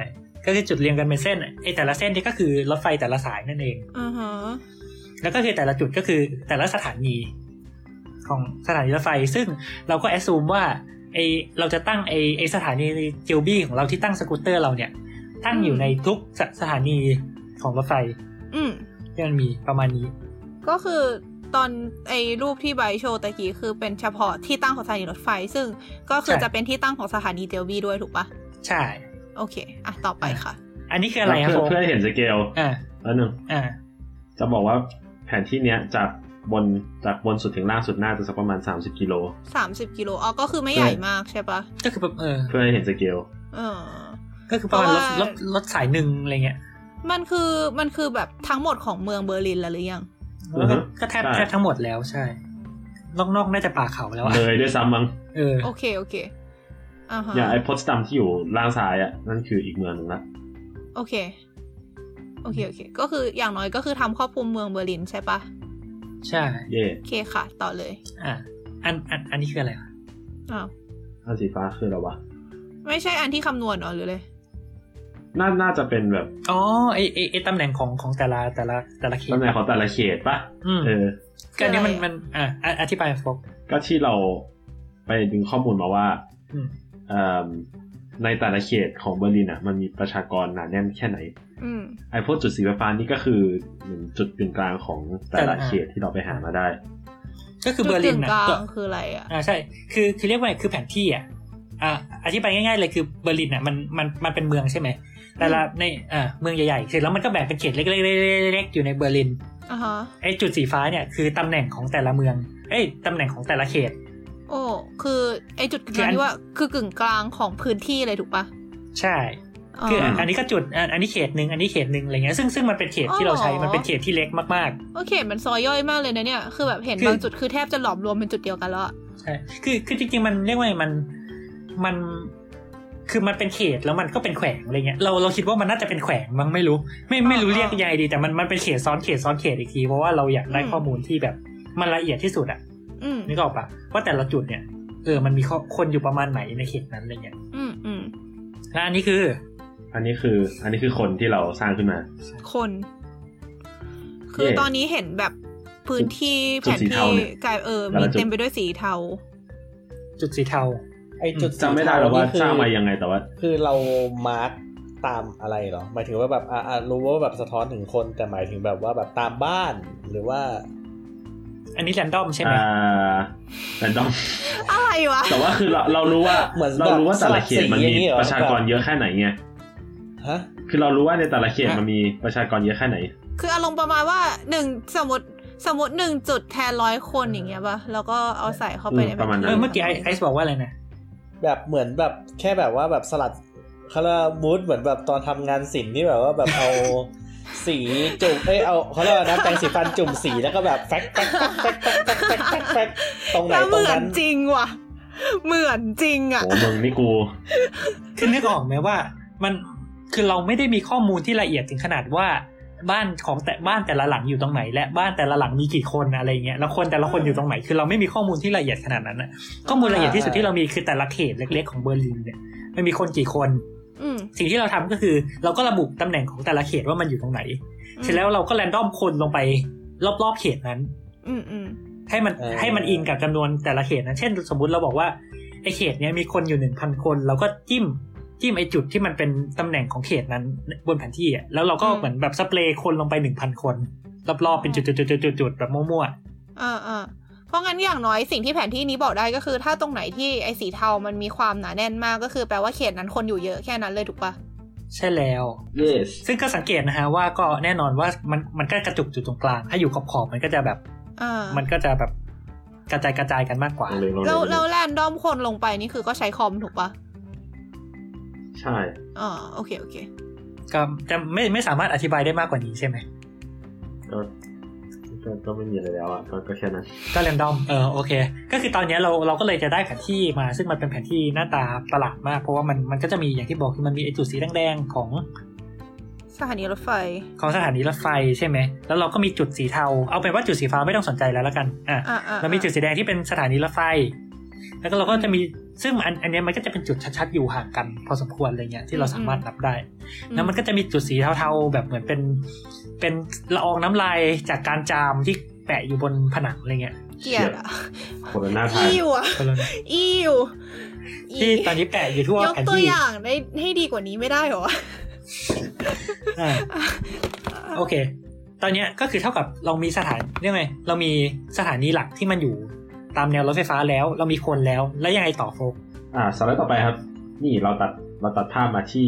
S2: ก็คือจุดเรียงกันเป็นเส้นไอแต่ละเส้นนี่ก็คือรถไฟแต่ละสายนั่นเอง
S1: ๆอ่าฮะ
S2: แล้วก็คือแต่ละจุดก็คือแต่ละสถานี ของสถานีรถไฟ ซึ่งเราก็แอ s ซูมว่าไอเราจะตั้งไอไอสถานีเจลบี้ของเราที่ตั้งสกูตเตอร์เราเนี่ย ตั้งอยู่ในทุกสสถานีของรถไฟ
S1: อืม
S2: ที่มันมีประมาณนี้
S1: ก็คือตอนไอ้รูปที่ไบร์ทโชว์ตะกี้คือเป็นเฉพาะที่ตั้งของสถานีรถไฟ ซึ่งก็คือ
S2: ใช่
S1: จะเป็นที่ตั้งของสถานีเจลบีด้วยถูกปะ
S2: ใช่
S1: โอเคอ่ะต่อไปค่ะ
S2: อันนี้คืออะไรครับผ
S3: เพื่อ
S2: ม
S3: เพื่อให้เห็นสเกล
S2: อ่า
S3: อันหนึ่ง
S2: อ่า
S3: จะบอกว่าแผนที่เนี้ยจากบนจากบนสุดถึงล่างสุดน่าจะสักประมาณ 30 กิโล
S1: 30กิโลอ๋อก็คือไม่ใหญ่มากใช่ปะ
S2: ก็คือแบบเออ
S3: เพื่อให้เห็นสเกล
S1: เออ
S2: ก็คือประมาณ
S1: เพ
S2: ร
S1: ราะ
S2: ถ
S1: ว่า
S2: รถรถสายหนึ่งอะไรเงี้ย
S1: มันคือมันคือแบบทั้งหมดของเมืองเบอร์ลินแล้วหรือยัง
S3: อือฮึ
S2: ก็แทบ
S3: ใช่
S2: แทบทั้งหมดแล้วใช่ นอกนอกน่าจะป่าเขาแล้วอะ
S3: เลยด้วยซ้ำมั้ง
S2: เออ
S1: โอเคโอเคอ่าฮะ
S3: อย่างไอ้พอสตัมที่อยู่ล่างซ้ายอ่ะนั่นคืออีกเมืองหนึงละ
S1: โอเคโอเคโอเค ก็คืออย่างน้อยก็คือทำครอบคลุมเมืองเบอร์ลินใช่ปะ
S2: ใช่
S3: เย่
S1: โอเคค่ะ ต่อเลย
S2: อ่ะอันอันอันนี้คืออะไรวะ
S1: อ้าว
S3: อันสีฟ้าคืออะไรวะ
S1: ไม่ใช่อันที่คำนวณเหรอหรือเลย
S3: น่าน่าจะเป็นแบบ
S2: อ๋อไอไอไอตำแหน่งของของแต่ละแต่ละแต่ละเขต
S3: ตำแหน่งของแต่ละเขตปะ
S2: อืม
S3: เออ
S2: ก็อันนี้มัน
S1: ใช่
S2: มันอ่ะอ่ะอธิบายโฟก
S3: ก็ที่เราไปดึงข้อมูลมาว่า
S2: อืม
S3: เอิ่มในแต่ละเขตของเบอร์ลินอ่ะ มันมีประชากรหนาแน่นแค่ไหน
S1: อืม
S3: ไอ้พวกจุดสีฟ้าๆนี่ก็คือเหมือนจุดกึ่งกลางของแต่ละเขตที่เราไปหามาได้
S2: ก็คือเบอร์ลิ
S1: จุด
S2: น
S1: กึ่ง
S2: นะ
S1: กลาง
S2: ก็
S1: คืออะไรอะ
S2: อ่าใช่ คือคือเรียกว่าไงคือแผนที่อ่ะอ่าอธิบายง่ายๆเลยคือเบอร์ลินอ่ะมันมันมันเป็นเมืองใช่ไหมแต่ละในอ่าเมืองใหญ่ๆเสร็จแล้วมันก็แบ่งเป็นเขตเล็กๆๆๆๆอยู่ในเบอร์ลิน
S1: อ่าฮะ
S2: ไอ้จุดสีฟ้าเนี่ยคือตำแหน่งของแต่ละเมือง เอ้ยตำแหน่งของแต่ละเขต
S1: โอ้ คือไอจุดกึ่ง
S2: คือกอั
S1: ลาง
S2: น
S1: ที่ว่าคือกึ่งกลางของพื้นที่เลยถูกปะ
S2: ใช่ คืออันนี้ก็จุดอันอันนี้เขตหนึ่งอันนี้เขตหนึ่งอะไรเงี้ยซึ่งซึ่งมันเป็นเขตที่เราใช้
S1: อ๋อเหรอ
S2: มันเป็นเขตที่เล็กมาก
S1: โอเค มันซอยย่อยมากเลยนะเนี่ย คือแบบเห็น
S2: คือ
S1: บางจุดคือแทบจะหลอมรวมเป็นจุดเดียวกันแล้วอะ
S2: ๆใช่คือคือจริงๆมันเรียกว่าไงมันมัน คือมันเป็นเขตแล้วมันก็เป็นแขวงอะไรเงี้ยเราเราคิดว่ามันน่าจะเป็นแขวงมั้งไม่รู้ ไม่ไม่รู้เรียกยังไงดีแต่มันมันเป็นเขตซ้อนเขตซ้อนเขตอีกทีเพราะว่าเราอยากได้ข้อมูลที่แบบมันละเอียดที่สุดอะ
S1: อืม
S2: นึกออกปะว่าแต่ละจุดเนี่ยเออมันมีข้อคนอยู่ประมาณไหนในเขตนั้นอะไรเงี้ย
S1: อืมอืม
S2: และอันนี้คือ
S3: อันนี้คือ อันนี้คือคนที่เราสร้างขึ้นมา
S1: คน คือ
S3: เย่
S1: ตอนนี้เห็นแบบพื้นที่แผน
S3: จุดสีเทา
S1: ที่
S3: เนี่ย
S1: กลายเออ
S3: แต่
S1: มี
S3: ละจุด
S1: เต็มไปด้วยสีเทา
S2: จุดสีเทา
S4: ไอ้จุดสี
S3: จำไม่ได้
S4: เท
S3: หรอกว่า
S4: นี่คือ
S3: สร้างมายังไงแต่ว่า
S4: คือเรามาร์กตามอะไรเหรอหมายถึงว่าแบบอ่ะอ่ะรู้ว่าแบบสะท้อนถึงคนแต่หมายถึงแบบว่าแบบตามบ้านหรือว่า
S2: อันนี้แรนดอมใช่ไหม
S3: อ่าแต่ต้อง
S1: อะไรวะ
S3: แต่ว่าคือเราเรารู้ว่า
S4: เหมือน
S3: เรารู้ว่าแต่ละเขตมัน
S4: ส
S3: มี
S4: ลับสีอย่างนี้เหรอ
S3: ประชากรเยอะแค่ไหนไง
S4: ฮะ
S3: คือเรารู้ว่าในแต่ละเขต
S2: ฮะ
S3: มันมีประชากรเยอะแค่ไหน
S1: คืออารมณ์ประมาณว่าหนึ่งสมมติสมมติหนึ่งจุดแทนร้อยคนอย่างเงี้ยป่ะ แล้วก็เอาใส่เข้าไป
S3: อืม
S1: ในแผ
S3: ประมาณนั้น
S2: เออเมื่อกี้ไอไอซ์บอกว่าอะไรนะ
S4: แบบเหมือนแบบแค่แบบว่าแบบสลัดคารามูดเหมือนแบบตอนทำงานศิลป์ที่แบบว่าแบบเอา สีจุ่มเอ้ยเอาเขาเรียกว่าน้ำแปรงสีฟันจุ่มสีแล้วก็แบบแฟกแฟกแฟกแฟกแฟกแฟกแฟกแฟกแฟกตรงไหน
S1: แล้ว
S4: ตร
S1: เหมื
S4: ง
S1: อน
S4: นั้น
S1: จริงว่ะ เหมือนจริงอ่ะ
S3: โอ้มึงนี่กู
S2: คือนึกออกไหมว่ามันคือเราไม่ได้มีข้อมูลที่ละเอียดถึงขนาดว่าบ้านของแต่บ้านแต่ละหลังอยู่ตรงไหน และบ้านแต่ละหลังมีกี่คนอะไรเงี้ยแล้วคนแต่ละคนอยู่ตรงไหนคือเราไม่มีข้อมูลที่ละเอียดขนาดนั้นนะข้อมูลละเอียดที่สุดที่เรามีคือแต่ละเขตเล็ก ๆ ของเบอร์ลินเนี่ยมันมีคนกี่คน
S1: อืม
S2: สิ่งที่เราทำก็คือ เราก็ระบุตำแหน่งของแต่ละเขตว่ามันอยู่ตรงไหน เสร็จแล้วเราก็แรนดอมคนลงไปรอบๆเขตนั้น
S1: อืมอืม
S2: ให้มันให้มันอิงกับจำนวนแต่ละเขตนะเช่น สมมุติเราบอกว่าไอเขตเนี้ยมีคนอยู่หนึ่งพันคน เราก็จิ้มจิ้มไอจุดที่มันเป็นตำแหน่งของเขตนั้นบนแผนที่อะแล้วเราก็เหมือนแบบสเปรย์คนลงไปหนึ่งพันคนรอบๆเป็นจุดๆๆๆๆแบบมั่ว
S1: อ่าอ่าเพราะงั้นอย่างน้อยสิ่งที่แผนที่นี้บอกได้ก็คือถ้าตรงไหนที่ไอ้สีเทามันมีความหนาแน่นมากก็คือแปลว่าเขตนั้นคนอยู่เยอะแค่นั้นเลยถูกปะ
S2: ๆใช่แล้ว
S3: yes
S2: ซึ่งก็สังเกตนะฮะว่าก็แน่นอนว่ามันมันก็กระจุกอยู่ตรงกลางถ้าอยู่ขอบๆมันก็จะแบบ
S1: อ่า
S2: มันก็จะแบบกระจายกระจายๆกันมากกว่า
S3: ลองเลยลองเล
S1: แล้วแล้ว
S3: ย
S1: แรนดอมคนลงไปนี่คือก็ใช้คอมถูกปะ
S3: ใช่
S1: อ่าโอเคโอเค
S2: ก็จะไม่ไม่สามารถอธิบายได้มากกว่านี้ใช่ไหม
S3: ก็ก็ก็ไม่มีอะไรแล้วอ่ะก็ก็แค่ นั้น
S2: ก็เรนดอม เออ โอเค ก็คือตอนเนี้ยเราเราก็เลยจะได้แผนที่มา ซึ่งมันเป็นแผนที่หน้าตาประหลาดมาก เพราะว่ามันมันก็จะมีอย่างที่บอกคือมันมีไอจุดสีแดงๆของ
S1: สถานีรถไฟ
S2: ของสถานีรถไฟใช่ไหม แล้วเราก็มีจุดสีเทา เอาเป็นว่าจุดสีฟ้าไม่ต้องสนใจแล้วละกัน อ่ะ
S1: อ่าอ่า
S2: เรามีจุดสีแดงที่เป็นสถานีรถไฟ แล้วก็เราก็จะมี ซึ่งอันอันเนี้ยมันก็จะเป็นจุดชัดๆอยู่ห่างกัน พอสมควรอะไรเงี้ยที่เราสามารถนับได้ แล้วมันก็จะมีจุดสีเทาๆ แบบเหมือนเป็น เป็นละอองน้ำลายจากการจามที่แปะอยู่บนผนังอะไรเงี้ย
S1: เกลียดอ่ะ
S3: คนละหน้าทาง
S1: อีวอ่ะอีวอี
S2: ที่ตอนนี้แปะอยู่ทั่วย
S1: ก
S2: แผน
S1: ตัว
S2: ที่
S1: อย่างได้ให้ดีกว่านี้ไม่ได้เหรอวะ
S2: อ่าโอเค ตอนเนี้ยก็คือเท่ากับเรามีสถานเรียกไงเรามีสถานีหลักที่มันอยู่ตามแนวรถไฟฟ้าแล้ว เรามีคนแล้ว แล้วยังไงต่อโฟก
S3: อ่าสไลด์ต่อไปครับ นี่เราตัดเราตัดภาพมาที่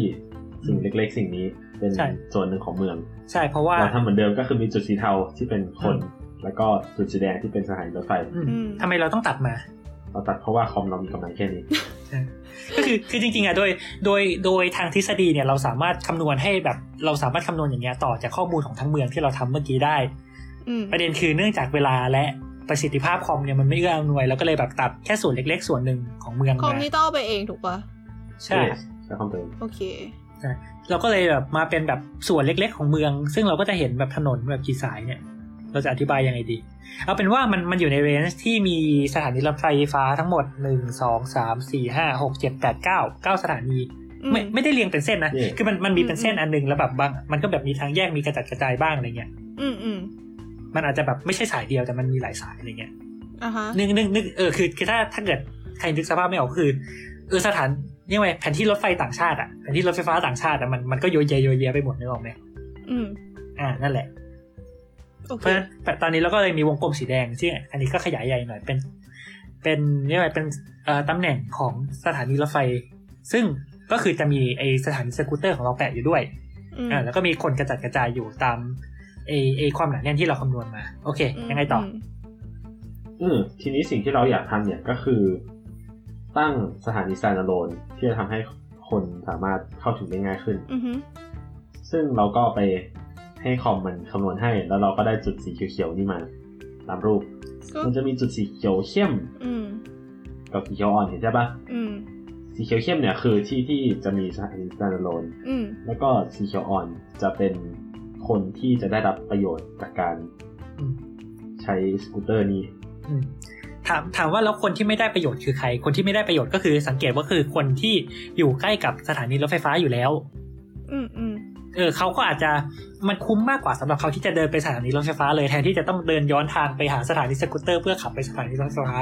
S3: สิ่งเล็ก ๆ สิ่งนี้เป็น
S2: ใช่
S3: ส่วนหนึ่งของเมือง
S2: ใช่เพราะว่า
S3: เราทำเหมือนเดิมก็คือมีจุดสีเทาที่เป็นคน แล้วก็จุดสีแดงที่เป็นสถานีรถไฟ
S2: อืมทำไมเราต้องตัดมา
S3: เราตัดเพราะว่าคอมเรามีกำลังแค่นี้
S2: ก็คือคือจริงๆอ่ะโดยโดยโดยทางทฤษฎีเนี่ยเราสามารถคำนวณให้แบบเราสามารถคำนวณอย่างเงี้ยต่อจากข้อมูลของทั้งเมืองที่เราทำเมื่อกี้ได้
S1: อืม
S2: ประเด็นคือเนื่องจากเวลาและประสิทธิภาพคอมเนี่ยมันไม่เอื้ออำนวยเราก็เลยแบบตัดแค่ส่วนเล็ก ๆ ส่วนหนึ่งของเมือง
S1: คอม
S2: มา
S1: นี่ต้องเอาไปเองถูกปะ
S2: ใช่
S3: Yes ใช้คอมเดิม
S1: โอเค
S2: เราก็เลยแบบมาเป็นแบบส่วนเล็ก ๆ ของเมือง ซึ่งเราก็จะเห็นแบบถนนแบบกี่สายเนี่ย เราจะอธิบายยังไงดี เอาเป็นว่ามันมันอยู่ในเรนจ์ที่มีสถานีรถไฟฟ้าทั้งหมดหนึ่งสองสามสี่ห้าหกเจ็ดแปดเก้าเก้าสถานี ไม่ไม่ได้เรียงเป็นเส้นนะ คือมันมันมีเป็นเส้นอันหนึงแล้วแบบบางมันก็แบบมีทางแยกมีกระจัดกระจายบ้างอะไรเงี้ย
S1: อืมอืม
S2: มันอาจจะแบบไม่ใช่สายเดียวแต่มันมีหลายสายอะไรเงี้ย
S1: อ่ะฮะ
S2: นึกนึกนึกเออคือคือถ้าถ้าเกิดใครนึกสภาพไม่ออกก็คือเออสถานเรียกว่าไงแผนที่รถไฟต่างชาติอะแผนที่รถไฟฟ้าต่างชาติอะมันมันก็โยเยโยเยไปหมดนึกออกไหม
S1: อืม
S2: อ่านั่นแหละ
S1: โอ
S2: เพ
S1: เค
S2: ราะฉะนั้นแต่ตอนนี้เราก็เลยมีวงกลมสีแดงซึ่งอันนี้ก็ขยายใหญ่หน่อยเป็น เป็นเรียกว่าเป็นเอ่อตำแหน่งของสถานีรถไฟ ซึ่งก็คือจะมีไอสถานีสกูตเตอร์ของเราแปะอยู่ด้วย
S1: อืม
S2: อ่าแล้วก็มีคนกระจัดกระจายอยู่ตามไอไอความหนาแน่นที่เราคำนวณมา โอเค ยังไงต่อ
S1: ม
S3: อืมทีนี้สิ่งที่เราอยากทำเนี่ยก็คือ ตั้งสถานี standalone ที่จะทำให้ คนสามารถเข้าถึงได้ง่ายขึ้น
S1: อือฮึ
S3: ซึ่งเราก็ไปให้คอมมันคำนวณให้ แล้วเราก็ได้จุดสีเขียวๆนี่มา ตามรูป
S1: ก็
S3: มันจะมีจุดสีเขียวเข้ม
S1: อืม
S3: กับสีเขียวอ่อนเห็นใช่ปะ
S1: อืม
S3: สีเขียวเข้มเนี่ยคือที่ที่จะมีสถานีสแตนด์โลน
S1: อืม
S3: แล้วก็สีเขียวอ่อนจะเป็นคนที่จะได้รับประโยชน์จากการ
S2: อืม
S3: ใช้สกูตเตอร์นี้
S2: อืมถามถามว่าแล้วคนที่ไม่ได้ประโยชน์คือใคร คนที่ไม่ได้ประโยชน์ก็คือสังเกตว่าคือคนที่อยู่ใกล้กับสถานีรถไฟฟ้าอยู่แล้ว
S1: อืมอืม
S2: เออเขาก็อาจจะมันคุ้มมากกว่าสำหรับเขาที่จะเดินไปสถานีรถไฟฟ้าเลยแทนที่จะต้องเดินย้อนทางไปหาสถานีสกูตเตอร์เพื่อขับไปสถานีรถไฟฟ้า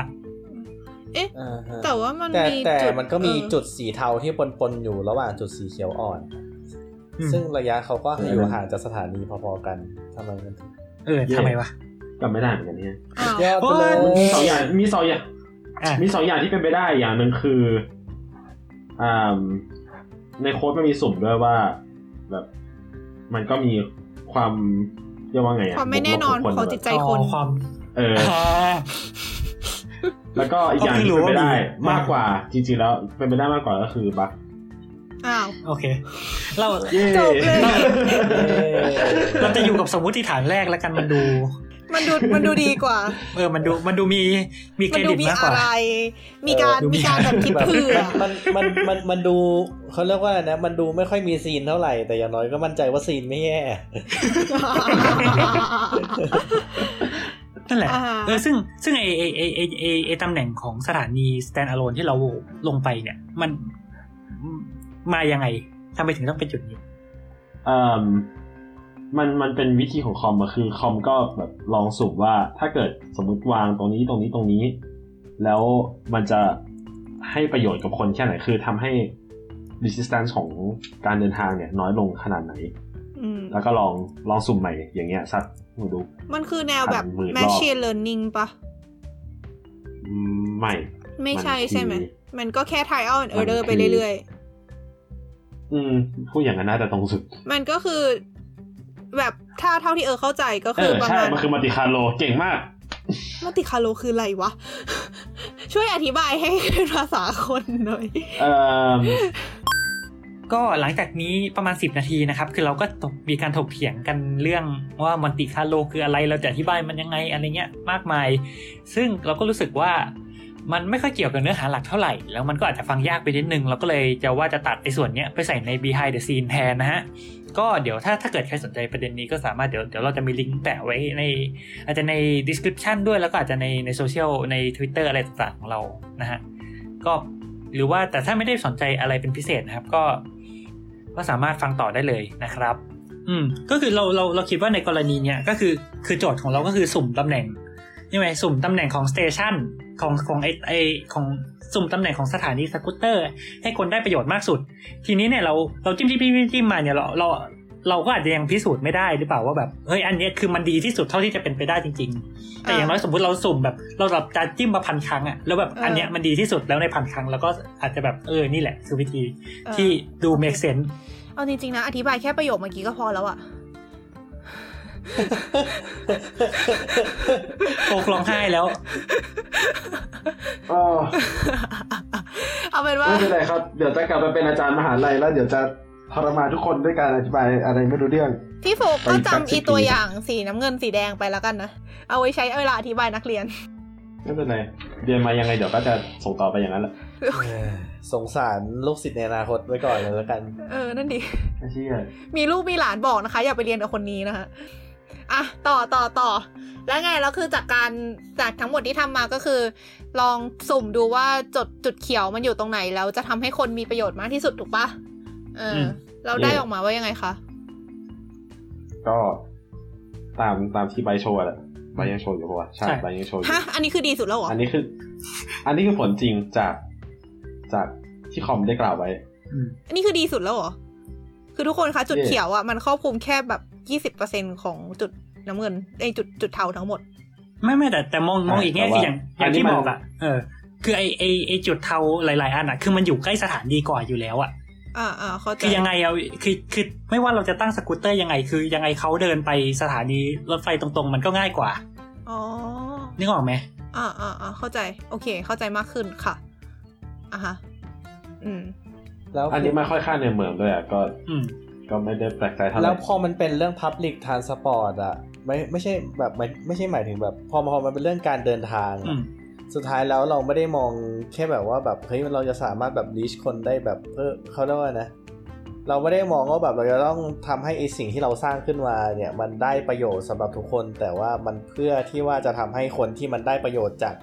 S4: อ่าฮะ
S1: แต่ว่ามัน
S4: แต่
S1: มี
S4: แต่
S1: จุด
S4: มันก็มี
S1: เออ
S4: จุดสีเทาที่ปนๆอยู่ระหว่างจุดสีเขียวอ่อน
S2: อืม
S4: ซึ่งระยะเขาก็
S3: เออ
S4: อ
S3: อ
S4: ยู่ห่างจากสถานีพอๆกันทำไมมันถึง
S2: เออทำไมวะ
S3: ก็ไม่ได้เหมือนกันเนี่ย
S1: อ้าว
S4: ยอดไปเล
S2: โอ้ย
S3: มีสองอย ย่างมีสองอย่าง
S2: อ่ะ
S3: มีสองอย่างที่เป็นไปได้อย่างหนึ่งคืออ่าในโค้ดมันมีสุ่มด้วยว่า แบบ มันก็มีความเรียกว่าไงอะ
S1: ความไม่แน่นอน
S3: บวกล
S1: ขอ
S3: บ
S1: ง
S3: บวก
S1: จิตใจคน
S2: อ๋ อความ
S3: เออ
S2: อ่า
S3: แล้วก็อีกอย่างที่
S2: ก็ไม่
S3: เป็
S2: รู้
S3: นไปได้
S2: ว่ามี
S3: มากกว่าจริงๆแล้วเป็นไปได้มากกว่าก็คือบัค
S1: อ้าว
S2: โอเค เรา
S3: เย้
S1: จบเลย
S2: เราจะอยู่กับสมมติฐานแรกแล้วกันมันดู
S1: มันดูมันดูดีกว่า
S2: เออมันดูมันดูมีมีเค
S1: มั
S2: ร
S1: นดู
S2: ดิต
S1: มี
S2: มากก
S1: อะ
S2: ว่า
S1: ไร มีการ
S2: เออดูมี
S1: มีการแบบคิด
S4: แบบ
S1: เผื่ อ
S4: มันมันมันมันดูเขาเรียกว่าอะไรนะ มันดูไม่ค่อยมีซีนเท่าไหร่แต่อย่างน้อยก็มั่นใจว่าซีนไม่แย่
S2: นั่นแหละ
S1: อ่า
S2: เออซึ่งซึ่งไอไอไอไอไอไอตำแหน่งของสถานี stand alone ที่เราลงไปเนี่ย มันมายังไงทำไมถึงต้องเป็นจุดนี้
S3: เอ่มมันมันเป็นวิธีของคอมอะคือคอมก็แบบลองสุ่มว่าถ้าเกิดสมมติวางตรงนี้ตรงนี้ตรงนี้ แล้วมันจะให้ประโยชน์กับคนแค่ไหนคือทำให้ resistance ของการเดินทางเนี่ย น้อยลงขนาดไหน
S1: อืม
S3: แล้วก็ลองลองสุ่มใหม่อย่างเงี้ยสักมาดู
S1: มันคือแนวแบบ
S3: พันหมื่นรอบ
S1: machine learning ปะ
S3: อืมใหม่
S1: ไม่ใช่
S3: มันคือ
S1: ใช่ไหม มันก็แค่ trial and error
S3: มันคือ
S1: ไปเรื่อย
S3: อืมพูดอย่างนั้นน่าจะตรงสุด
S1: ๆ มันก็คือ แบบถ้าเท่าที่เออเข้าใจก็
S3: เอ
S1: คือ
S3: อ
S1: ประ
S3: ใช่
S1: มาณ
S3: มันคือมัลติคาโลเก่งมาก
S1: มัลติคาโลคืออะไรวะ ช่วยอธิบายให้เป็นภาษาคนหน่อย
S3: เอ่ ม
S2: ก็หลังจากนี้ประมาณ 10 นาทีนะครับ คือเราก็ตกมีการถกเถียงกันเรื่องว่ามันติคาโลคืออะไรเราจะอธิบายมันยังไงอะไรเงี้ยมากมาย ซึ่งเราก็รู้สึกว่ามันไม่ค่อยเกี่ยวกับเนื้อหาหลักเท่าไหร่ แล้วมันก็อาจจะฟังยากไปนิดนึง เราก็เลยจะว่าจะตัดในส่วนเนี้ยไปใส่ใน behind the scene แทนนะฮะ ก็เดี๋ยวถ้าถ้าเกิดใครสนใจประเด็นนี้ก็สามารถเดี๋ยวเดี๋ยวเราจะมีลิงก์แปะไว้ใน อาจจะใน description ด้วยแล้วก็อาจจะในในโซเชียลใน Twitter อะไรต่างๆของเรานะฮะก็หรือว่าแต่ถ้าไม่ได้สนใจอะไรเป็นพิเศษนะครับ ก็ก็สามารถฟังต่อได้เลยนะครับ อืมก็คือเราเราเราคิดว่าในกรณีเนี้ยก็คือคือโจทย์ของเราก็คือสุ่มตำแหน่งนี่ไหมสุ่มตำแหน่งของสเตชันของของไอไอของสุ่มตำแหน่งของสถานีสกูตเตอร์ ให้คนได้ประโยชน์มากสุด ทีนี้เนี่ยเราเราจิ้มจิ้มจิ้มจิ้มจิ้มมาเนี่ยเราเราเราก็อาจจะยังพิสูจน์ไม่ได้หรือเปล่าว่าแบบเฮ้ยอันเนี้ยคือมันดีที่สุดเท่าที่จะเป็นไปได้จริง ๆ แต่อย่างน้อยสมมติเราสุ่มแบบ เราแบบจะจิ้มมาพันครั้งอะแล้วแบบ
S1: เอออั
S2: อันเนี้ยมันดีที่สุดแล้วในพันครั้งเราก็อาจจะแบบเออนี่แหละคือวิธีที่ดู make sense
S1: เอาจริงๆนะ อธิบายแค่ประโยคเมื่อกี้ก็พอแล้วอะ
S2: โอกร้องไห้แล้ว
S3: อ๋อ
S1: เอาเป็นว่า
S3: ไม่เป็นไรครับ เดี๋ยวจะกลับไปเป็นอาจารย์มหาลัยแล้วเดี๋ยวจะทรมานทุกคนด้วยการอธิบายอะไรไม่รู้เรื่อง
S1: พี่โฟก
S3: ไป
S1: ก็
S3: อีกสัก
S1: จำอี
S3: 10
S1: ตัวอย่างสีน้ำเงินสีแดงไปแล้วกันนะ เอาไว้ใช้เวลาอธิบายนักเรียน
S3: ไม่เป็นไรเรียนมายังไงเดี๋ยวก็จะส่งต่อไปอย่างนั้นแหละ
S4: เออสงสารลูกศิษย์ในอนาคตไว้ก่อนเลยแล้วกัน
S1: เออ นั่นดิ
S3: ไอ้เชี่ย
S1: มีลูกมีหลานบอกนะคะ อย่าไปเรียนกับคนนี้นะคะอ่ะต่อต่อต่อ แล้วไงแล้วคือจากการจากทั้งหมดที่ทำมาก็คือ ลองสุ่มดูว่าจุดจุดเขียวมันอยู่ตรงไหนแล้วจะทำให้คนมีประโยชน์มากที่สุดถูกปะเอออ
S2: ม
S1: เราได้ออกมาว่ายังไงคะ
S3: ก็ตามตามที่ใบโชว์แหละใบยังโชว์อยู่ปะวะใช่ใบยังโชว์อยู่
S1: ฮะอันนี้คือดีสุดแล้วเหรอ
S3: อันนี้คือ อันนี้คือผลจริงจากจากที่คอมได้กล่าวไว้
S2: อืม
S1: อันนี้คือดีสุดแล้วเหรอคือทุกคนคะจุด
S3: เย่
S1: เขียวอ่ะมันครอบคลุมแค่แบบยี่สิบเปอร์เซ็นของจุดน้ำเงินไอยจุดจุดเทาทั้งหมด
S2: ไม่ไม่แต่แต่มองมอง
S3: ใช่
S2: อีกแง่
S3: แต่
S2: คือ
S3: ว่า
S2: อย่างอ
S3: อั
S2: ย่าน ง
S3: นี้
S2: ที่
S3: มัน
S2: บอกอะเออ คือไอไอไอจุดเทาหลาย ๆ อันอะคือมันอยู่ใกล้สถานีก่อนอยู่แล้วอะ
S1: อ่าอ่าเข้าใจ
S2: คือยังไงเอาคือคือไม่ว่าเราจะตั้งสกูตเตอร์ยังไง คือยังไงเขาเดินไปสถานีรถไฟตรง ๆ มันก็ง่ายกว่า
S1: อ๋อ
S2: นึกออกไหม
S1: อ่าอ่าอ่าเข้าใจ โอเค เข้าใจมากขึ้นค่ะอ่ะฮะ อืม
S4: แล้ว
S3: อันนี้ไม่ค่อยข้ามในเมืองด้วยอ่ะก็
S2: อืม
S3: ก็ไม่ได้แปลกใจเท่าไห
S4: แล้ว
S3: ร่
S4: พอมันเป็นเรื่อง Public Transport อ่ะไม่ไม่ใช่แบบไม่ไม่ใช่หมายถึงแบบ พอพอมันเป็นเรื่องการเดินทางอะ
S2: อืม
S4: สุดท้ายแล้วเราไม่ได้มองแค่แบบว่าแบบเฮ้ยเราจะสามารถแบบ reach คนได้แบบเออเขาเรียกว่านะ เราไม่ได้มองว่าแบบเราจะต้องทำให้ไอสิ่งที่เราสร้างขึ้นมาเนี่ยมันได้ประโยชน์สำหรับทุกคน แต่ว่ามันเพื่อที่ว่าจะทำให้คนที่มันได้ประโยชน์จาก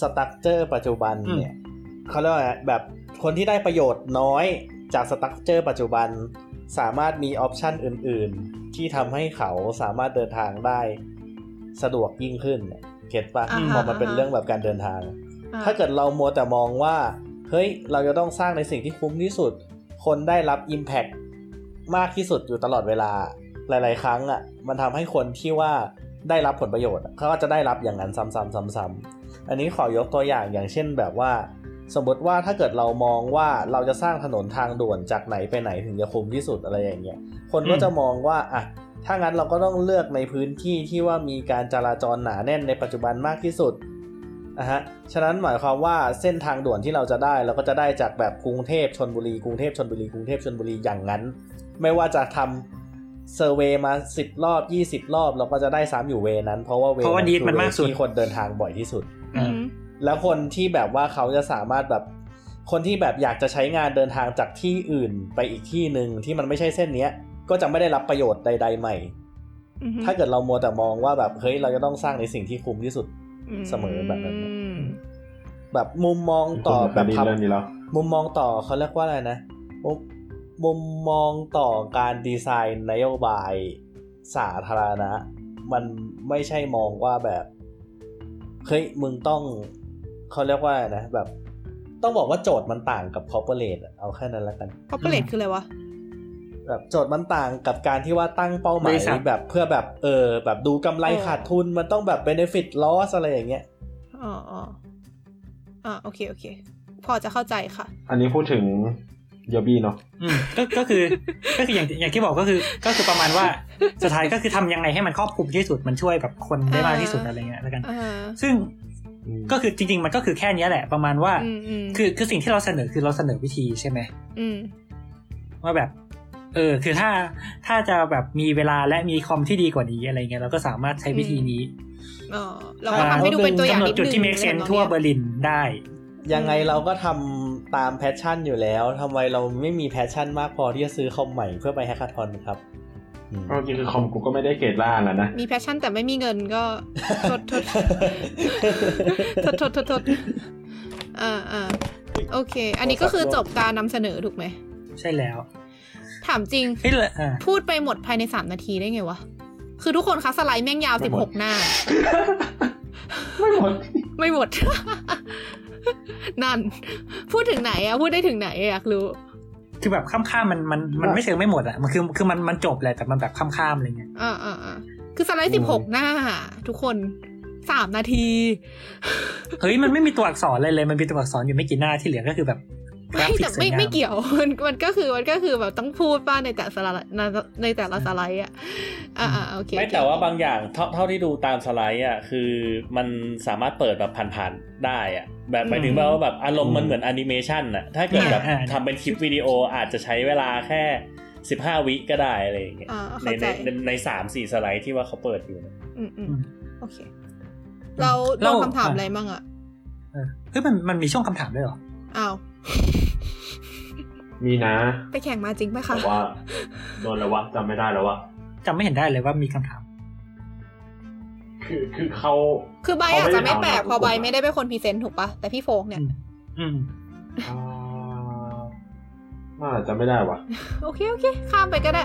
S4: สตั๊กเจอร์ปัจจุบันเนี่ยเขาเรียกว่าไงแบบคนที่ได้ประโยชน์น้อยจากสตั๊กเจอร์ปัจจุบัน สามารถมีออปชันอื่น ๆ ที่ทำให้เขาสามารถเดินทางได้สะดวกยิ่งขึ้นเนี่ยเก็ตปะ
S1: อ่าฮะ
S4: พอมันเป็น
S1: อ่าฮะ
S4: เรื่องแบบการเดินทาง
S1: อ่
S4: ถ้าเกิดเรามัวแต่มองว่า เฮ้ย เราจะต้องสร้างในสิ่งที่คุ้มที่สุด คนได้รับ Impact มากที่สุดอยู่ตลอดเวลา หลาย ๆ ครั้งอะ่ะ มันทำให้คนที่ว่าได้รับผลประโยชน์อะเขาก็จะได้รับอย่างนั้นซ้ำๆซ้ำๆอันนี้ขอยกตัวอย่างอย่างเช่นแบบว่า สมมติว่าถ้าเกิดเรามองว่าเราจะสร้างถนนทางด่วนจากไหนไปไหนถึงจะคุ้มที่สุดอะไรอย่างเงี้ย คนก็
S2: อืม
S4: จะมองว่าอ่ะ ถ้างั้นเราก็ต้องเลือกในพื้นที่ที่ว่ามีการจราจรหนาแน่นในปัจจุบันมากที่สุดนะฮะ ฉะนั้นหมายความว่าเส้นทางด่วนที่เราจะได้เราก็จะได้จากแบบกรุงเทพชนบุรีกรุงเทพชนบุรีกรุงเทพชนบุรีอย่างนั้น ไม่ว่าจะทำเซอร์เวย์มา 10 รอบ 20 รอบ เราก็จะได้ซ้ำอยู่เวย์นั้น เพราะว่าเวย์
S2: เพราะว่า need
S4: คือ
S2: มันมากสุด
S4: เวย์ที่คนเดินทางบ่อยที่สุด
S1: อืม
S4: แล้วคนที่แบบว่าเขาจะสามารถแบบคนที่แบบอยากจะใช้งานเดินทางจากที่อื่นไปอีกที่หนึ่งที่มันไม่ใช่เส้นเนี้ย ก็จะไม่ได้รับประโยชน์ใด ๆ ใหม่
S1: อืม
S4: ถ้าเกิดเรามัวแต่มองว่าแบบเฮ้ยเราจะต้องสร้างในสิ่งที่คุ้มที่สุด เสมอแบบนั้น
S1: อืม
S4: แบบมุมมองต่อ
S3: ผมเค
S4: แบ
S3: ย
S4: บ
S3: ได้ยิน
S4: พับ
S3: เรื่องนี้แล้ว
S4: มุมมองต่อเขาเรียกว่าอะไรนะมุมมุมมองต่อการดีไซน์นโยบายสาธารณะ มันไม่ใช่มองว่าแบบเฮ้ยมึงต้องเขาเรียกว่าอะไรนะ แบบ ต้องบอกว่าโจทย์มันต่างกับคอร์เปอเรทเอาแค่นั้นละกัน
S1: คอร์เปอเรทคืออะไรวะ
S4: แบบโจทย์มันต่างกับการที่ว่าตั้งเป้าหมา
S2: บ
S4: ย
S2: ริษัท
S4: แบบเพื่อแบบเออ แบบดูกำไร
S1: เออ
S4: ขาดทุนมันต้องแบบ benefit loss อะไรอย่างเงี้ย
S1: อ๋ออ๋ออ่าโอเคโอเค พอจะเข้าใจค่ะ
S3: อันนี้พูดถึงเยลบี้เนาะ
S2: อืมก็ก็คือก็คืออย่างอย่างที่บอกก็คือก็คือประมาณว่าสุดท้ายก็คือทำยังไงให้มันครอบคลุมที่สุดมันช่วยแบบคนได้มากที่สุดอะไรเงี้ยแล้วกัน
S1: อ่า
S2: ซึ่งก็คือจริง ๆ มันก็คือแค่เนี้ยแหละประมาณว่า
S1: อืมอืม
S2: คือคือสิ่งที่เราเสนอคือเราเสนอวิธีใช่ไหม
S1: อืม
S2: ว่าแบบ เออ คือถ้าถ้าจะแบบมีเวลาและมีคอมที่ดีกว่านี้อะไรเงี้ยเราก็สามารถใช้วิธีนี้
S1: อ๋อเราก็ทำให้ดูเป็นตัวอย่าง
S2: กำหนด
S1: นิดนึง
S2: จุดที่ make sense ทั่วเบอร์ลินได้
S4: ยังไงเราก็ทำตามแพชชั่นอยู่แล้วทำไมเราไม่มีแพชชั่นมากพอที่จะซื้อคอมใหม่เพื่อไปแฮกคาทอนครับอืม
S3: เอาจริงคือคอมกูก็ไม่ได้เกรดล่างแล้วนะ
S1: มีแพชชั่นแต่ไม่มีเงิน ก็ทดทดทดทดทดทดอ่าอ่าโอเค อันนี้ก็คือจบการนำเสนอถูกไหม
S2: ใช่แล้ว
S1: ถามจริง
S2: เฮ้ยเหรออ่า
S1: พูดไปหมดภายใน 3 นาทีได้ไงวะ คือทุกคนคะสไลด์แม่งยาว
S3: ไม่หมด
S1: 16 หน้า
S3: ไม่หมด
S1: ไม่หมด นั่น พูดถึงไหนอะพูดได้ถึงไหนอะอยากรู้
S2: คือแบบข้ามข้ามๆมันมันมันไม่เชิงไม่หมดอะมันคือคือมันมันจบแหละแต่มันแบบข้ามข้ามๆอะไรเงี้ย
S1: อ่าอ่าอ่าคือสไลด์ 16 หน้า ทุกคน 3 นาที
S2: เฮ้ยมันไม่มีตัวอักษรเลยเลย มันมีตัวอักษรอยู่ไม่กี่หน้าที่เหลือก็คือแบบกรา
S1: ไม่
S2: ฟิก
S1: แต่
S2: สวย
S1: ไม่
S2: งาม
S1: ไม่เกี่ยว มันมันก็คือมันก็คือแบบต้องพูดป้าในแต่สไลด์ในในแต่ละสไลด์อ่ะอ่าอ่าโอเค
S4: ไม่แต่ว่าบางอย่างเท่าเท่าที่ดูตามสไลด์อ่ะคือมันสามารถเปิดแบบผ่านๆได้อ่ะแบบหมายถึงว่าแบบอารมณ์มันเหมือนแอนิเมชันอ่ะถ้าเกิดแบบทำเป็นคลิปวิดีโออาจจะใช้เวลาแค่ 15 วิก็ได้อะไรอย่างเงี้ย
S1: อ่า
S4: ใน
S1: เข้าใจ
S4: ในในในสามสี่สไลด์ที่ว่าเขาเปิดอยู่นะ
S1: อืมอืม
S2: อืม
S1: โอเค เรา
S2: เล่า
S1: เราคำถามอะไรบ้างอ่ะ
S2: เออเฮ้ยมันมันมีช่วงคำถามด้วยเหรอ
S1: อ้าว
S3: มีนะ
S1: ไปแข่งมาจริงไหม
S3: แต่
S1: คะ
S3: ว่าโดนแล้ววะจำไม่ได้แล้ววะ
S2: จำไม่เห็นได้เลยว่ามีคำถาม
S3: คือคือเขา
S1: คือใบอาจจะไม่แปลกเพ
S3: เขา
S1: อ
S3: ไม่
S1: ใบไม่
S3: ได้ถาม
S1: ได้เป็นคนพรีเซนต์ถูกปะแต่พี่โฟกเนี่ย
S2: อืม อืม
S3: อ่าน่าจะไม่ได้วะ
S1: โอเค โอเค ข้ามไปก็ได้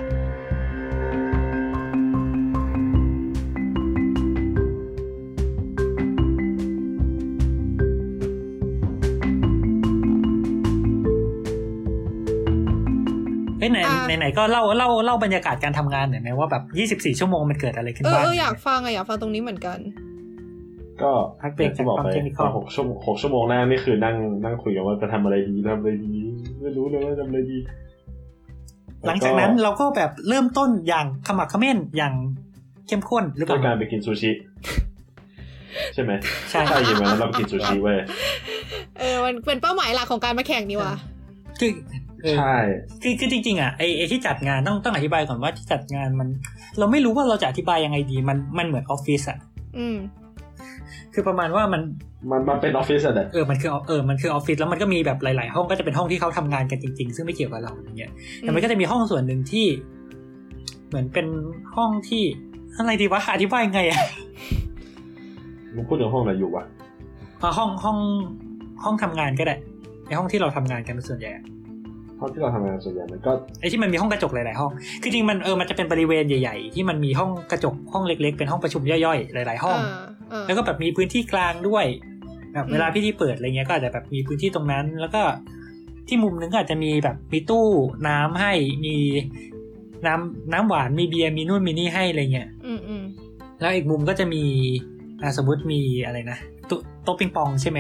S2: เอ้ยไหน
S1: อ่า
S2: ไหนไหนก็เล่าเล่าเล่าบรรยากาศการทำงานหน่อยไหมว่าแบบ24 ชั่วโมงมันเกิดอะไรขึ้น
S1: เออ
S2: บ้าง
S1: เอออยากฟังอะอยากฟังตรงนี้เหมือนกัน
S3: ก็
S2: พักเบร
S3: เป็
S2: ก
S3: น
S2: จา
S3: ที่
S2: ก
S3: บอก
S2: ความ
S3: ไป
S2: เทคนิค
S3: ตอนหกชั่วโมงหกชั่วโมงแรกนี่คือนั่งนั่งคุยกันว่าจะทำอะไรดีทำอะไรดี ไม่รู้เลยว่าทำอะไรดี
S2: หลังจากนั้นเราก็แบบเริ่มต้นอย่างขมักเขม้นอย่างเข้มข้นหรือเป
S3: ด้ว
S2: ล่าย
S3: การไปกินซูชิ ใช่ไหม
S2: ใช่
S3: ใช่ยินไหมแล้วเราไปกินซูชิเว้ย
S1: เออมันเป็นเป้าหมายหลักของการมาแข่งนี่วะ
S2: คือเออ
S3: ใช่
S2: คือคือจริงๆอ่ะไอไอที่จัดงานต้องต้องอธิบายก่อนว่าที่จัดงานมัน เราไม่รู้ว่าเราจะอธิบายยังไงดี มันมันเหมือนออฟฟิศอ่ะ
S1: อืม
S2: คือประมาณว่ามัน
S3: มันมันเป็นออฟฟิศอะแหละ
S2: เออ มันคือเออ มันคือออฟฟิศแล้วมันก็มีแบบหลาย ๆ ห้องก็จะเป็นห้องที่เขาทำงานกันจริง ๆ ซึ่งไม่เกี่ยวกับเราอย่างเงี้ย แต่มันก็จะมีห้องส่วนหนึ่งที่ เหมือนเป็นห้องที่อะไรดีวะ อธิบายไงอะ
S3: มึงพูดถึงห้องอะไรอยู่วะ
S2: อ่ะห้องห้องห้องทำงานก็ได้ในห้องที่เราทำงานกันเป็นส่วนใหญ่อะ
S3: ห้องที่เราทำงานส่วนใหญ่มันก็
S2: ไอ้ที่มันมีห้องกระจกหลาย ๆ ห้อง คือจริงมันเออมันจะเป็นบริเวณใหญ่ ๆ ที่มันมีห้องกระจกห้องเล็ก ๆ เป็นห้องประชุมย่อย ๆ หลาย ๆ ห้อง แล้วก็แบบมีพื้นที่กลางด้วยแบบ
S1: อืม
S2: เวลาพิธีเปิดอะไรเงี้ยก็อาจจะแบบมีพื้นที่ตรงนั้น แล้วก็ที่มุมนึงก็อาจจะมีแบบมีตู้น้ำให้มีน้ำน้ำหวานมีเบียร์มีนู่นมีนี่ให้อะไรเงี้ย
S1: อืมอืม
S2: แล้วอีกมุมก็จะมีอ่ะสมมติมีอะไรนะตุ๊โต๊ะปิงปองใช่ไหม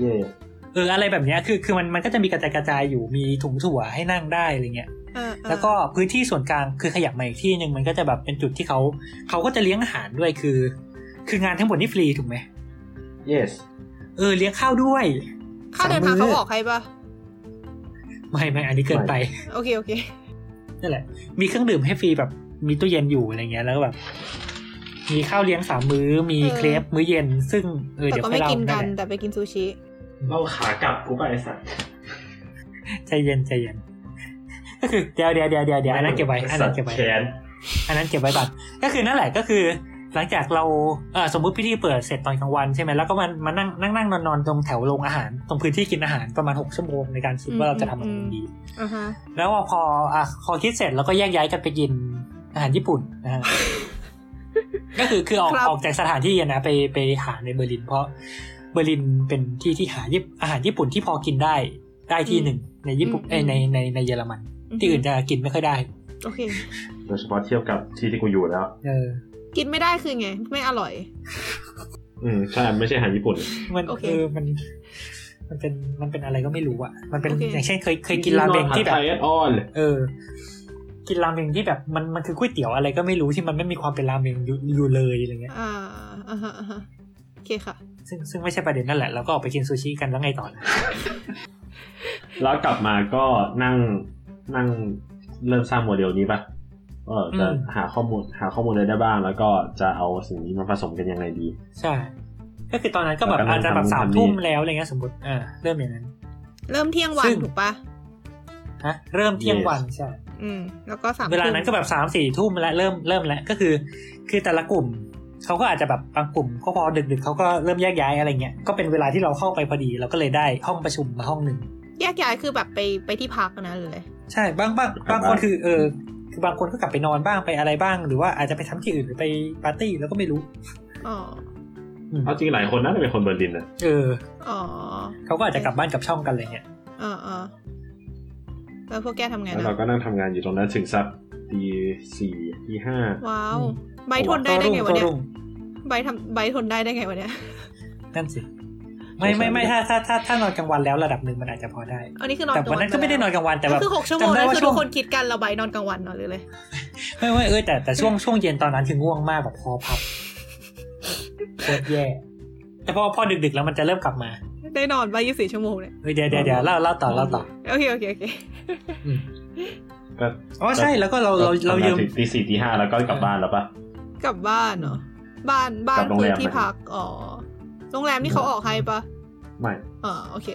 S3: เย่
S2: เอออะไรแบบเนี้ยคือคือมันมันก็จะมีกระจายกระจายอยู่มีถุงถั่วให้นั่งได้อะไรเงี้ย
S1: อ่าอ่า
S2: แล้วก็พื้นที่ส่วนกลางคือขยับมาอีกที่หนึ่งมันก็จะแบบเป็นจุดที่เขาเขาก็จะเลี้ยงอาหารด้วยคือ คืองานทั้งหมดนี่ฟรีถูกไหม
S3: yes
S2: เออเลี้ยงข้าวด้วย
S1: ค่าเดินทาง
S2: สามมื้
S1: เขา
S2: อ
S1: ออกให้ปะ
S2: ไม่ไม่อันนี้เกินไป
S1: โอเคโอเค
S2: นั่นแหละ มีเครื่องดื่มให้ฟรีแบบมีตู้เย็นอยู่อะไรเงี้ยแล้วก็แบบ มีข้าวเลี้ยงสามมื้อ มี
S1: เออ
S2: เครปมื้อเย็น ซึ่งเออ
S1: แต่
S2: เดี๋ยว
S1: ก็
S2: ค่อ
S1: ไม่
S2: ยเล่า
S1: กินกั
S2: นั่น
S1: น
S2: แหละ
S1: แต่ไปกินซูชิ
S3: เล่าขากลับกูไปไอ้สัตว์
S2: ใจเย็นใจเย็นก็คือเดี๋ยวเดี๋ยวเดี๋ยวเดี๋ยวเดี๋ยวอันนั้นเก็บไว้อันนั้นเก็บไว้
S3: แขน
S2: อันนั้นเก็บไว้ก่อนก็คือนั่นแหละก็คือ หลังจากเราเออสมมุติพิธีเปิดเสร็จตอนกลางวันใช่ไหมแล้วก็มันมานั่งนั่งนั่งนอนนอนตรงแถวโรงอาหาร ตรงพื้นที่กินอาหารประมาณหกชั่วโมงในการคิดว่าเราจะทำอะไรดี
S1: อ่าฮะ
S2: แล้วพออ่ะพอคิดเสร็จแล้วก็แยกย้ายกันไปกินอาหารญี่ปุ่นนะฮะ ก็คือคือออก
S1: ครับ
S2: ออกจากสถานที่อะนะไปไปหาในเบอร์ลิน เพราะเบอร์ลินเป็นที่ที่หาญี่ปุ่นอาหารญี่ปุ่นที่พอกินได้ได้ที่หนึ่งในญี่ปุ่นเอ้ยในในในเยอรมัน ที่อื่นจะกินไม่ค่อยได้
S1: โอเค
S3: โดยเฉพาะเทียบกับที่ที่กูอยู่แล้ว
S2: เออ
S1: กินไม่ได้คือไง ไม่อร่อย
S3: อืมใช่ไม่ใช่อาหารญี่ปุ่น
S2: มัน
S1: โอเค
S2: เออมัน มันเป็นมันเป็นอะไรก็ไม่รู้อะมันเป็น
S1: โอเค
S2: อย่างเช่นเคยเคยกินราเมงที่แบบ
S3: ไทยแอดออน
S2: เออ กินราเมงที่แบบมันมันคือก๋วยเตี๋ยวอะไรก็ไม่รู้ที่มันไม่มีความเป็นราเมงอยู่อยู่เลยอะไรเงี้ย
S1: อ่าอ่าฮะอ่าฮะโอเคค่ะ
S2: ซึ่งซึ่งไม่ใช่ประเด็นนั่นแหละ เราก็ออกไปกินซูชิกันแล้วไงต่อนะ
S3: แล้วกลับมาก็นั่งนั่งเริ่มสร้างโมเดลนี้ปะเออจะหาข้อมูลหาข้อมูลอะไรได้บ้าง แล้วก็จะเอาสิ่งนี้มาผสมกันยังไงดี
S2: ใช่ ก็คือตอนนั้นก็แบบ
S3: แล้วก็นั่ง
S2: อาจจะแบบ
S3: ทำนู่น
S2: สามทุ่ม
S3: ทำนี่
S2: แล้วอะไรเงี้ยสมมติอ่าเริ่มอย่างนั้น
S1: เริ่มเที่ยงวัน
S2: ซึ่ง
S1: ถูกปะ
S2: ฮะเริ่มเที่ยง
S3: Yes
S2: วันใช่
S1: อืม แล้วก็สาม
S2: เวลานั้นก็แบบสามสี่ทุ่มแล้วเริ่มเริ่มแล้วก็คือ คือแต่ละกลุ่มเขาก็อาจจะแบบบางกลุ่มก็พอดึกๆเขาก็เริ่มแยกย้ายอะไรเงี้ยก็เป็นเวลาที่เราเข้าไปพอดีเราก็เลยได้ห้องประชุมมาห้องหนึ่ง
S1: แยกย้ายคือแบบไปไปที่พักนะหรืออะไร
S2: ใช่บางบาง
S3: กลั
S2: บา
S3: บ
S2: ง
S3: บ้าน
S2: คนคือเออคือบางคนก็กลับไปนอนบ้างไปอะไรบ้าง หรือว่าอาจจะไปทำที่อื่นหรือไปปาร์ตี้แล้วก็ไม่รู้
S1: อ๋อ
S2: อืม
S3: เอาจริงหลายคนน่าจะเป็นคนเบอร์ลินนะ
S2: เออ
S1: อ๋อ
S2: เขาก็อาจจะกลับบ้านกลับช่องกันอะไรเงี้ย
S1: เออเออแล้วพวกแกทำไง
S3: แล้ว
S1: นะ
S3: เราก็นั่งทำงานอยู่ตรงนั้นถึงสักตีสี่ตีห้า
S1: ว้าว
S2: อืม
S1: ใบทนได้ได้ไง
S2: โต้
S1: วะ
S2: รุ่
S1: เนี่ย
S2: โต้รุ่ง
S1: ใบทำใบทนได้ได้ไงวะเนี่ย
S2: นั่นสิไม่
S3: สงสั
S2: ไม่
S3: ย
S2: ไม่
S3: ไม่ได้
S2: ถ้าถ้าถ้าถ้านอนกลางวันแล้วระดับหนึ่งมันอาจจะพอได้
S1: อันนี้คือนอน
S2: แต่วันนั้นก็ไม่ได้นอนกลางวันแต่แบบ
S1: ก็คือหกชั่วโมง
S2: จำได้
S1: นั่น
S2: ว่า
S1: คือ
S2: ช่
S1: ทุ
S2: วง
S1: กคนคิดกันเราใบนอนกลางวันเนอนหรือเลย
S2: ไม่ไม่เออแต่แต่ช่วงช่วงเย็นตอนนั้นคือง่วงมากแบบคอพับโคตรแย่ แต่พอพอดึกๆแล้วมันจะเริ่มกลับมา
S1: ได้นอนใบยี่สิบสี่ชั่วโมงเนี่ย
S2: เออเดี๋ยวเดี๋ยวเดี๋ยวเล่าเล่าต่อเล่าต่อ
S1: โอเคโอเคโอเค
S2: อืม
S3: ก็
S2: อ๋อใช่แล้วก็เราเราเรา
S3: ทำงน
S2: ยืม
S3: ถึงตีสี่ตีห้าแล้วก็กลับบ้านแล้วปะ
S1: กลับบ้านเนาะบ้านบ้าน
S3: กลับโรง
S1: คือ
S3: แรม
S1: ที่พัก อ๋อ โรงแรมนี่เขาออกให้ปะ
S3: ไม่
S1: อ่าโอเค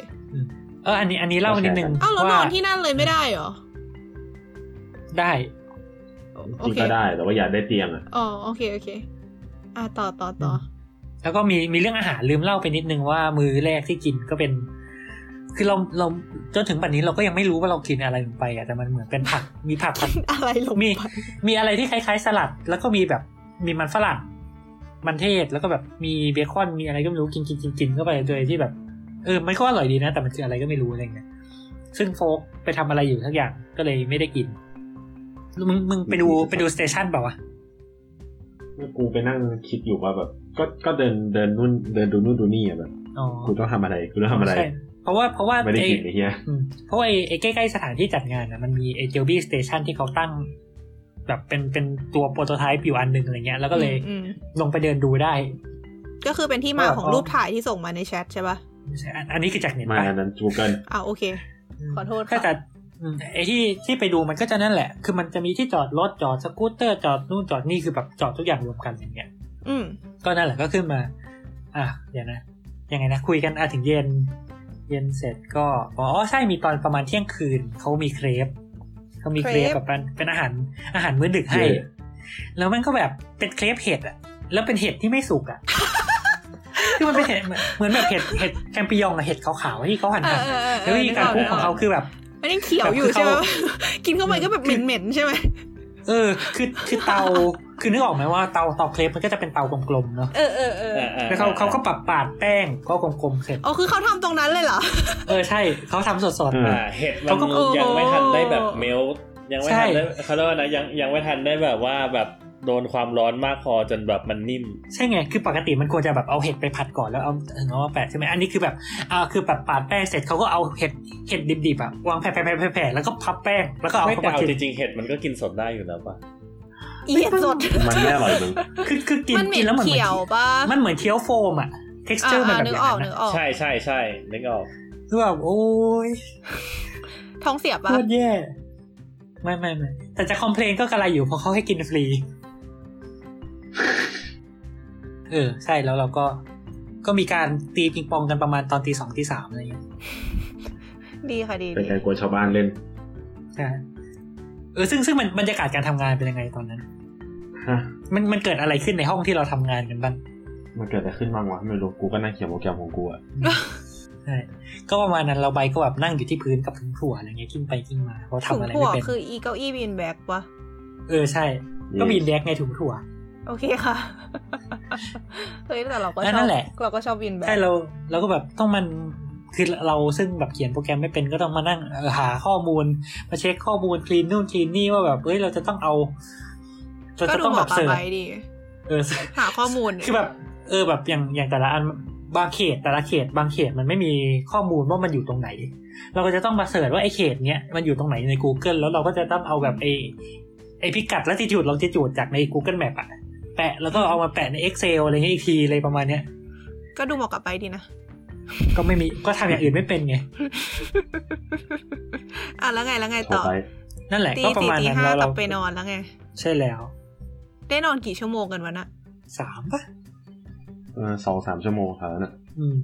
S2: เอออันนี้อันนี้เล่านิดนึง
S1: อ้าวแล้วน
S2: ว่า
S1: อนที่นั่นเลยไม่ได้เหรอ
S2: ได้
S1: โอ
S3: จริง
S1: เค
S3: ก็ได้แต่ว่าอยากได้เตียงอะ
S1: อ๋อโอเคโอเค อ่ะต่อต่อต่อ
S2: แล้วก็มีมีเรื่องอาหารลืมเล่าไปนิดนึงว่ามือแรกที่กินก็เป็น คือเราเราจนถึงปัจนนี้เราก็ยังไม่รู้ว่าเรากินอะไรลงไปอะแต่มันเหมือนเป็นผักมีผักผัก
S1: อะไรลง
S2: มี
S1: ไป
S2: มีอะไรที่คล้ายๆสลัด แล้วก็มีแบบมีมันฝรั่ง มันเทศแล้วก็แบบมีเบคอนมีอะไรก็ไม่รู้กินกินกินกินเข้าไปโดยที่แบบเออมันก็อร่อยดีนะ แต่มันคืออะไรก็ไม่รู้อะไรเงี้ยซึ่งโฟกไปทำอะไรอยู่ทักอย่างก็เลยไม่ได้กินมึงมึงไปดูไปดูสเตชันเปล่าวะ
S3: เมื่อกูไปนั่งคิดอยู่ว่าแบบ ก็ก็เดินเดินนู่นเดินดูนู่นดูนี่อะแบบ
S2: อ๋อ
S3: กูต้องทำอะไรกูต้องทำอะไร
S2: ใช่เพราะว่าเพราะว่า
S3: ไม่ได้
S2: ไอ้
S3: กินไอ้เหี้ย
S2: อืมเพราะว่าไอ้ไอ้ใกล้ๆสถานที่จัดงานนะมันมีไอ้เจลบี้สเตชันที่เขาตั้ง แบบเป็นเป็นตัวโปรโตไทป์อยู่อันหนึ่งอะไรเงี้ยแล้วก็เลย
S1: อืมอืม
S2: ลงไปเดินดูได้
S1: ก็คือเป็นที่มาของ
S2: ว่า
S1: รูปถ่ายที่ส่งมาในแชทใช่ปะ
S2: ไม่ใช่อันอันนี้คือจากเน็ต
S3: ไมา
S2: ปะ
S3: อันนั้นกูเกิล
S1: อ่าโอเค ขอโทษ
S2: ก็
S1: ค่ะ
S2: แต่อืมไอ้ที่ที่ไปดูมันก็จะนั่นแหละ คือมันจะมีที่จอดรถจอดสกูตเตอร์จอดนู่นจอดนี่คือแบบจอดทุกอย่างรวมกันอย่างเงี้ย
S1: อืม
S2: ก็นั่นแหละก็ขึ้นมา อ่ะเดี๋ยวนะ ยังไงนะ คุยกันอ่ะถึงเย็น เย็นเสร็จก็ อ๋อใช่มีตอนประมาณเที่ยงคืน เขามีเครปเขามีเคร
S1: เค
S2: ป
S1: รป
S2: แบบเป็นเป็นอาหารอาหารมื้อดึกให้
S3: เย่
S2: แล้วมันก็แบบเป็นเครปเห็ดอะแล้วเป็นเห็ดที่ไม่สุก อะ คือมันเป็นเห็ดเหมือนแบบเห็ดเห็ดแคมปิยองอะเห็ดขาวๆที่เขาหั่น
S1: เอ
S2: หั่
S1: อน เออเออ
S2: แล้ววิธีการ
S1: นึ
S2: ปรุ
S1: อง อ
S2: ของเขาคือแบบ
S1: มันยังเขียวอยู่ใช่ไหม
S2: แบบ
S1: กินเข้าไปก็แบบเหม็นๆใช่ไหม
S2: เออ คือคือเตาคือนึกออกไหมว่าเตาเตาเครปมันก็จะเป็นเตากลมๆเนาะ
S1: เออเออเออ
S2: แล้วเขาเขาก็ปรับปาดแป้งก็กลมๆเสร็จ
S1: เอาคือเขาทำตรงนั้นเลยเหรอ
S2: เออใช่เขาทำสด
S3: อืม
S5: อ่าเห็ดมั
S2: เขา
S5: น
S2: ก็
S5: ยังไม่ทันได้แบบ
S1: โอ้โห
S5: เมลยังไม่
S2: ใช่
S5: ทันได้เขาเรียกว่านะยังยังไม่ทันได้แบบว่าแบบโดนความร้อนมากพอจนแบบมันนิ่ม
S2: ๆ ใช่ไง คือปกติมันควรจะแบบเอาเห็ดไปผัดก่อนแล้วเอาถึงเอามาแปะใช่ไหมอันนี้คือแบบอ่าคือแบบปาดแป้งเสร็จเขาก็เอาเห็ดเห็ดดิบๆอ่ะวางแผ่ๆๆๆๆแล้วก็พับแป้งแล้วก็เอา
S5: ไม่
S2: เข้า
S5: แต่
S2: มา
S5: เอา
S2: กิน
S5: จริงๆเห็ดมันก็กินสดได้อยู่แล้วป่ะ
S1: เอียดสด
S3: มันไม่อร่อย มึง
S2: คือคือกิน
S1: มันเหม็
S2: กิ
S1: น
S2: นแล้วมันเหมื
S1: เขี
S2: อน
S1: ยวปะ
S2: มันเหมือนเคี้ยวโฟมอ่ะ texture มัน
S1: อ่า
S2: แบบ
S1: นึ
S2: อก ย่าง
S1: ออกนึ
S2: นั้นอะ
S1: กออก
S5: ใช่ใช่ใช่นึกออก
S2: คือแบบโอ้ย
S1: ท้องเสีย
S2: โค
S1: ปะ
S2: ตรแย่ไม่ไม่ไม่แต่จะคอมเพลนก็กระไรอยู่เพราะเขาให้กินฟรี เออ ใช่แล้วเราก็ก็มีการตีปิงปองกันประมาณตอนตีสองตีสามอะไรอย่างเงี้ย
S1: ดีค่ะดี
S3: เป็น
S1: ดี
S3: การกลัวชาวบ้านเล่น
S2: ใช่เออซึ่งซึ่งมันบรรยากาศการทำงานเป็นยังไงตอนนั้น
S3: ฮะ
S2: มันมันเกิดอะไรขึ้นในห้องที่เราทำงานกันบ้าง
S3: มันเกิดอะไรขึ้นบ้างวะไม่รู้กูก็นั่งเขียนโปรแกรมของกูอะ
S2: ใช่ก็ประมาณนั้นเราใบก็แบบนั่งอยู่ที่พื้นกับถุงถั่วอะไรเงี้ยกิ้งไปกิ้งมาเพราะ
S1: ถุ
S2: ทำ
S1: ง
S2: อะไร
S1: ถั่
S2: ไม่
S1: ว
S2: เป็น
S1: คืออีเก้าอี้บีนแบกปะ
S2: เออใช่ ก็มีแดกในถุงถั่ว
S1: โอเค ค่ะเฮ้ยแต่เราก็
S2: อัน
S1: ช
S2: นั้
S1: อบ
S2: นแหละ
S1: เราก็ชอบบีนแบก
S2: ใช่เราเราก็แบบต้องมันคือเราซึ่งแบบเขียนโปรแกรมไม่เป็นก็ต้องมานั่งเอ่อหาข้อมูล มาเช็คข้อมูลคลีนนู่นคลีนนี่ว่าแบบเอ้ยเราจะต้องเอาเรา
S1: ก็
S2: จะ
S1: ดู
S2: ต้อง
S1: หม
S2: แบ
S1: อบ ปลา
S2: เสิร์
S1: ไป
S2: ช
S1: ดี
S2: เออ
S1: หาข้อมูล
S2: คือแบบเออแบบอย่างอย่างแต่ละอันบางเขตแต่ละเขตบางเขตมันไม่มีข้อมูลว่ามันอยู่ตรงไหน เราก็จะต้องมาเสิร์ชว่าไอเขตเนี้ยมันอยู่ตรงไหนใน Google แล้วเราก็จะต้องเอาแบบไอไอพิกัดและติจูดเราติจูดจากใน Google Map อะแปะแล้วก็เอามาแปะใน Excel อะไรเงี้ยอีกทีอะไรประมาณเนี้ย
S1: ก็ดูเหมาะกับไปดีนะ
S2: ก็ไม่มีก็ทำอย่างอื่นไม่เป็นไง
S1: อ่ะแล้วไงแล้วไง
S3: โทร
S1: ต่อ
S3: ไป
S2: นั่นแหละ
S1: ตี
S2: ก็ประ
S1: สี่
S2: มาณ
S1: ตี
S2: นั้น
S1: ห้า
S2: แล้ว
S1: กลั
S2: เรา
S1: บไปนอนแล้วไง
S2: ใช่แล้ว
S1: ได้นอนกี่ชั่วโมงกันวะน่ะ
S2: สามปะ
S3: เออสองสามชั่วโมงครับน่ะ
S2: อืม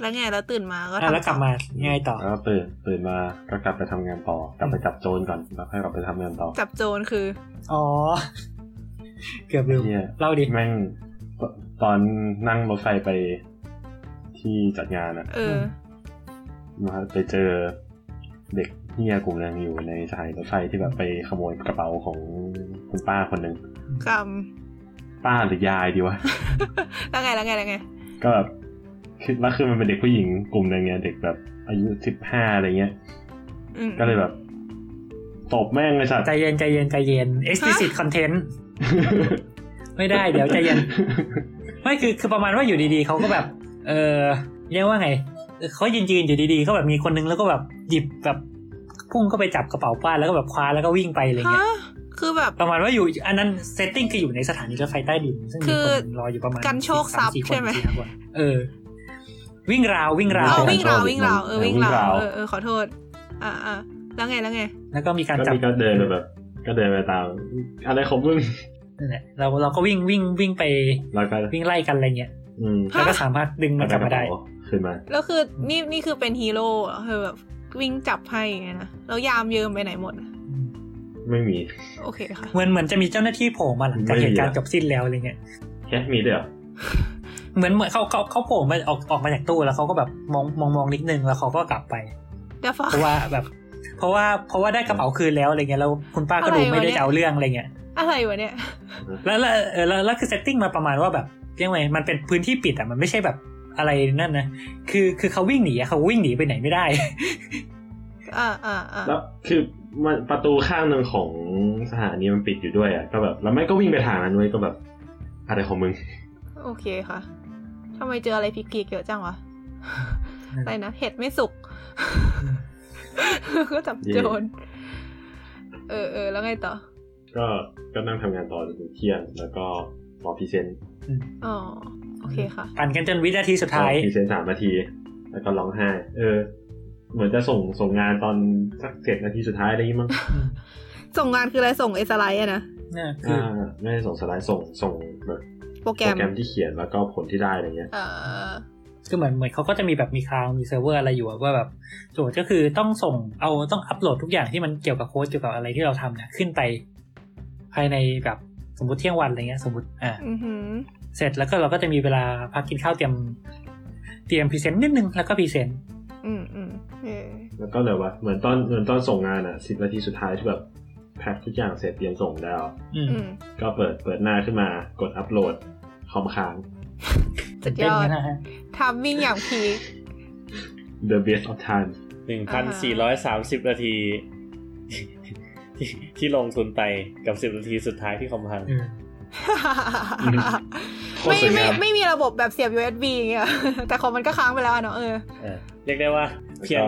S1: แล้วไงแล้วตื่นมาก็
S2: อ่ะ
S1: ทำ
S2: แล้วกลับมาง่ายต่อ
S3: แล้วก็ตื่นตื่นมาก็กลับไปทำงานต่อกลับไปจับโจรก่อนแล้วค่อยกลับไปทำงานต่อ
S1: จับโจรคือ
S2: อ๋อ เกือบลืม
S3: เนี่ย
S2: เล่าดิ
S3: แม่งตตอนนั่งรถไฟไปที่จัดงานอะ
S1: เออ
S3: มาไปเจอเด็กเฮียกลุ่มหนึงอยู่ในสถานีรถไฟที่แบบไปขโมยกระเป๋าของคุณป้าคนหนึ่ง
S1: กรรม
S3: ป้าหรือยายดีวะ
S1: แล้วไงแล้วไงแล้วไง
S3: ก็แบบคือแล้วคือมันเป็นเด็กผู้หญิงกลุ่มหนึงไงเด็กแบบอายุสิบห้าอะไรเงี้ย
S1: อืม
S3: ก็เลยแบบตบแม่งเลยสัตว์
S2: ใจเย็นใจเย็นใจเย็น explicit content ไม่ได้เดี๋ยวใจเย็น ไม่คือคือประมาณว่าอยู่ดีๆเขาก็แบบ เออเรียกว่าไงเออเขายืนยืนอยู่ดีๆก็แบบมีคนนึงแล้วก็แบบหยิบแบบพุ่งเข้าไปจับกระเป๋าป้าแล้วก็แบบคว้าแล้วก็วิ่งไปอะไรเงี้
S1: ฮะ
S2: ย
S1: คือแบบ
S2: ประมาณว่าอยู่อันนั้นเซตติ้งคืออยู่ในสถานีรถไฟใต้ดินซึ่งมีคนรออยู่ประมาณ
S1: คือกันโชคทรัพย์
S2: สี่คน
S1: ใช่ไหม
S2: สี่ห้าคนเออ วิ่งราววิ่งราว
S1: เอา
S3: ไม่
S1: วิ่ง
S3: ใช่
S1: ราว
S3: โจร
S1: วิ่งราวเออ
S3: เออ
S1: วิ่งราว
S3: วิ่งราว
S1: เออเออขอโทษ อ่าอ่าแล้วไงแล้วไง
S2: แล้วก็มีการ
S3: ก็
S2: จับ
S3: มีก็เดินไปแบบ ก็เดินไปตาม อะไรของมึง
S2: นั่นแหละเราเราก็วิ่งวิ่งวิ่งไป
S3: แล้วก็
S2: วิ่งไล่กันอะไรเงี้ย
S3: อืม
S1: ฮะ
S2: แล้วก็สามารถดึงมันกลับมาได้
S3: เอขึ้นมา
S1: แล้วคือนี่นี่คือเป็นฮีโร่เหรอคือแบบวิ่งจับให้ไงนะแล้วยามเยิมไปไหนหมดอะ
S3: ไม่มี
S1: โอเคค่ะ
S2: เหมือนเหมือนจะมีเจ้าหน้าที่โผล่มาหลังจาก
S3: ไม่มี
S2: เหตุการณ์
S3: อะ
S2: จบสิ้นแล้วอะไรเงี้ย
S3: แค่มีด้วยเหรอ
S2: เหมือนเหมือนเขาเขาเขาโผล่มาออกออกมาจากตู้แล้วเขาก็แบบมองมองมองนิดนึงแล้วเขาก็กลับไป
S1: เดี๋ยวฟัง
S2: เพราะว่าแบบ เพราะว่าเพราะว่าได้กระเป๋าคืนแล้วอะไรเงี้ยแล้วคุณป้าก็
S1: อะไร
S2: ดู
S1: วะ
S2: ไม่ได้
S1: เนี่ย
S2: จะเอาเรื่องอะไรเงี้ย
S1: อะไรวะเนี่ย
S2: แล้วแล้วเออแล้วแล้วคือเซตติ้งมาประมาณว่าแบบเรียังไงมันเป็นพื้นที่ปิดอ่ะมันไม่ใช่แบบอะไรนั่นนะคือคือเขาวิ่งหนีอะเขาวิ่งหนีไปไหนไม่ได้
S1: อ่าอ่าอ่า
S3: แล้วคือมันประตูข้างหนึ่งของสถานีมันปิดอยู่ด้วยอ่ะ ก็แบบ แล้วไม่ก็วิ่งไปทางนั้นด้วยก็แบบ อะไรของมึง
S1: โอเคค่ะทำไมเจออะไรพิกลีกเยอะจังวะ อะไรนะเห็ดไม่สุก ก็จับโจรเออเออแล้วไงต่อ
S3: ก็ก็นั่งทำงานต่อจนถึงเที่ยงแล้วก็รอพรีเซนต์
S1: อ๋อ โอเคค่ะ
S2: ปั่นกันจนวินาทีสุด
S3: รอ
S2: ท้าย
S3: พรีเซนต์สามนาที แล้วก็ร้องไห้ เออ เหมือนจะส่งส่งงานตอนสักเจ็ดนาทีสุดท้ายอะไรอย่าง งี้มั้ง
S1: ส่งงานคืออะไรส่งเอสไลด์อะนะ
S2: เนี่ยคือ
S3: อ่าไม่ได้ส่งสไลด์ส่งส่งแบบ
S1: โปรแกร
S3: โปร
S1: ม
S3: แกรมที่เขียนแล้วก็ผลที่ได้อะไรเงี้ย
S1: เออ
S2: คือเหมือนเหมือนเขาก็จะมีแบบมีคลาวมีเซิร์ฟเวอร์อะไรอยู่อะว่าแบบโจทย์ก็คือต้องส่งเอาต้องอัปโหลดทุกอย่างที่มันเกี่ยวกับโค้ดเกี่ยวกับอะไรที่เราทำเนี่ยขึ้นไป ภายในแบบสมมติเที่ยงวันอะไรเงี้ยสมมติอ่า
S1: อือหือ
S2: เสร็จแล้วก็เราก็จะมีเวลาพักกินข้าวเตรียมเตรียมพรีเซนต์นิดนึงแล้วก็พรีเซนต์
S1: อืมอืมเออ
S3: แล้วก็เลยว่าเหมือนตอนเหมือนตอนส่งงานอ่ะสิบนาทีสุดท้ายที่แบบแพ็คทุกอย่างเสร็จเตรียมส่งแล้ว
S2: อืม
S1: อืม
S3: ก็เปิดเปิดหน้าขึ้นมากดอัปโหลดคอมค้าง
S1: สุดยอด
S2: เต้นไหมนะฮะ
S1: ทามมิ่งอย่างพีค
S3: The Best of Time
S5: หนึ่งพันสี่ร้อยสามสิบนาที ที่ที่ลงทุนไปกับสิบนาทีสุดท้ายที่คอมพัง
S2: อืม
S3: โคตร
S1: ไม่
S3: สวย
S1: ไม่
S3: งาม
S1: ไม่มีระบบแบบเสียบ USB อย่างเงี้ย แต่ของมันก็ค้างไปแล้วอะเนาะเออ
S5: เออเรียกได้ว่าเพียง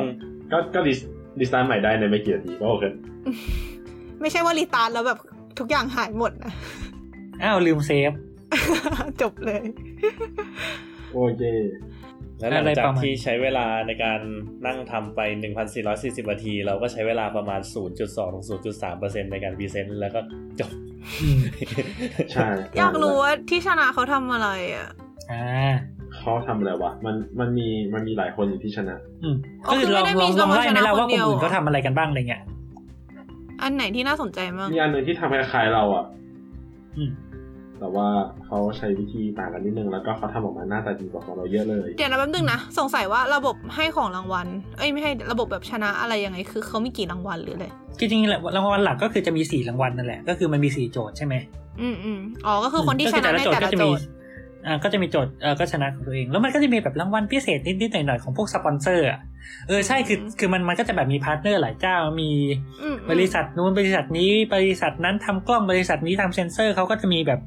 S3: ก็ก็ดิสดิสตาร์ทใหม่ได้ในไม่กี่นาทีก็โอเค
S1: ไม่ใช่ว่ารีตาร์ทแล้วแบบทุกอย่างหายหมดนะ
S2: อ้าวลืมเซฟ
S1: จบเลย
S3: โอเค
S5: และหลัง
S2: อะไร
S5: จาก
S2: ประมาณ
S5: ที่ใช้เวลาในการนั่งทำไป 1,440นาที เราก็ใช้เวลาประมาณ 0.2ถึง0.3%ในการพรีเซนต์แล้วก็จบ
S2: อืม
S3: ใช่
S1: อยากรู้ว่าที่ชนะเขาทำอะไรอ่ะ
S2: อ่า
S3: เขาทำอะไรวะมันมันมีมันมีหลายคนอยู่ที่ชนะ
S2: อืม
S1: อ๋อ
S2: ก็คือลอง
S1: คือไม่ได้มี
S2: ลองลองไล่ไหมล่ะ
S1: เราชนะ
S2: ว่า
S1: คน
S2: ค
S1: เดี
S2: น
S1: ยว
S2: อื่นเขาทำอะไรกันบ้างอะไรเงี้ย
S1: อันไหนที่น่าสนใจมั่ง
S3: มีอันหนึ่งที่ทำคล้ายๆเราอ่ะ
S2: อืม
S3: แต่ว่าเขาใช้วิธีต่างกันนิดนึงแล้วก็เขาทำออกมาหน้าตาดีกว่าของเราเยอะเลย
S1: เดี๋ยวนะแป๊บนึงนะ สงสัยว่าระบบให้ของรางวัล เอ้ยไม่ให้ระบบแบบชนะอะไรยังไง คือเขามีกี่รางวัลหรืออะไร
S2: คือจริงๆแหละรางวัลหลักก็คือจะมีสี่รางวัลนั่นแหละก็คือมันมีสี่โจทย์ใช่ไหม
S1: อืมอืมอ๋อ ก็คือคนที่ชนะในแต่ละ
S2: ก็คือ
S1: โจ
S2: มี
S1: ทย์
S2: อ่าก็จะมีโจทย์เออก็ชนะของตัวเอง แล้วมันก็จะมีแบบรางวัลพิเศษนิดๆหน่อยๆของพวกสปอนเซอร์อะเออใช่คือ
S1: อืม
S2: คือมันมันก็จะแบบมีพาร์ทเนอร์หลายเจ้ามี
S1: อืมอืม
S2: บริษัทนู้นบริษัทนี้บริษัทนั้นทำกล้องบริษัทนี้ทำเซ็นเซอร์เขาก็จะมีแบบ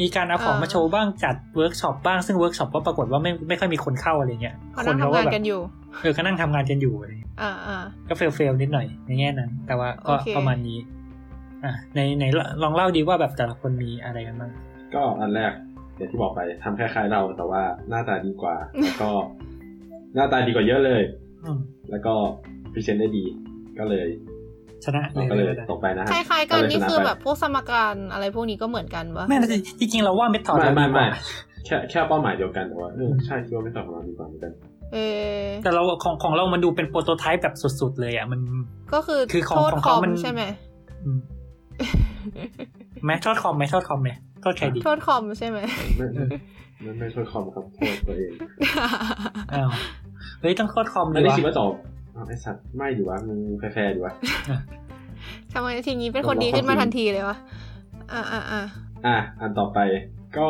S2: มีการเอาของมาโชว์บ้างจัดเวิร์กช็อปบ้างซึ่งเวิร์กช็อปก็ปรากฏว่าไม่ไม่ค่อยมีคนเข้าอะไรเงี้ย
S1: เขา
S2: ค
S1: นั่
S2: น
S1: ง
S2: เขา
S1: ทำ
S2: ก็
S1: งาน
S2: แบบ
S1: กันอยู่
S2: เออก็นั่งทำงานกันอยู่อะไรเงี้ย
S1: อ่าอ่า
S2: ก็เฟลเฟลนิดหน่อยในแง่นั้น แต่ว่าก็
S1: โอเค
S2: ประมาณนี้อ่ะในในลองเล่าดีว่าแบบแต่ละคนมีอะไรกันบ้าง
S3: ก็อันแรกอย่างที่บอกไปทำคล้ายๆเราแต่ว่าหน้าตาดีกว่า แล้วก็ หน้าตาดีกว่าเยอะเลย
S2: อืม
S3: แล้วก็พรีเซนต์ได้ดีก็เลย
S2: ชนะ
S3: เราก็เลย
S2: อะไรแบบนั้น
S3: ตกไปนะฮะ
S1: คล้ายๆกันนี่
S3: ชะ
S1: คือ
S3: ไป
S1: แบบพวกสมการอะไรพวกนี้ก็เหมือนกันปะ
S2: ไม่นะจริงจริงๆเราว่าเมทอด
S3: ไม่
S2: เรา
S3: ไม่
S2: ดีก
S3: ไม่
S2: ว่า
S3: แค่แค่เป้าหมายเดียวกันแต่ว่าเออใช่คิดว่าไม่ต่างของเราดีกว่าเหมือนกัน
S1: เออ
S2: แต่เราของของเรามันดูเป็นโปรโตไทป์แบบสุดๆเลยอ่ะมัน
S1: ก็คือ
S2: คือของ
S1: โทษ
S2: ของ
S1: คอ
S2: เขา
S1: ม
S2: มัน
S1: ใช่ไหม
S2: อืมไหมทอดคอมไหมทอดคอมไหมทอดใครดี
S1: โทษคอมใช่ ไหม
S3: ไม่ไม่ไม่โทษคอมครับโทษตัวเอง
S2: อ้าวเฮ้ยต้องทอดคอม
S3: อั
S2: ดี
S3: นนี้
S2: วะ
S3: คิดว่าตอบอ้าวไอสัตว์ไม่ดีวะมึงแฟร์ๆดีวะ
S1: ทำไมทีนี้เป็นคนดีขึ้นมาทันทีเลยวะ อ่าอ่าอ่า
S3: อ่ะอันต่อไปก็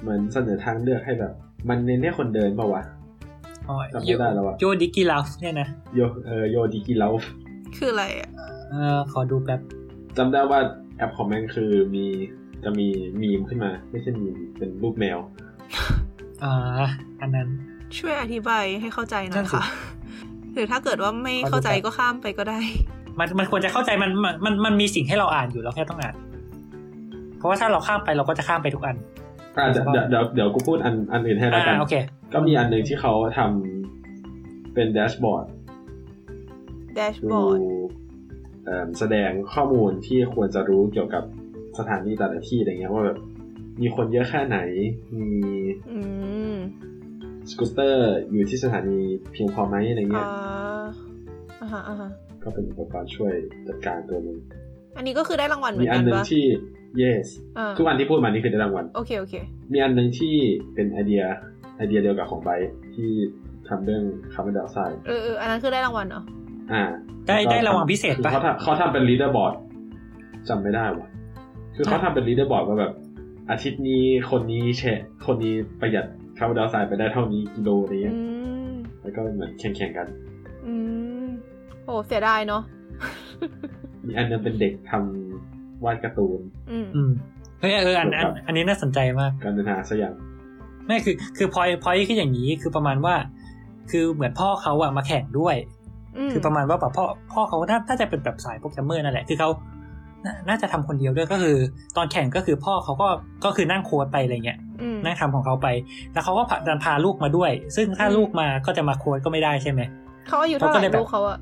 S3: เหมือนเสนอทางเลือกให้แบบ มันเน้นให้คนเดินเปล่าวะ
S2: อ๋อ
S3: จำไม่ได้แล้วอะ
S2: โยดิกิลาฟเนี่ยนะ
S3: โยเออโยดีกีเลา
S1: คืออะไรอ่ะ
S2: เออขอดูแบบ
S3: จำได้ว่าแอปของแม่งคือมีจะมีมีมขึ้นมา ไม่ใช่มีมเป็นรูปแมว
S2: อ่าอันนั้น
S1: ช่วยอธิบายให้เข้าใจห
S2: นั่
S1: น่อย
S2: นสิ
S1: ค่ะ หรือถ้าเกิดว่าไม่เข้าใจ
S2: ขอดูแป๊บ
S1: ก็ข้ามไปก็ได้
S2: มันมันควรจะเข้าใจมันมันมันมันมีสิ่งให้เราอ่านอยู่เราแค่ต้องอ่าน เพราะว่าถ้าเราข้ามไปเราก็จะข้ามไปทุกอัน
S3: อ่ะเดี๋ยวเดี๋ยวเดี๋ยวเดี๋ยวกูพูดอันอันอื่นให้แล้วกั
S2: อ่าน โอเค
S3: ก็มีอันหนึ่งที่เขาทำเป็นแดชบอร์ด
S1: แดชบ
S3: ดู
S1: อร์ด
S3: เอิ่มแสดงข้อมูลที่ควรจะรู้เกี่ยวกับสถานีแต่ละที่อะไรเงี้ยว่าแบบมีคนเยอะแค่ไหน มี
S1: อืม
S3: สกูตเตอร์อยู่ที่สถานีเพียงพอไหมอะไร
S1: อ่
S3: เงี้ย
S1: าอ่าฮะอ่าฮะ
S3: ก็เป็นอุปกรณ์ช่วยจัดการตัวหนึง
S1: อันนี้ก็คือได้รางวัลเหมื
S3: มี
S1: อน
S3: อั
S1: กันน
S3: หนึ่ง
S1: ปะ
S3: ที่ yes
S1: อ่า
S3: ทุกอันที่พูดมานี่คือได้รางวัล
S1: โอเคโอเค
S3: มีอันหนึ่งที่เป็นไอเดียไอเดียเดียวกับของไบรท์ที่ทำเรื่องคาร์บอนไดออกไซด์
S1: เออเอออันนั้นคือได้รางวัลเหรอ
S3: อ่า
S2: ได้
S3: แล้วก็
S2: ได้รางวัลพิเศษปะ
S3: เขาทำเขาทำเป็นลีดเดอร์บอร์ดจำไม่ได้ว่ะ คือเขาทำเป็นลีดเดอร์บอร์ดว่าแบบ อาทิตย์นี้คนนี้แชะคนนี้ประหยัดคาร์บอนไดออกไซด์ไปได้เท่านี้กิโลอะไรเงี้
S1: อื
S3: ย
S1: ม
S3: แล้วก็เหมือนแข่งๆกัน
S1: อืม โอ้เสียดายเนาะ
S3: มีอันหนึงเป็นเด็กทำวาดการ์ตูน
S1: อืม
S2: อืมเฮ้ยเอออันอันอันนี้น่าสนใจมาก
S3: การเดินทางสักอย่าง
S2: ไม่คือคือพอยพอยคืออย่างนี้คือประมาณว่า คือเหมือนพ่อเขาอะมาแข่งด้วย
S1: อืม
S2: คือประมาณว่าแบบพ่อพ่อเขาน่าน่าจะเป็นแบบสายโปรแกรมเมอร์นั่นแหละคือเขาน่าน่าจะทำคนเดียวด้วยก็คือ ตอนแข่งก็คือพ่อเขาก็ก็คือนั่งโค้ดไปอะไรเงี้ย
S1: อืม
S2: นั่งทำของเขาไป แล้วเขาก็ผลักดันพาลูกมาด้วย ซึ่งถ้า
S1: อืม
S2: ลูกมาก็จะมาโค้ดก็ไม่ได้ใช่ไหม
S1: เขาอายุเท่าไหร่
S2: เขาก็เลยแบบ
S1: ลูกเขาอะ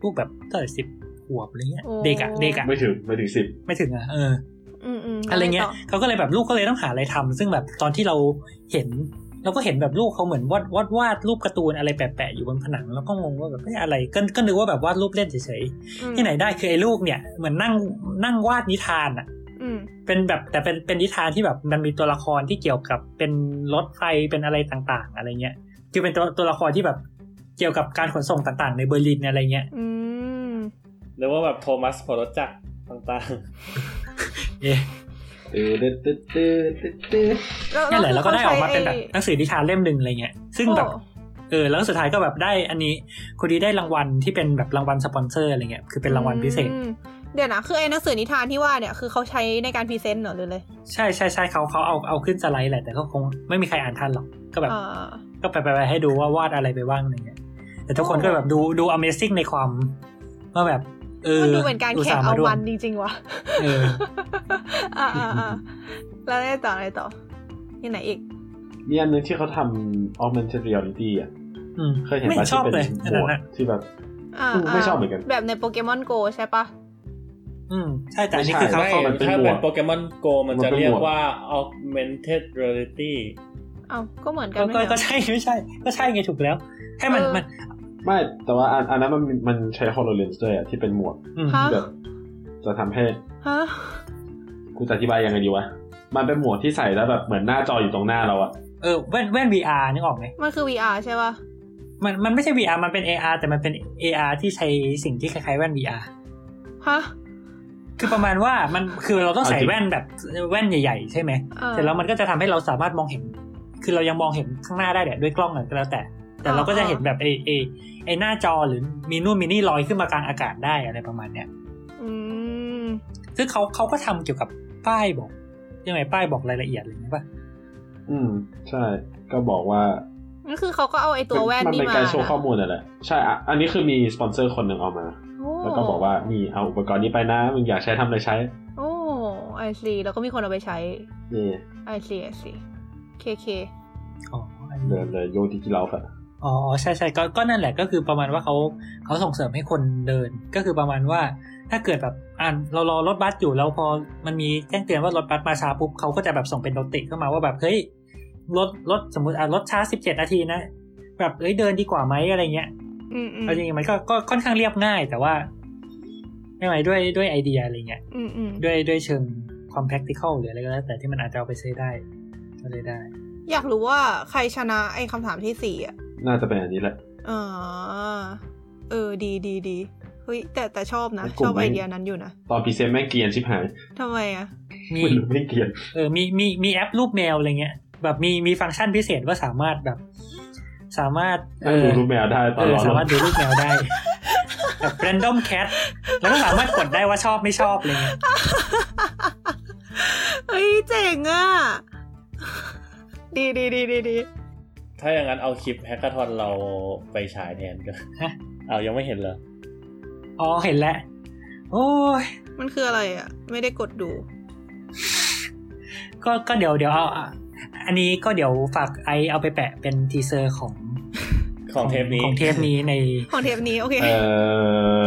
S2: พวกแบบเท่าไหร่สิบขวบอะไรเงี้ย
S1: โอ้
S2: เด็กอะเด็กอะ
S3: ไม่ถึงไม่ถึงสิบ
S2: ไม่ถึงอะเออ
S1: อืมอืม
S2: อะไรเงี้ย
S1: ต่
S2: เขาก็เลยแบบลูกก็เลยต้องหาอะไรทำซึ่งแบบตอนที่เราเห็นเราก็เห็นแบบลูกเขาเหมือนวาดวาดวาดรูปการ์ตูนอะไรแปะๆอยู่บนผนังแล้วก็งงว่าแบบเอ๊ะอะไรก็ก็นึกว่าแบบวาดรูปเล่นเฉย
S1: อืม
S2: ๆที่ไหนได้คือไอ้ลูกเนี่ยเหมือนนั่งนั่งวาดนิทานอ่ะ
S1: อืม
S2: เป็นแบบแต่เป็นเป็นนิทานที่แบบมันมีตัวละครที่เกี่ยวกับเป็นรถไฟเป็นอะไรต่างๆ อะไรเงี้ยคือเป็นตัวตัวละครที่แบบเกี่ยวกับการขนส่งต่างๆ ในเบอร์ลินอะไรเงี้ย
S1: อืม
S5: หรือว่าแบบโทมัสพอรถจักรต่าง
S2: เอ๊ะ
S3: เออเด็ดเด็ดเด็ดเด็ดเด็ด
S2: นี่นแหละแล้วก็ได้ออกมาเป็นแบบ
S1: ไ
S2: หนังสือนิทานเล่มหนึ่งอะไรเงี้ยซึ่งแบบ
S1: โอ้
S2: เออแล้วสุดท้ายก็แบบได้อันนี้คนนี้ได้รางวัลที่เป็นแบบรางวัลสปอนเซอร์อะไรเงี้ยคือเป็นรางวัลพิเศษ
S1: อืมเดี๋ยวนะคือไอ้หนังสือนิทานที่ว่าเนี่ยคือเขาใช้ในการพรีเซนต์เหรอหรือเลย
S2: ใช่ใช่ใช่เขาเขาเอาเอาขึ้นสไลด์แหละแต่ก็คงไม่มีใครอ่านทันหรอก ก็แบบ
S1: อ่า
S2: ก็ไปไปไปให้ดูว่าวาดอะไรไปบ้างอะไรเงี้ยแต่ทุกคนก็แบบดูดู Amazing ในความว่าแบบเออ
S1: มันดูเป็นการ
S2: ต
S1: แข่
S2: ส่
S1: ง
S2: ห์
S1: เอา
S2: ร่ว
S1: วั
S2: ม
S1: นจริง ๆ ว่ะ
S2: เออ
S1: อ่าอ่าอ่าแล้วอะไรต่ออะไรต่อยังไหนอีก
S3: มีอันหนึงที่เขาทำ augmented reality อ่ะ
S2: อืม
S3: เคยเห็น
S2: ไม่
S3: ปะ
S2: ช
S3: ที่
S2: อบ
S3: เป็น
S2: เลย
S3: โห
S2: อัน
S3: ม
S2: นั้น
S3: ด
S2: อะ
S3: ที่แบบ
S1: อ่า
S3: อืมไม่ชอบเหมือนกัน
S1: แบบในโปเกมอนโกใช่ปะ
S2: อืมใช่แต่อันนี้
S3: ไม่
S2: คือ
S3: ใช่
S5: ๆ
S2: เขา
S5: ไม่
S2: เขา
S3: มันเป็น
S5: ถ้า
S3: หมวด
S5: เป็นโปเกมอนโกมัน
S3: มัน
S5: จะ
S3: เป็น
S5: เรีย
S3: ห
S5: ก
S3: มวด
S5: ว่า augmented reality
S1: เอาก็เหมือนกัน
S2: ก็
S1: ไม่
S2: ก็
S1: เหรอ
S2: ก็ใช่ไม่ใช่ ก็ใช่ไงถูกแล้วให้มัน
S1: เออ
S2: มัน
S3: ไม่แต่ว่าอันอันนั้นมันมันใช้ hololens ด้วยอ่ะที่เป็นหมวด
S2: อืม
S1: ฮะ
S3: ที่แบบจะทำให้
S1: ฮะ
S3: กูจะอธิบายยังไงดีวะมันเป็นหมวดที่ใส่แล้วแบบเหมือนหน้าจออยู่ตรงหน้าเราอ่ะ
S2: เออแว่นแว่น VR นึกออกไหม
S1: มันคือ VR ใช่ปะ
S2: มันมันไม่ใช่ VR มันเป็น AR แต่มันเป็น AR ที่ใช้สิ่งที่คล้ายๆแว่น VR
S1: ฮะ
S2: คือประมาณว่ามันคือเราต้องใส่แว่นแบบแว่นใหญ่ๆ ใช่ไหม
S1: อ่า
S2: แต่แล้วมันก็จะทำให้เราสามารถมองเห็น คือเรายังมองเห็นข้างหน้าได้แหละด้วยกล้องอะไรก็แล้วแต่ แต่เราก็จะเห็นแบบไอไอไอหน้าจอหรือมีนู่นมีนี่ลอยขึ้นมากลางอากาศได้อะไรประมาณเนี้ย
S1: อืม
S2: ซึ่งเขาเขาก็ทำเกี่ยวกับป้ายบอกยังไงป้ายบอกรายละเอียดอะไรอย่างเงี้ยป่ะ
S3: อืม ใช่ ก็บอกว่า
S1: นั่นคือเขาก็เอาไอ้ตัวแว่น
S3: มั
S1: นี่
S3: เป็น
S1: มา
S3: การโชว์ข้อ
S1: นะ
S3: มูลนั่นแหละ ใช่อ่ะอันนี้คือมีสปอนเซอร์คนหนึ่งเอามา
S1: โอ้
S3: แล้วก็บอกว่านี่เอาอุปกรณ์นี้ไปนะ มึงอยากใช้ทำอะไรใช้
S1: โอ้ไอซีแล้วก็มีคนเอาไปใช้
S3: นี่
S1: ไอซีไอซีเคเค
S2: อ๋ออัน
S3: เดิ
S2: นี้
S3: นเลยโยนที่กี่เราอะ
S2: อ๋อใช่ใช่ก็ก็นั่นแหละก็คือประมาณว่าเขาเขาส่งเสริมให้คนเดินก็คือประมาณว่า ถ้าเกิดแบบอ่านเรารอรถบัสอยู่แล้วพอมันมีแจ้งเตือนว่ารถบัสมาช้าปุ๊บเขาก็จะแบบส่งเป็นโนติเข้ามาว่าแบบเฮ้ยรถรถสมมติอ่ะรถช้าสิบเจ็ดนาทีนะ แบบเอ้ยเดินดีกว่าไหมอะไรเงี้ย
S1: อืมอืม
S2: เอาจริงๆมันก็ก็ค่อนข้างเรียบง่าย แต่ว่าไม่ไหมด้วยด้วยไอเดียอะไรเงี้ย
S1: อืมอืม
S2: ด้วยด้วยเชิงความ practical หรืออะไรก็แล้วแต่ที่มันอาจจะเอาไปใช้ได้ก็เลยได้
S1: อยากรู้ว่าใครชนะไอ้คำถามที่สี่อ่ะ
S3: น่าจะเป็นอันนี้แหละ
S1: อ่าเออดีดีดีเฮ้ยแต่แต่ชอบนะ
S3: แล้วก
S1: ช
S3: ลุ่ม
S1: อบไอ
S3: ไหน
S1: เดียนั้นอยู่นะ
S3: ตอนพรีเซนต์แม่งเกรียนชิบหาย
S1: ทำไมอ่ะ
S2: มี
S3: ไม่รู้ไม่เกรียน
S2: เออ มี มี มีแอปรูปแมวอะไรเงี้ย แบบมี มีฟังก์ชันพิเศษว่าสามารถแบบ สามารถ เอ
S3: นั่ง
S2: อ
S3: ดูรูปแมวได้ตอ
S2: เอน อ
S3: ร้อน
S2: สามาร
S3: ถ
S2: ถดูรูปแมวได้ แบบ random cat แล้วก็สามารถกดได้ว่าชอบไม่ชอบอะไรเงี้ย
S1: เฮ้ยเจ๋งอ่ะ ดีดีดีดีดี
S5: ถ้าอย่างนั้นเอาคลิปแฮกเกอร์ทอนเราไปฉายแทนก็
S2: ฮะ
S5: เอายังไม่เห็นเหรอ
S2: อ๋อ เห็นแล้ว โอ้ย
S1: มันคืออะไรอ่ะ ไม่ได้กดดู
S2: ก็ ก็เดี๋ยว เดี๋ยวเอาอ่ะอันนี้ก็เดี๋ยวฝากไอเอาไปแปะเป็นทีเซอร์ของ
S5: ของเทปนี้
S2: ของเทปนี้ใน
S1: ของเทปนี้โอเค
S3: เอ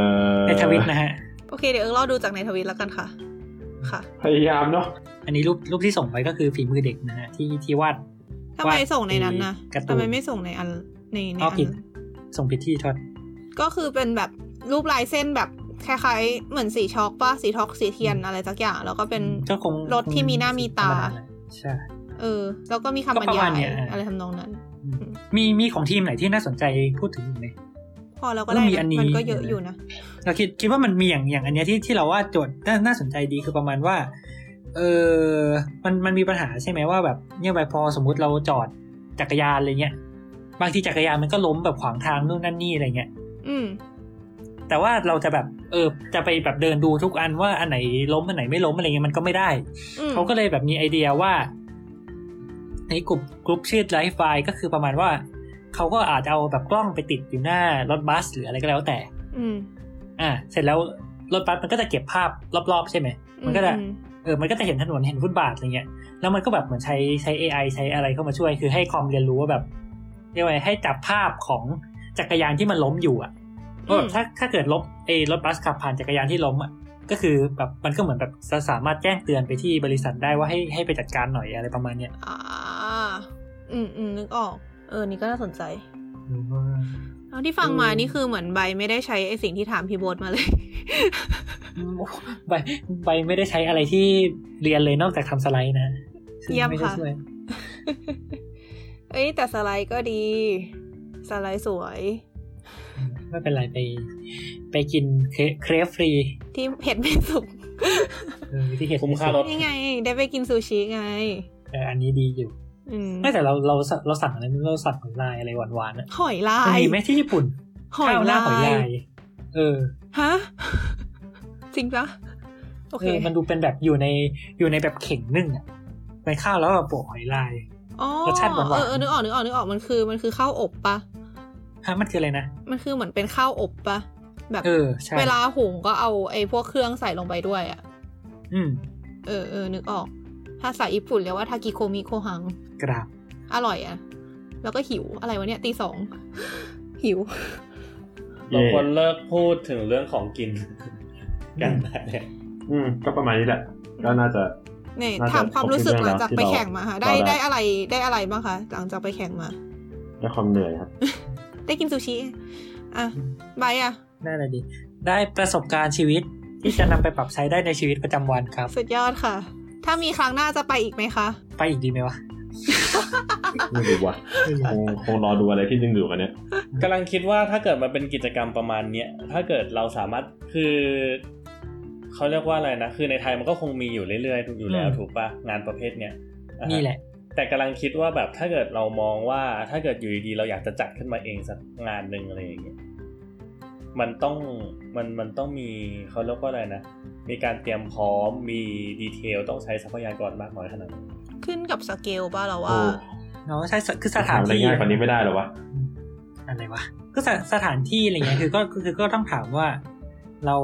S3: อ
S2: ในทวิตนะฮะ
S1: โอเค เดี๋ยวเอิ๊กรอดูจากในทวิตแล้วกันค่ะ ค่ะ
S3: พยายามเนาะ
S2: อันนี้รูป รูปที่ส่งไปก็คือฝีมือเด็กนะฮะ ที่ ที่วาด
S1: ทำไม
S2: วาด
S1: ส่งในนั้นนะ
S2: การ์ตู
S1: ทำ
S2: น
S1: ไมไม่ส่งในอันในใน
S2: อ๋อ
S1: อั
S2: ผิ
S1: น
S2: ด ส่งผิดที่โทอด
S1: ก็คือเป็นแบบรูปลายเส้นแบบคล้ายๆ เหมือนสีช็อกปะสีท็อกสีเทียนอะไรสักอย่าง แล้วก็เป็น
S2: ก็คง
S1: รถที่มีหน้ามีตา
S2: ใช่
S1: เออ แล้วก็มีคำบรร
S2: ก็ป
S1: ยาม
S2: ระาย ณเนี้ย
S1: อะไรทำนองนั้น
S2: มีมีของทีมไหนที่น่าสนใจพูดถึงอีกไหม
S1: พอเราก็
S2: แล้
S1: ได้
S2: วมีอันนี้
S1: นะมันก็เยอะอยู่นะ
S2: เราคิดคิดว่ามันมีอย่างอย่างอันเนี้ยที่ที่เราว่าโจทย์น่าน่าสนใจดีคือประมาณว่า เออมันมันมีปัญหาใช่ไหมว่าแบบเนี่ยไปพอสมมติเราจอดจักรยานอะไรเงี้ยบางทีจักรยานมันก็ล้มแบบขวางทางนู่นนั่นนี่อะไรเงี้ย
S1: อืม
S2: แต่ว่าเราจะแบบเออจะไปแบบเดินดูทุกอันว่าอันไหนล้มอันไหนไม่ล้มอะไรเงี้ยมันก็ไม่ได้
S1: อืม
S2: เขาก็เลยแบบมีไอเดียว่า ในกลุ่มกลุ่มชื่อไลฟ์ไฟก็คือประมาณว่า เขาก็อาจจะเอาแบบกล้องไปติดอยู่หน้ารถบัส หรืออะไรก็แล้วแต่
S1: อืม
S2: อ่า เสร็จแล้วรถบัสมันก็จะเก็บภาพรอบๆ ใช่ไหม มันก็จะ
S1: อื
S2: เออมันก็จะเห็นถนนเห็นฟุตบาทอะไรเงี้ยแล้วมันก็แบบเหมือนใช้ใช้ AI ใช้อะไรเข้ามาช่วย คือให้คอมเรียนรู้ว่าแบบเรียกว่าไงให้จับภาพของ จักรยานที่มันล้มอยู่อ่ะ
S1: อื
S2: ก็
S1: ม
S2: แบบถ้าถ้าเกิดรถเอยรถบัสขับผ่านจักรยานที่ล้มอ่ะก็คือแบบมันก็เหมือนแบบจะสามารถแจ้งเตือนไปที่บริษัทได้ว่าให้ให้ไปจัดการหน่อยอะไรประมาณเนี้ย
S1: อ่าอืมอืมนึกออก เออ นี่ก็น่าสนใจเอาที่ฟังมานี่คือเหมือนใบไม่ได้ใช้ไอสิ่งที่ถามพี่โบทมาเลย
S2: อืมใบใบ ไม่ได้ใช้อะไรที่เรียนเลยนอกจากทำสไลด์นะซึ่ง
S1: เยี่ยม
S2: ไได้
S1: ค่ะ
S2: ช่วย
S1: เอ้ยแต่สไลด์ก็ดี สไลด์สวย
S2: อืมไม่เป็นไรไป ไปกินเคเครฟฟรี
S1: ที่เห็ดไม่สุก
S2: เออที่เห็น
S5: คุ้มค่ารถ
S1: นี่ไง ได้ไปกินซูชิไง
S2: เอออันนี้ดีอยู่
S1: อืม
S2: ไม่แต่เราเราสั่งเราสั่งอะไรไม่รู้เราสั่งของลายอะไรหวานๆอะ
S1: หอยลา
S2: มัน
S1: ย
S2: มีไหมที่ญี่ปุ่น
S1: หอย
S2: ข้าวหน้า
S1: ลา
S2: หอย
S1: ย
S2: ลายเออ
S1: ฮะ จริงปะโอเค
S2: เออ มันดูเป็นแบบอยู่ในอยู่ในแบบเข่งนึ่งอะในข้าวแล้วแบบโปะหอยลาย
S1: อ๋อ
S2: รสชาติหวานๆ
S1: เออเออนึกออกนึกออกนึกออกมันคือมันคือข้าวอบปะ
S2: ฮะมันคืออะไรนะ
S1: มันคือเหมือนเป็นข้าวอบปะแบบ
S2: เออ ใช่
S1: เวลาหุงก็เอาไอ้พวกเครื่องใส่ลงไปด้วยอะ
S2: อืม
S1: เออเออนึกออก ภาษาญี่ปุ่นเรียกว่าทากิโคมิโคหัง
S2: กราบ
S1: อร่อยอะแล้วก็หิวอะไรวะเนี่ยตีสอง หิว
S5: เราควรเลิกพูดถึงเรื่องของกิน กันได้
S3: อืม ก็ประมาณนี้แหละ ก็น่าจะ
S1: เนี่ย
S3: น่าจะ
S1: ถามความรู้สึกหลังจากไปแข่งมาค่ะ
S3: ที่
S1: ได้
S3: เราได้
S1: ได้อะไรได้อะไรบ้างคะหลังจากไปแข่งมา
S3: ได้ความเหนื่อยครับ
S1: ได้กินซูชิอ่ะใบอ่ะ
S2: น่าจะดี ได้ประสบการณ์ชีวิตที่จะนำไปปรับใช้ได้ในชีวิตประจำวันครับ
S1: สุดยอดค่ะ ถ้ามีครั้งหน้าจะไปอีกไหมคะ
S2: ไปอีกดีไหมวะ
S3: ไม่รู้ว่ะคงคงรอดูอะไรที่ดึงดูดกันเนี่ย
S5: กำลังคิดว่าถ้าเกิดมันเป็นกิจกรรมประมาณเนี้ยถ้าเกิดเราสามารถคือเขาเรียกว่าอะไรนะคือในไทยมันก็คงมีอยู่เรื่อยๆอยู่แล้ว
S2: อืม
S5: ถูกปะงานประเภทเนี้ยอ่าฮ
S2: นี่แหละ
S5: แต่กำลังคิดว่าแบบถ้าเกิดเรามองว่าถ้าเกิดอยู่ดีๆเราอยากจะจัดขึ้นมาเองสักงานหนึ่งอะไรอย่างเงี้ยมันต้องมันมันต้องมีเขาเรียกว่าอะไรนะมีการเตรียมพร้อมมีดีเทลต้องใช้ทรัพยากรมากน้อยขนาดไหน
S1: ขึ้นกับสเกลป่ะเรา
S3: โอ้
S1: ว่า
S2: เราใช้สคือสถาน
S3: อะไร
S2: ที่
S3: ง่ายกว่านี้ไม่ได้หรอวะ
S2: อะไรวะก็สถสถานที่อะไรเงี้ยคือก็ก็คือก็ต้องถามว่าเรา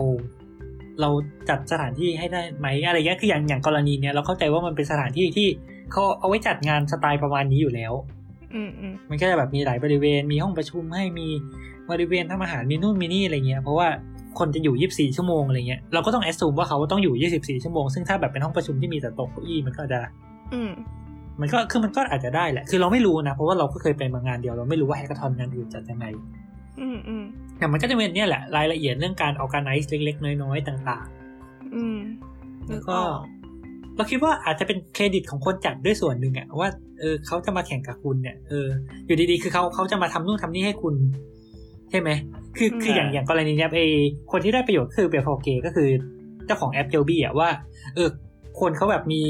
S2: เราจัดสถานที่ให้ได้ไหมอะไรเงี้ยคืออย่างอย่างกรณีเนี้ยเราเข้าใจว่ามันเป็นสถานที่ที่เขาเอาไว้จัดงานสไตล์ประมาณนี้อยู่แล้ว
S1: อืมอืม
S2: มันก็จะแบบมีหลายบริเวณมีห้องประชุมให้มีบริเวณทำอาหารมีนู่นมีนี่อะไรเงี้ยเพราะว่าคนจะอยู่ 24 ชั่วโมงอะไรเงี้ยเราก็ต้องแอสซูมว่าเขาต้องอยู่ 24 ชั่วโมงซึ่งถ้าแบบเป็นห้องประชุมที่มีแต่โต๊ะเก้าอี้มันก็อาจจะ
S1: อืม
S2: มันก็คือมันก็อาจจะได้แหละคือเราไม่รู้นะเพราะว่าเราก็เคยไปมางานเดียวเราไม่รู้ว่าแฮกเกอร์ทอนงานอื่นจัดยังไง
S1: อืมอืม
S2: แต่มันก็จะเป็นเนี่ยแหละรายละเอียดเรื่องการออแกไนซ์เล็ก ๆ น้อย ๆ ต่าง
S1: อืม
S2: ๆ
S1: นึ
S2: แล้ว
S1: กอ
S2: ก็
S1: อก
S2: เราคิดว่าอาจจะเป็นเครดิตของคนจัดด้วยส่วนหนึ่งอะว่าเออเขาจะมาแข่งกับคุณเนี่ยเอออยู่ดีๆ คือเขาเขาจะมาทำนู่นทำนี่ให้คุณ ใช่ไหมคือคืออย่าง
S5: อืม
S2: อย่างกรณีเนี้ยไอคนที่ได้ประโยชน์คือเบียร์ฟอเกก็คือเจ้าของแอปเกลบี้อะว่าเออคนเขาแบบมี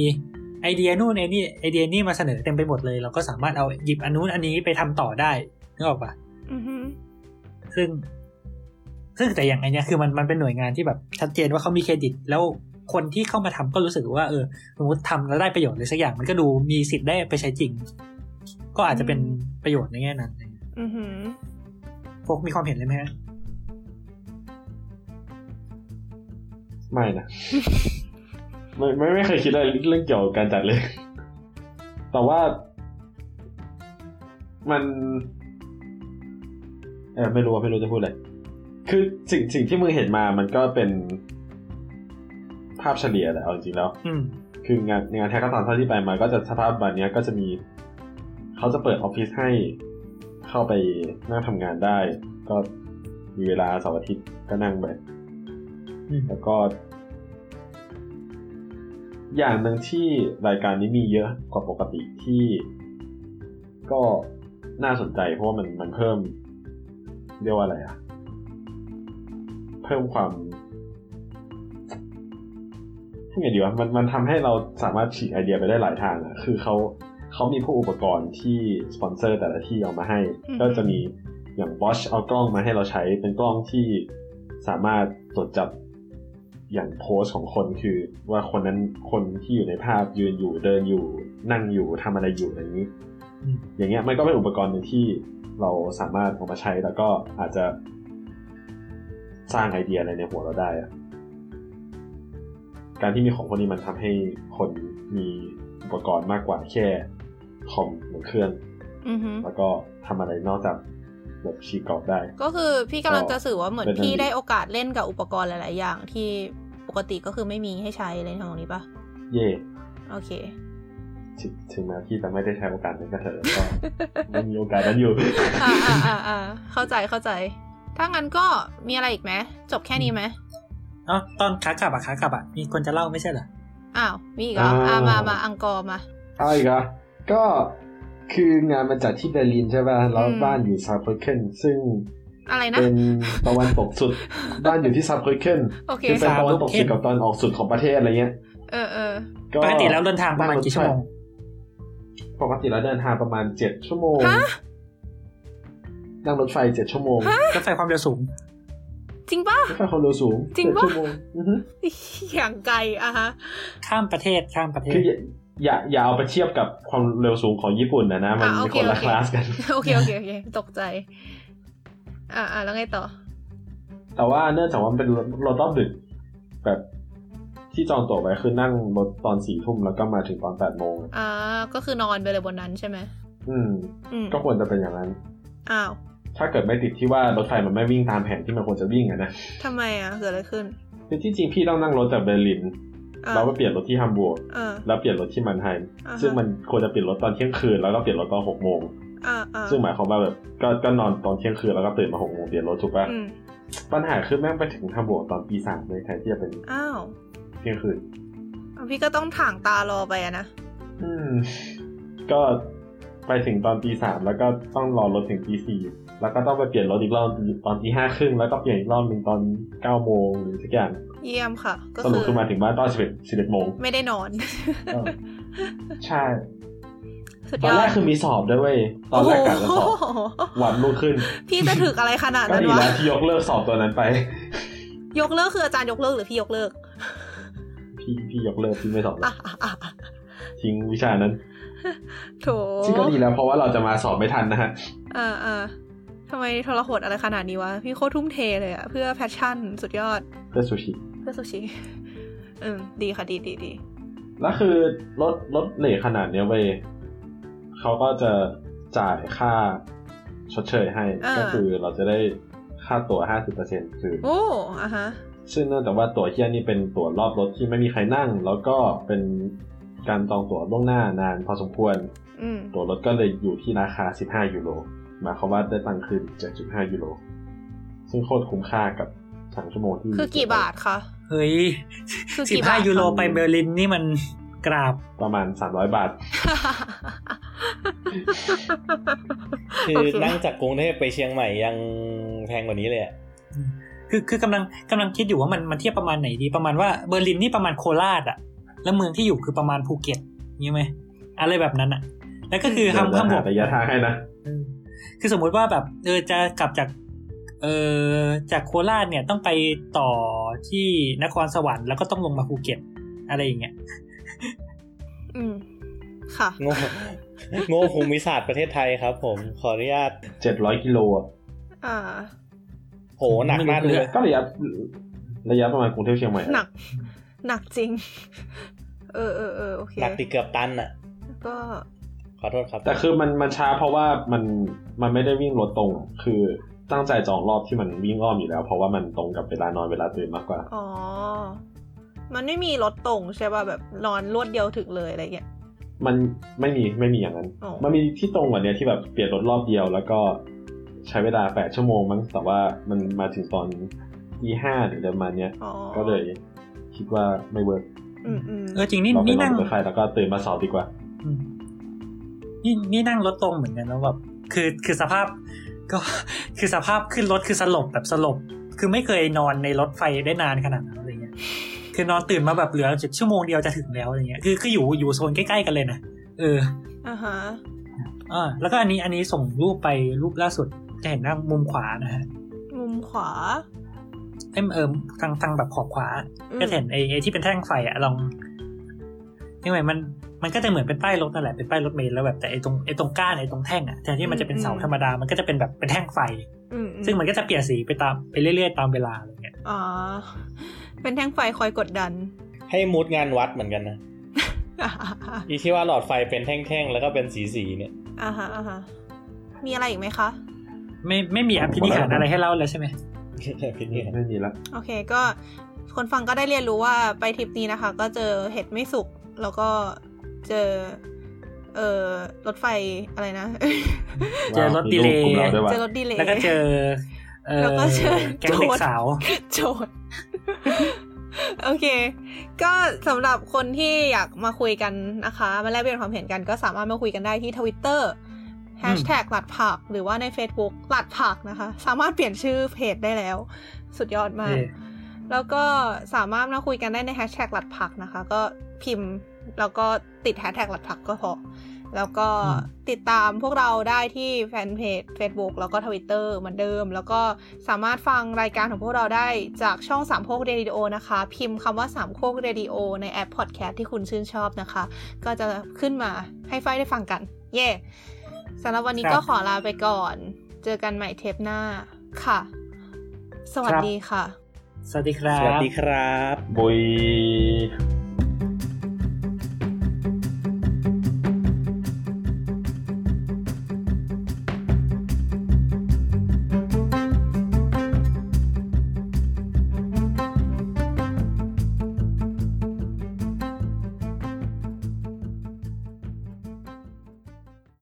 S2: ไอเดียนู่นไอนี่ไอเดียนี่มาเสนอเต็มไปหมดเลย เราก็สามารถเอาหยิบอันนู้นอันนี้ไปทำต่อได้นึกออกปะ
S1: อือฮึ
S2: ซึ่ง ซึ่งแต่อย่างไอเนี้ยคือมันมันเป็นหน่วยงานที่แบบชัดเจนว่าเขามีเครดิต แล้วคนที่เข้ามาทำก็รู้สึกว่าเออสมมติทำแล้วได้ประโยชน์เลยสักอย่างมันก็ดูมีสิทธิ์ได้ไปใช้จริง ก็อาจจะเป็นประโยชน์ในแง่นั้น
S1: อือฮึ
S2: พวกมีความเห็นเลยไหมฮะ
S3: ไม่นะ ไม่ไม่ไม่เคยคิดอะไรเรื่องเกี่ยวกับการจัดเลย แต่ว่า มันเออไม่รู้ว่าไม่รู้จะพูดอะไร คือสิ่งสิ่งที่มึงเห็นมามันก็เป็นภาพเฉลี่ยแหละเอาจริงๆแล้ว
S2: อืม
S3: คืองานงานแฮกเกอร์ตอนเท่าที่ไปมาก็จะสภาพแบบเนี้ยก็จะมี เขาจะเปิดออฟฟิศให้เข้าไปนั่งทำงานได้ ก็มีเวลาเสาร์อาทิตย์ก็นั่งไป
S2: อืม
S3: แล้วก็ อย่างหนึ่งที่รายการนี้มีเยอะกว่าปกติที่ก็น่าสนใจ เพราะว่ามันมันเพิ่ม เรียกว่าอะไรอะเพิ่มความทำไงดีวะมันมันทำให้เราสามารถฉีกไอเดียไปได้หลายทางอะคือเขาเขามีพวกอุปกรณ์ที่สปอนเซอร์แต่ละที่เอามาให้ ก็จะมีอย่าง Bosch เอากล้องมาให้เราใช้เป็นกล้องที่สามารถตรวจจับอย่างโพสของคนคือ ว่าคนนั้นคนที่อยู่ในภาพยืนอยู่เดินอยู่นั่งอยู่ทำอะไรอยู่อะไรอย่างนี้
S2: อืม
S3: อย่างเงี้ยมันก็เป็นอุปกรณ์หนึ่งที่เราสามารถเอามาใช้แล้วก็อาจจะสร้างไอเดียอะไรในหัวเราได้อะการที่มีของพวกนี้มันทำให้คนมีอุปกรณ์มากกว่าแค่คอมหรือเครื่อง
S1: อือฮึ
S3: แล้วก็ทำอะไรนอกจาก แบบชีกรอบได้
S1: ก็คือพี่กำลังจะสื่อว่าเหมือน
S3: เป็นเรื่อง
S1: พี่
S3: ดี
S1: ได้โอกาสเล่นกับอุปกรณ์หลาย ๆ อย่างที่ปกติก็คือไม่มีให้ใช้เลยทางนี้ปะ
S3: เย่
S1: โอเค
S3: ถึงถึงแม้พี่จะไม่ได้ใช้โอกาสนั้นก็เถอะก็มันมีโอกาสนั้นอยู่
S1: อ่าอ่าอ่าอ่าเข้าใจเข้าใจ ถ้างั้นก็มีอะไรอีกไหมจบแค่นี้ไหม
S2: เอ้าตอนขากลับอะขากลับอะมีคนจะเล่าไม่ใช่เหรอ
S1: อ้าวมีอีกเหรออ่า
S3: อ่าม
S1: มามาอังกอร์มา
S3: เอาอีกเหรอก็คืองานมันจัดที่เบอร์ลินใช่ป่ะแล้ว
S1: อืม
S3: บ้านอยู่ซาร์เคิ n ซึ่ง
S1: อะไรนะ
S3: เป็นตะวันตกสุด บ้านอยู่ที่ซาร์เคิ n
S1: โอเค
S3: คือเป็นตะวันตกสุดกับตอนออกสุดของประเทศอะไรเงี้ย
S1: เออเออ
S3: ก็
S2: ปกติแล้วเดินทางประมาณกี่ชั่วโมง
S3: ปกติแล้วเดินทางประมาณเจ็ดชั่วโมง
S1: ฮะ
S3: นั่งรถไฟเจ็ดชั่วโมง
S2: รถไฟความเร็วสูง
S1: จริงปะ
S3: รถไฟความเร็วสูง
S1: จริงปะ
S3: เจ็ดชั่วโมงอือฮึ
S1: อย่างไกลอะฮะ
S2: ข้ามประเทศข้ามประเทศ
S3: คืออย่าอย่าอย่าเอาไปเทียบกับความเร็วสูงของญี่ปุ่นนะนะ มัน
S1: อ่ะโอเค
S3: คนละ
S1: โอเค
S3: คลาสกัน
S1: โอเคโอเคโอเคตกใจ อ่าอ่าแล้วไงต่อ
S3: แต่ว่าเนื่องจากว่ามันเป็นรถรอบดึกแบบที่จองตั๋วไว้คือนั่งรถตอนสี่ทุ่มแล้วก็มาถึงตอนแปดโมง
S1: อ่า ก็คือนอนไปเลยบนนั้นใช่ไหม
S3: อืม
S1: อืม
S3: ก็ควรจะเป็นอย่างนั้น
S1: อ้าว
S3: ถ้าเกิดไม่ติดที่ว่ารถไฟมันไม่วิ่งตามแผนที่มันควรจะวิ่งอะนะ
S1: ทำไมอ่ะเกิดอะไรขึ้น
S3: คือที่จริงพี่ต้องนั่งรถจากเบอร์ลิน
S1: อ่า
S3: แล้วไปเปลี่ยนรถที่ฮัมบูร์ก
S1: เออ
S3: แล้วเปลี่ยนรถที่มันไฮม์
S1: อ่าฮะ
S3: ซึ่งมันควรจะเปลี่ยนรถตอนเที่ยงคืนแล้วก็เปลี่ยนรถตอนหกโมง
S1: อ่าอ่า
S3: ซึ่งหมายความว่าแบบก็ก็นอนตอนเที่ยงคืนแล้วก็ตื่นมาหกโมงเปลี่ยนรถถูกปะ
S1: อืม
S3: ปัญหาคือแม่งไปถึงฮัมบูร์กตอนปีสามเลยแทนที่จะเป็น
S1: อ้าว
S3: เที่ยงคืน
S1: พี่ก็ต้องถ่างตารอไปอะนะ
S3: อืมก็ไปถึงตอนตีสามแล้วก็ต้องรอรถถึงตีสี่แล้วก็ต้องไปเปลี่ยนรถอีกรอบตอนตีห้าครึ่งแล้วก็เปลี่ยนอีกรอบหนึ่งตอนเก้าโมงหรือสักอย่าง
S1: เยี่ยมค่ะ ก็
S3: สรุปคือมาถึงบ้านตอนสิบเอ็ดสิบเอ็ดโมง
S1: ไม่ได้นอน
S3: ใช่
S1: สุด
S3: ต
S1: ย
S3: อน
S1: อ
S3: แร
S1: ด
S3: กคือมีสอบด้วยเวยตอนแรกกะจะสอบ
S1: โโห
S3: วันรุ่งขึ้น
S1: พี่จะถึกอะไรขนาด
S3: ก็
S1: นั้น
S3: ดี
S1: วะ
S3: แล้วที่ยกเลิกสอบตัวนั้นไป
S1: ยกเลิกคืออาจารย์ยกเลิกหรือพี่ยกเลิก
S3: พี่พี่ยกเลิกพี่ไม่สอบแล้
S1: อ่ะ
S3: ว
S1: อ่ะอ่ะอ่ะ
S3: ทิ้งวิชานั้น
S1: โถ
S3: ซึ่งก็ดีแล้วเพราะว่าเราจะมาสอบไม่ทันนะฮะ
S1: อ่าอ่าทำไมทรหดอะไรขนาดนี้วะพี่โคตรทุ่มเทเลยอะเพื่อแพชชั่นสุดยอด
S3: เพื่อซูชิ
S1: เพื่อซูชิ อืม ดีค่ะ ดีดีดี
S3: แล้วคือรถรถเหล่ขนาดเนี้ยเว้ยเขาก็จะจ่ายค่าชดเชยให้
S1: า
S3: ก็คือเราจะได้ค่าตั๋ว 50%คือ
S1: โอ้อ่ะฮะ
S3: ซึ่งเนื่องจากว่าตั๋วเที่ยนี่เป็นตั๋วรอบรถที่ไม่มีใครนั่ง แล้วก็เป็นการจองตั๋วล่วงหน้านานพอสมควร
S1: อืม
S3: ตั๋วรถก็เลยอยู่ที่ราคา 15 ยูโรหมายความว่าได้ตังค์คืน7.5 ยูโร ซึ่งโคตรคุ้มค่ากับสามชั่วโมงที่
S1: คือกี่บาทคะ
S2: เฮ้ย
S1: คือ
S2: สิบ
S1: กี่
S2: ห้า
S1: บาท
S2: ยูโรไปเบอร์ลินนี่มันกราบ
S3: ประมาณ 300 บาท
S4: คื
S1: โอ
S4: อ
S1: เค
S4: นั่งจากกรุงเทพไปเชียงใหม่ยังแพงกว่านี้เลย อะ
S2: คือคือกำลังกำลังคิดอยู่ว่ามันมันเทียบประมาณไหนดีประมาณว่าเบอร์ลินนี่ประมาณโคราชอะแล้วเมืองที่อยู่คือประมาณภูเก็ตงี้ไหมอะไรแบบนั้นอะแล้วก็คือ
S3: เดี๋ย
S2: คำ
S3: วจะ
S2: คำบ
S3: หา
S2: อก
S3: ระยะทางให้นะ
S2: เออคือสมมุติว่าแบบเออจะกลับจากเออจากโคราชเนี่ยต้องไปต่อที่นครสวรรค์แล้วก็ต้องลงมาภูเก็ต อะไรอย่างเงี้ย
S1: อืม ค่ะ
S4: โง่โง่ภูมิศาสตร์ประเทศไทยครับ ผมขออนุญาต
S3: 700 กิโลอะ
S1: อ่า
S4: โหหนักมากเลย
S3: ก็ระยะระยะประมาณกรุงเทพเชียงใหม่อะ
S1: หนัก หนักจริง เออเออเออโอเค
S4: หนักติดเกือบตันอะ
S1: ก็
S4: ขอโทษครับ
S3: แต่คือมันมันช้าเพราะว่ามันมันไม่ได้วิ่งรถตรงอะคือตั้งใจจองรอบที่มันวิ่งอ้อมอยู่แล้ว เพราะว่ามันตรงกับเวลานอนเวลาตื่นมากกว่า
S1: อ๋อ มันไม่มีรถตรงใช่ป่ะ แบบนอนรวดเดียวถึงเลยอะไรเงี้ย
S3: มันไม่มีไม่มีอย่างนั้น
S1: อ๋อ
S3: มันมีที่ตรงกว่าเนี้ยที่แบบเปลี่ยนรถรอบเดียว แล้วก็ใช้เวลาแปดชั่วโมงมั้งแต่ว่ามันมาถึงตอนตีห้าหรือประมาณเนี้ย
S1: อ๋อ
S3: ก็เลยคิดว่าไม่เวิร์ก
S1: อืมอืม
S2: เออจริงนี่
S3: เราไป
S2: นี่
S3: นอ
S2: นั่
S3: น
S2: ง
S3: รถไฟแล้วก็ตื่นมาสอบดีกว่า
S2: อืมนี่นี่นั่งรถตรงเหมือนกันนะแบบคือคือสภาพ ก็ คือสภาพขึ้นรถคือสลบแบบสลบ คือไม่เคยนอนในรถไฟได้นานขนาดนั้นอะไรเงี้ยคือนอนตื่นมาแบบเหลือเจ็ดชั่วโมงเดียวจะถึงแล้วอะไรเงี้ยคือคืออยู่อยู่โซนใกล้ๆกันเลยนะเออ
S1: อ่าฮะ
S2: อ่าแล้วก็อันนี้อันนี้ส่งรูปไปรูปล่าสุดจะเห็นหน้ามุมขวานะฮะ
S1: มุมขวา
S2: เอ้ยเออทางทางแบบขอบขวา
S1: อืม
S2: ก็จะเห็นไอ้ไอ้ที่เป็นแท่งไฟอะลองยังไงมันมันก็จะเหมือนเป็นป้ายรถนั่นแหละเป็นป้ายรถเมล์แล้วแบบแต่ไอ้ตรงไอ้ตรงก้านไอ้ตรงแท่งอะแทนที่มันจะเป็นเสาธรรมดามันก็จะเป็นแบบเป็นแท่งไฟ
S1: อืมอืม
S2: ซึ่งมันก็จะเปลี่ยนสีไปตามไปเรื่อยๆตามเวลาอะไรเงี้ย
S1: อ๋อ เป็นแท่งไฟคอยกดดัน
S4: ให้มูดงานวัดเหมือนกันนะอีที่ ว่าหลอดไฟเป็นแท่งๆแล้วก็เป็นสีๆเนี่ย
S1: อ่าฮะอ่าฮะมีอะไรอีกไหมคะ
S2: ไม่ไม่มีอภินิหารอะไรให้เล่าแล้วใช่ไหม
S4: พินี่
S3: ไม่มีละ
S1: โอเคก็คนฟังก็ได้เรียนรู้ว่าไปทริปนี้นะคะ ก็เจอเห็ดไม่สุก แล้วก็เจอ เอ่อรถไฟอะไร นะ
S2: เจอรถดีเลย์
S3: มีปกลุ่มเราด้วยว่ะ
S1: เจอรถดีเลย
S2: แล้วก็เจอเอ่อ
S1: แล้วก็เจอ
S2: แก๊งเด็กสาว
S1: โจทย์ โอเค ก็สำหรับคนที่อยากมาคุยกันนะคะ มาแลกเปลี่ยนความเห็นกันก็สามารถมาคุยกันได้ที่ทวิตเตอร์
S2: อื
S1: แฮ
S2: ม
S1: ชแท็กหลัดผักหรือว่าใน Facebook หลัดผักนะคะ สามารถเปลี่ยนชื่อเพจได้แล้ว สุดยอดมาก
S2: เออ
S1: แล้วก็สามารถมาคุยกันได้ในแฮชแท็กหลัดผักนะคะ ก็พิมพ์แล้วก็ติดแฮชแท็กหลัดผักก็พอ แล้วก็
S2: อืม
S1: ติดตามพวกเราได้ที่แฟนเพจ Facebook แล้วก็ Twitter เหมือนเดิม แล้วก็สามารถฟังรายการของพวกเราได้จากช่องสามโคกเรดิโอนะคะ พิมพ์คำว่าสามโคกเรดิโอในแอปพอดแคสต์ที่คุณชื่นชอบนะคะ ก็จะขึ้นมาให้ไฟได้ฟังกัน เย่สำหรับวันนี้ก็
S2: ครับ
S1: ขอลาไปก่อน เจอกันใหม่เทปหน้าค่ะ สวัส
S2: ครับ
S1: ดีค่ะ
S2: สวัสดีครั
S4: สวัส
S2: บ
S4: ดีครับ
S3: บุย